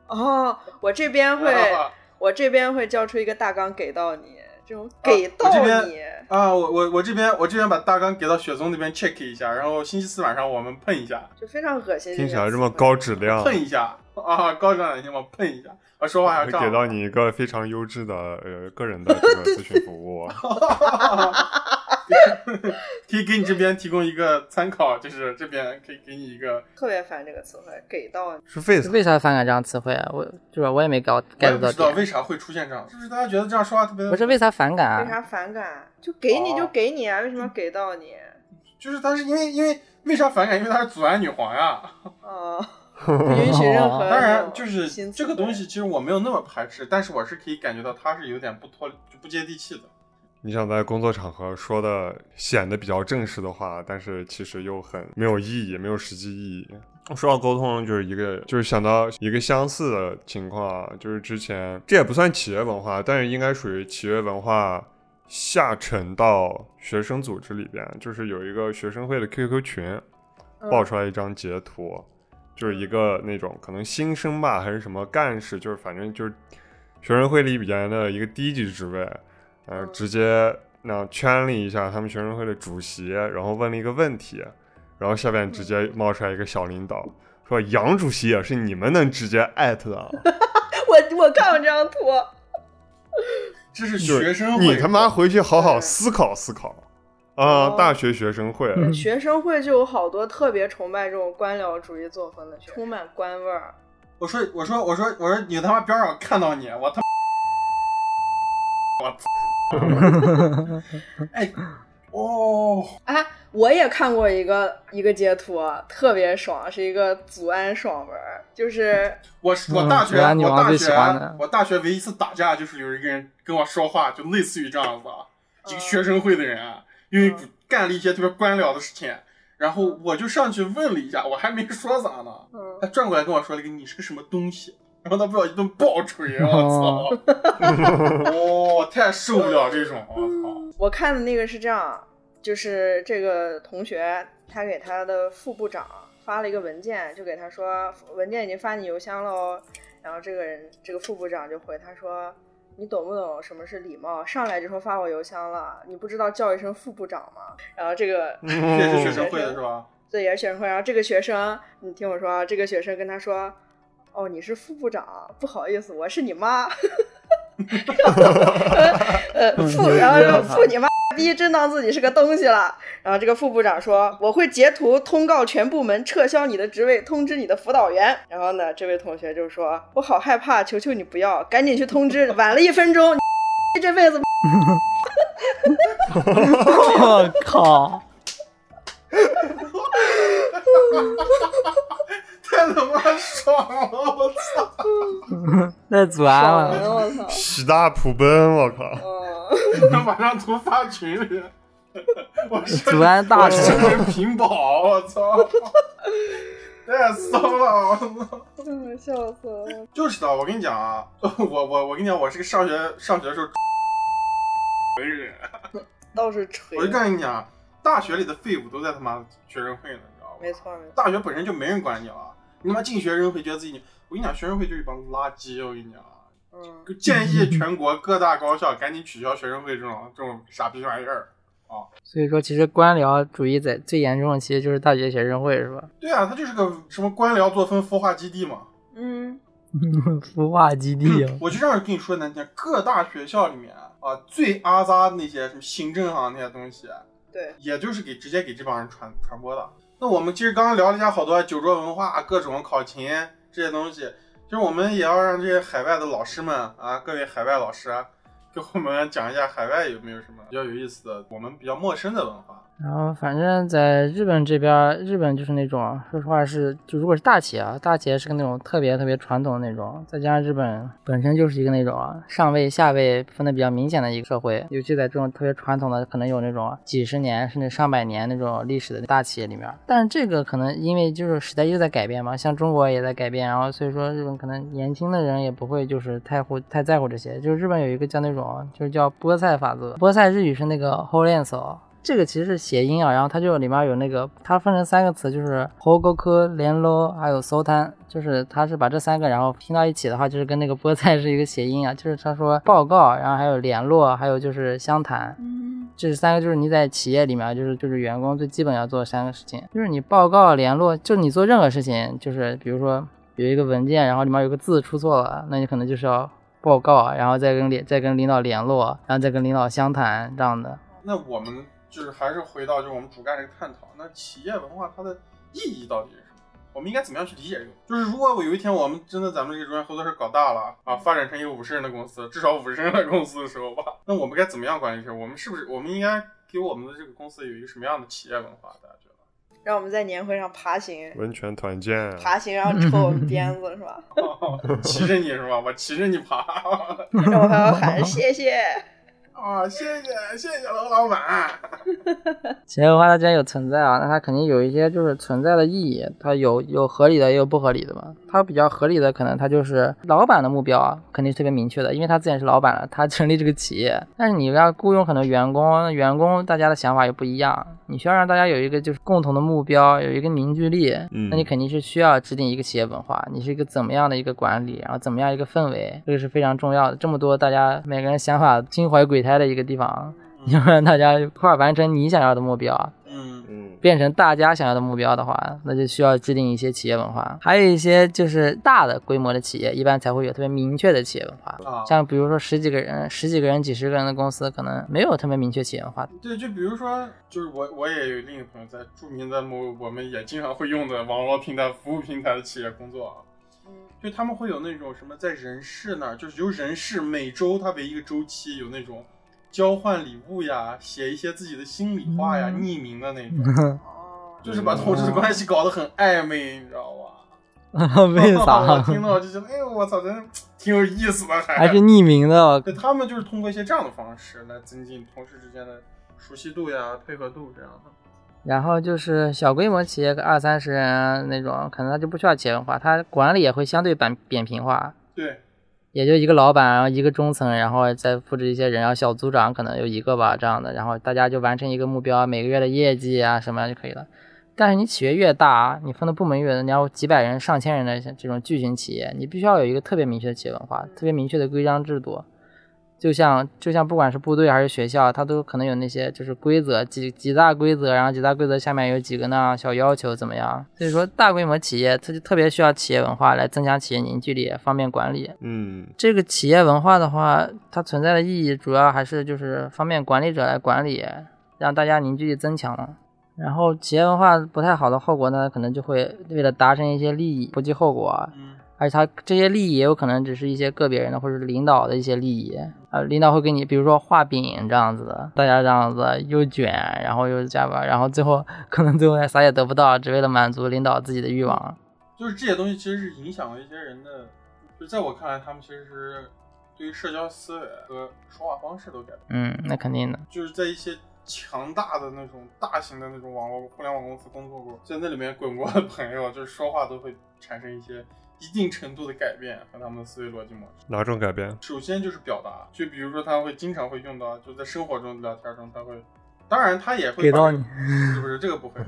哦，我这边会啊我这边会交出一个大纲给到你，这种给啊我这到边你，啊，我我我这边我这边把大纲给到雪宗那边 check 一下，然后星期四晚上我们碰一下，就非常恶心。听起来这么高质量，碰一下啊，高质量行吗？碰一下啊，说话还要给仗到你一个非常优质的呃个人的这个咨询服 务。啊可以给你这边提供一个参考，就是这边可以给你一个，特别烦这个词汇“给到你是 face 为啥反感这样词汇啊？我就是我也没搞我也 get 不到知道点，为啥会出现这样，就是大家觉得这样说话特别的，不是为啥反感”，为啊？啥反感？就给你哦就给你啊，为什么要给到你？就是他是因为因为为啥反感？因为他是阻拦女皇呀。 哦，不允许任何哦那种新词汇。当然，就是这个东西，其实我没有那么排斥，但是我是可以感觉到他是有点不脱就不接地气的。你想在工作场合说的显得比较正式的话，但是其实又很没有意义，没有实际意义。说到沟通，就是一个就是想到一个相似的情况啊，就是之前这也不算企业文化，但是应该属于企业文化下沉到学生组织里边，就是有一个学生会的 QQ 群，嗯爆出来一张截图，就是一个那种可能新生吧，还是什么干事，就是反正就是学生会里边的一个低级职位，呃，嗯直接那圈了一下他们学生会的主席，然后问了一个问题，然后下面直嗯接冒出来一个小领导。说杨主席也是你们能直接艾特的啊，我我看过这张图，这是就是学生会，你他妈回去好好对思考思考哦啊！大学学生会，嗯学生会就有好多特别崇拜这种官僚主义作风的，充满官味儿。我说我说我说我说你他妈别让我看到你，我他 妈，我操！哎，哦，哎，我也看过一个一个截图啊，特别爽，是一个祖安爽文儿，就是我是我大学、嗯果然女我王大最喜欢的学我大学唯一一次打架就是有一个人跟我说话，就类似于这样子，啊，一个学生会的人啊，因为嗯干了一些特别官僚的事情，然后我就上去问了一下，我还没说啥呢，嗯他，转过来跟我说了一个你是个什么东西，然后他被我一顿暴锤，我操！ 哦，太受不了这种，我我看的那个是这样，啊就是这个同学他给他的副部长发了一个文件，就给他说文件已经发你邮箱了哦。然后这个人这个副部长就回他说：“你懂不懂什么是礼貌？上来就说发我邮箱了，你不知道叫一声副部长吗？”然后这个操！ 这也是嗯学生会的是吧？这也是学生会，然后这个学生，你听我说，啊，这个学生跟他说：“哦，你是副部长，不好意思，我是你妈。” 呃，副，然后说副你妈逼，真当自己是个东西了。然后这个副部长说：“我会截图通告全部门，撤销你的职位，通知你的辅导员。”然后呢，这位同学就说：“我好害怕，求求你不要，赶紧去通知，晚了一分钟，你这辈子我 靠！太他妈爽了，我操！ 那啊阻拦爽了，了， 我操！”喜大普奔，我靠！嗯。马上图发群里，我是阻拦大我臣。生人屏保，我操！太骚了，我操！嗯，笑死了！就是的，我跟你讲啊， 我我我跟你讲，我是个上学上学的时候，倒是锤，我就告诉你讲，大学里的废物都在他妈学生会呢，你知道吗？没错没错。大学本身就没人管你了，你他妈进学生会觉得自己牛，我跟你讲，学生会就是一帮垃圾，我跟你讲啊。嗯，建议全国各大高校赶紧取消学生会这种这种傻逼玩意儿。所以说，其实官僚主义在最严重的其实就是大学学生会，是吧？ 对啊，他就是个什么官僚作风孵化基地嘛。嗯，孵化基地啊， 我就这样跟你说难听，各大学校里面啊，最阿扎那些什么行政行那些东西，对，也就是给直接给这帮人传传播的。那我们其实刚刚聊了一下好多酒桌文化、各种考勤这些东西，就是我们也要让这些海外的老师们啊，各位海外老师，给我们讲一下海外有没有什么比较有意思的、我们比较陌生的文化。然后反正在日本这边儿，日本就是那种，啊说实话是，就如果是大企业啊，大企业是个那种特别特别传统的那种，再加上日本本身就是一个那种啊上位下位分的比较明显的一个社会，尤其在这种特别传统的，可能有那种啊几十年甚至上百年那种历史的大企业里面儿，但是这个可能因为就是时代一直在改变嘛，像中国也在改变，然后所以说日本可能年轻的人也不会就是太乎太在乎这些，就是日本有一个叫那种啊就是叫菠菜法则，菠菜日语是那个 h o l e n s o 这个其实是谐音啊，然后它就里面有那个，它分成三个词，就是 hogoku、连 o 还有 sotan，就是它是把这三个然后拼到一起的话，就是跟那个菠菜是一个谐音啊，就是他说报告，然后还有联络，还有就是相谈，嗯，这三个就是你在企业里面，啊就是就是员工最基本要做的三个事情，就是你报告、联络，就是你做任何事情，就是比如说有一个文件，然后里面有个字出错了，那你可能就是要报告，然后再跟领再跟领导联络，然后再跟领导相谈这样的。那我们就是还是回到就是我们主干这个探讨，那企业文化它的意义到底是什么？我们应该怎么样去理解这个？就是如果我有一天我们真的咱们这个中间合作社搞大了啊，发展成一个五十人的公司，至少五十人的公司的时候吧，那我们该怎么样管理这个？我们是不是我们应该给我们的这个公司有一个什么样的企业文化？大家觉得？让我们在年会上爬行，温泉团建，啊爬行，然后抽我们鞭子是 吧？骑着你是吧？我骑着你爬 然后还要喊谢谢。啊！谢谢谢谢楼老板。 企业文化它既然有存在啊，那它肯定有一些就是存在的意义，它有有合理的，也有不合理的嘛。它比较合理的，可能它就是老板的目标啊，肯定是特别明确的，因为他自己是老板了，他成立这个企业。但是你要雇佣很多员工，员工大家的想法也不一样，你需要让大家有一个就是共同的目标，有一个凝聚力，嗯那你肯定是需要制定一个企业文化，你是一个怎么样的一个管理，然后怎么样一个氛围，这个是非常重要的。这么多大家每个人想法心怀鬼胎的一个地方，你要让大家一块儿完成你想要的目标，嗯嗯，变成大家想要的目标的话，那就需要制定一些企业文化。还有一些就是大的规模的企业，一般才会有特别明确的企业文化。啊，像比如说十几个人、十几个人、几十个人的公司，可能没有特别明确企业文 化。对，就比如说，就是我我也有另一个朋友在著名的某我们也经常会用的网络平台服务平台的企业工作啊，嗯就他们会有那种什么在人事那儿，就是由人事每周他为一个周期有那种交换礼物呀，写一些自己的心里话呀，嗯匿名的那种， 哦， 就是把同事的关系搞得很暧昧，你知道吧？ 为我啥？听到就觉得，哎呦我操，真是挺有意思的，还是匿名的？对他们就是通过一些这样的方式来增进同事之间的熟悉度呀、配合度这样的。然后就是小规模企业，个二三十人啊那种，可能他就不需要企业文化，他管理也会相对扁扁平化。对，也就一个老板，然后一个中层，然后再复制一些人，然后小组长可能有一个吧，这样的，然后大家就完成一个目标，每个月的业绩啊什么就可以了。但是你企业越大，啊你分的部门越多，你要几百人、上千人的像这种巨型企业，你必须要有一个特别明确的企业文化，特别明确的规章制度。就像就像不管是部队还是学校，它都可能有那些就是规则几几大规则，然后几大规则下面有几个那样小要求怎么样？所以说大规模企业它就特别需要企业文化来增强企业凝聚力，方便管理。嗯，这个企业文化的话，它存在的意义主要还是就是方便管理者来管理，让大家凝聚力增强了。然后企业文化不太好的后果呢，可能就会为了达成一些利益不计后果，嗯，而且它这些利益也有可能只是一些个别人的或者是领导的一些利益。呃，领导会给你，比如说画饼这样子的，大家这样子又卷，然后又加班，然后最后可能最后还啥也得不到，只为了满足领导自己的欲望。就是这些东西其实是影响了一些人的，就在我看来，他们其实是对于社交思维和说话方式都改变了，嗯，那肯定的。就是在一些。强大的那种大型的那种网络互联网公司工作过，在那里面滚过的朋友，就是说话都会产生一些一定程度的改变和他们的思维逻辑模式。哪种改变？首先就是表达，就比如说他会经常会用到，就在生活中聊天中他会，当然他也会给到把你，是不是这个 不会，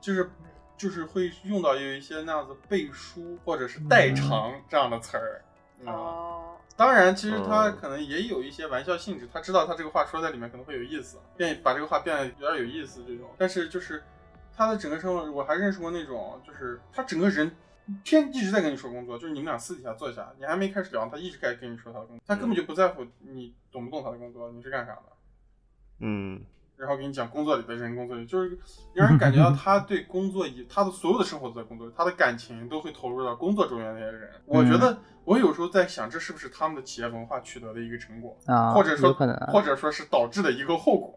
就是就是会用到有一些那样子背书或者嗯是代偿这样的词儿，你知道吗？哦，当然，其实他嗯可能也有一些玩笑性质，他知道他这个话说在里面可能会有意思，变把这个话变得有点有意思这种。但是就是他的整个生活，我还认识过那种，就是他整个人天一直在跟你说工作，就是你们俩私底下坐下，你还没开始聊，他一直在跟你说他的工作，他根本就不在乎你懂不懂他的工作，你是干啥的。嗯，然后给你讲工作里的人，工作里就是让人感觉到他对工作以他的所有的生活都在工作，他的感情都会投入到工作中间那些人。我觉得我有时候在想，这是不是他们的企业文化取得的一个成果，啊，或者说有可能啊，啊或者说是导致的一个后果？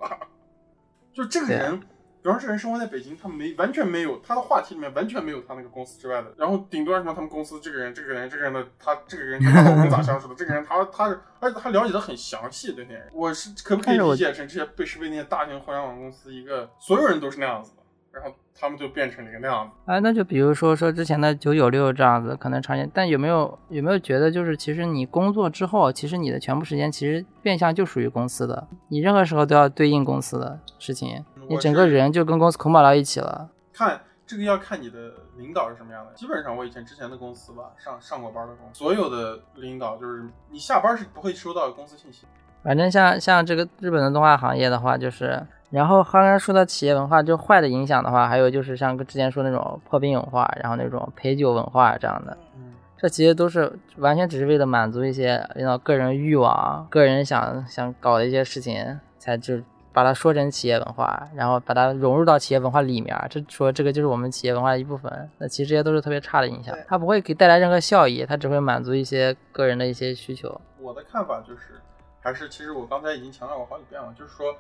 就这个人，比方这人生活在北京，他没完全没有他的话题里面完全没有他那个公司之外的，然后顶多什么他们公司这个人、这个人、这个人的他这个人跟他老公咋相 处的，这个人他他而且他了解的很详细对那人，我是可不可以理解成这些被是被那些大型互联网公司一个所有人都是那样子的，然后他们就变成了一个那样子。啊，那就比如说说之前的九九六这样子，可能常见，但有没有有没有觉得就是其实你工作之后，其实你的全部时间其实变相就属于公司的，你任何时候都要对应公司的事情，你我整是个人就跟公司捆绑到一起了。看这个要看你的领导是什么样的。基本上我以前之前的公司吧，上上过班的公司，所有的领导就是你下班是不会收到公司信息。反正像像这个日本的动画行业的话，就是，然后刚刚说到企业文化就坏的影响的话，还有就是像之前说那种破冰文化，然后那种陪酒文化这样的，嗯，这其实都是完全只是为了满足一些领导个人欲望、啊个人想想搞的一些事情，才就把它说成企业文化，然后把它融入到企业文化里面儿。这说这个就是我们企业文化的一部分。那其实这些都是特别差的影响对，它不会给带来任何效益，它只会满足一些个人的一些需求。我的看法就是，还是其实我刚才已经强调过好几遍了，就是说，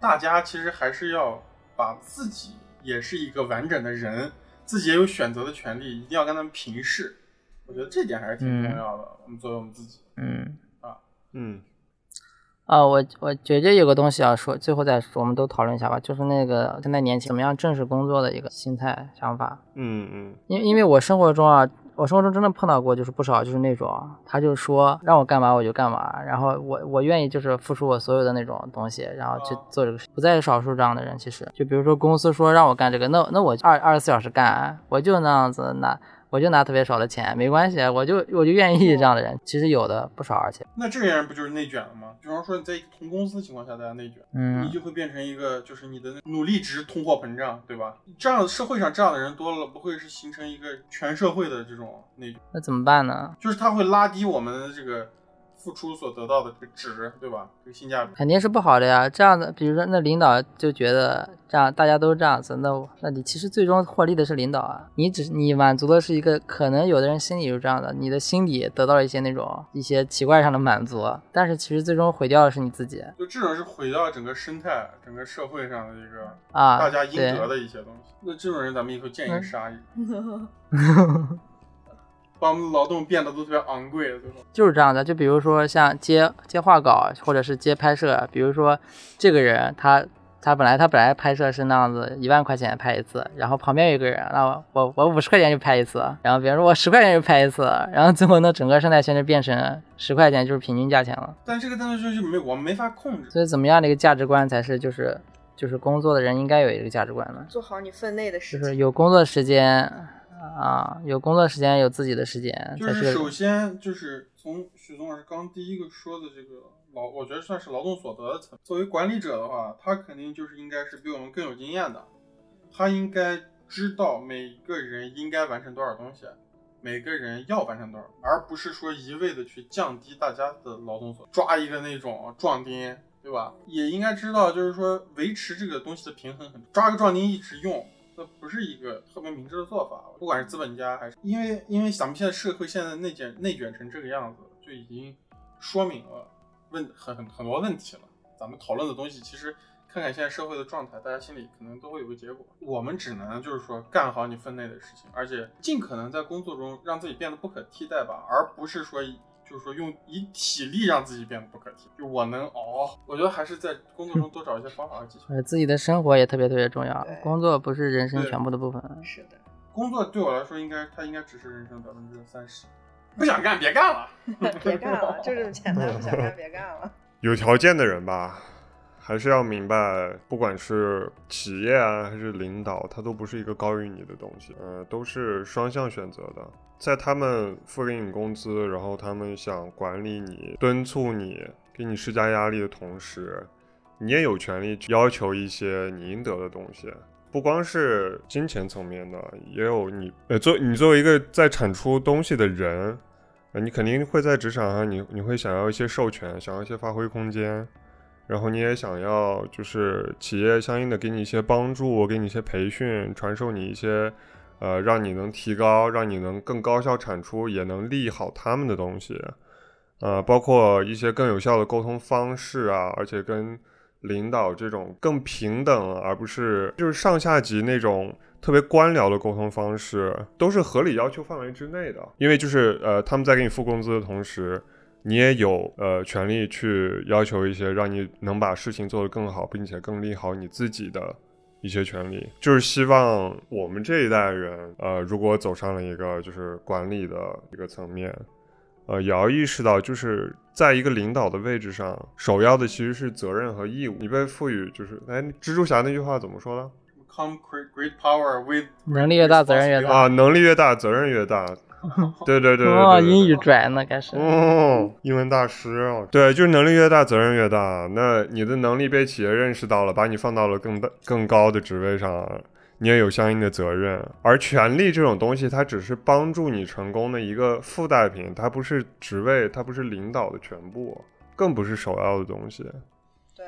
大家其实还是要把自己也是一个完整的人，自己也有选择的权利，一定要跟他们平视。我觉得这点还是挺重要的。我们作为我们自己，嗯。嗯，啊、我我觉得有个东西要说，最后再说，我们都讨论一下吧。就是那个现在年轻怎么样正式工作的一个心态想法。嗯嗯，因因为我生活中啊，我生活中真的碰到过，就是不少就是那种，他就说让我干嘛我就干嘛，然后我我愿意就是付出我所有的那种东西，然后去哦做这个事。不在少数这样的人，其实就比如说公司说让我干这个，那那我就二二十四小时干，我就那样子拿。我就拿特别少的钱，没关系，啊我就我就愿意哦这样的人，其实有的不少，而且，那这些人不就是内卷了吗？比方说你在一个同公司的情况下，大家内卷。嗯，你就会变成一个，就是你的努力值通货膨胀，对吧？这样社会上这样的人多了，不会是形成一个全社会的这种那种，那怎么办呢？就是它会拉低我们的这个付出所得到的这个值，对吧？这个性价比。肯定是不好的呀。这样的，比如说那领导就觉得这样大家都这样子，那我那你其实最终获利的是领导啊。你只你满足的是一个可能有的人心里是这样的，你的心理得到了一些那种一些奇怪上的满足，但是其实最终毁掉的是你自己就这种是毁掉整个生态、整个社会上的一个啊。大家应对得的一些东西。那这种人，咱们以后建议嗯杀一，嗯 把我们劳动变得都特别昂贵，对吧？就是这样的，就比如说像接接画稿或者是接拍摄，比如说这个人他他本来他本来拍摄是那样子一万块钱拍一次，然后旁边有一个人，那我我我五十块钱就拍一次，然后别人说我十块钱就拍一次，然后最后呢整个生态圈就变成十块钱就是平均价钱了。但这个东西就是没我们没法控制。所以怎么样的一个价值观才是就是就是工作的人应该有一个价值观呢？做好你分内的就事是情。有工作时间啊，有工作时间，有自己的时间，就才是是首先就是从许总老师刚第一个说的这个劳，我觉得算是劳动所得的层。作为管理者的话，他肯定就是应该是比我们更有经验的，他应该知道每个人应该完成多少东西，每个人要完成多少，而不是说一味的去降低大家的劳动所得，抓一个那种壮丁。对吧？也应该知道，就是说维持这个东西的平衡很，抓个壮丁一直用，那不是一个特别明智的做法，不管是资本家还是因为因为咱们现在社会现在内卷内卷成这个样子，就已经说明了问很很很多问题了。咱们讨论的东西，其实看看现在社会的状态，大家心里可能都会有个结果。我们只能就是说干好你分内的事情，而且尽可能在工作中让自己变得不可替代吧，而不是说以就是说用以体力让自己变得不可替代。就我能熬，我觉得还是在工作中多找一些方法和技巧。呃，自己的生活也特别特别重要对，工作不是人生对全部的部分。是的，工作对我来说，应该它应该只是人生百分之三十。不想干别干了，别干了，就这么简单，不想干别干 了。有条件的人吧，还是要明白，不管是企业啊还是领导，它都不是一个高于你的东西，呃，都是双向选择的。在他们付给你工资，然后他们想管理你、敦促你、给你施加压力的同时，你也有权利去要求一些你应得的东西。不光是金钱层面的，也有你呃作你作为一个在产出东西的人，呃，你肯定会在职场上，你你会想要一些授权，想要一些发挥空间，然后你也想要就是企业相应的给你一些帮助，给你一些培训，传授你一些呃，让你能提高，让你能更高效产出，也能利好他们的东西，呃，包括一些更有效的沟通方式啊，而且跟领导这种更平等，而不是就是上下级那种特别官僚的沟通方式，都是合理要求范围之内的。因为就是呃，他们在给你付工资的同时，你也有呃权利去要求一些让你能把事情做得更好，并且更利好你自己的一些权利。就是希望我们这一代人，呃，如果走上了一个就是管理的一个层面，呃，也要意识到，就是在一个领导的位置上，首要的其实是责任和义务。你被赋予就是，哎，蜘蛛侠那句话怎么说呢？ Come great great power with 能力越大责任越大啊啊，能力越大，责任 越大。对对对对对哦，对对英语拽呢，该是。哦，英文大师哦，对，就是能力越大，责任越大。那你的能力被企业认识到了，把你放到了更大、更高的职位上，你也有相应的责任。而权力这种东西，它只是帮助你成功的一个附带品，它不是职位，它不是领导的全部，更不是首要的东西。对，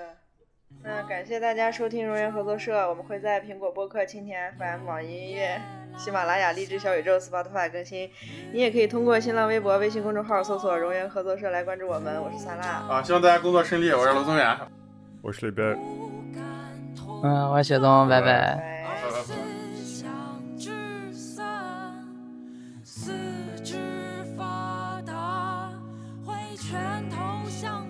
那感谢大家收听荣源合作社，我们会在苹果播客、蜻蜓 FM、网易音乐、喜马拉雅、荔枝小宇宙、Spotify 更新。你也可以通过新浪微博、微信公众号搜索“荣源合作社”来关注我们。我是萨拉，啊，希望大家工作顺利。我是罗宗远，啊我是里边嗯，我是雪冬，拜拜拜。拜拜。拜拜拜。思想之散，四肢发达，挥拳头向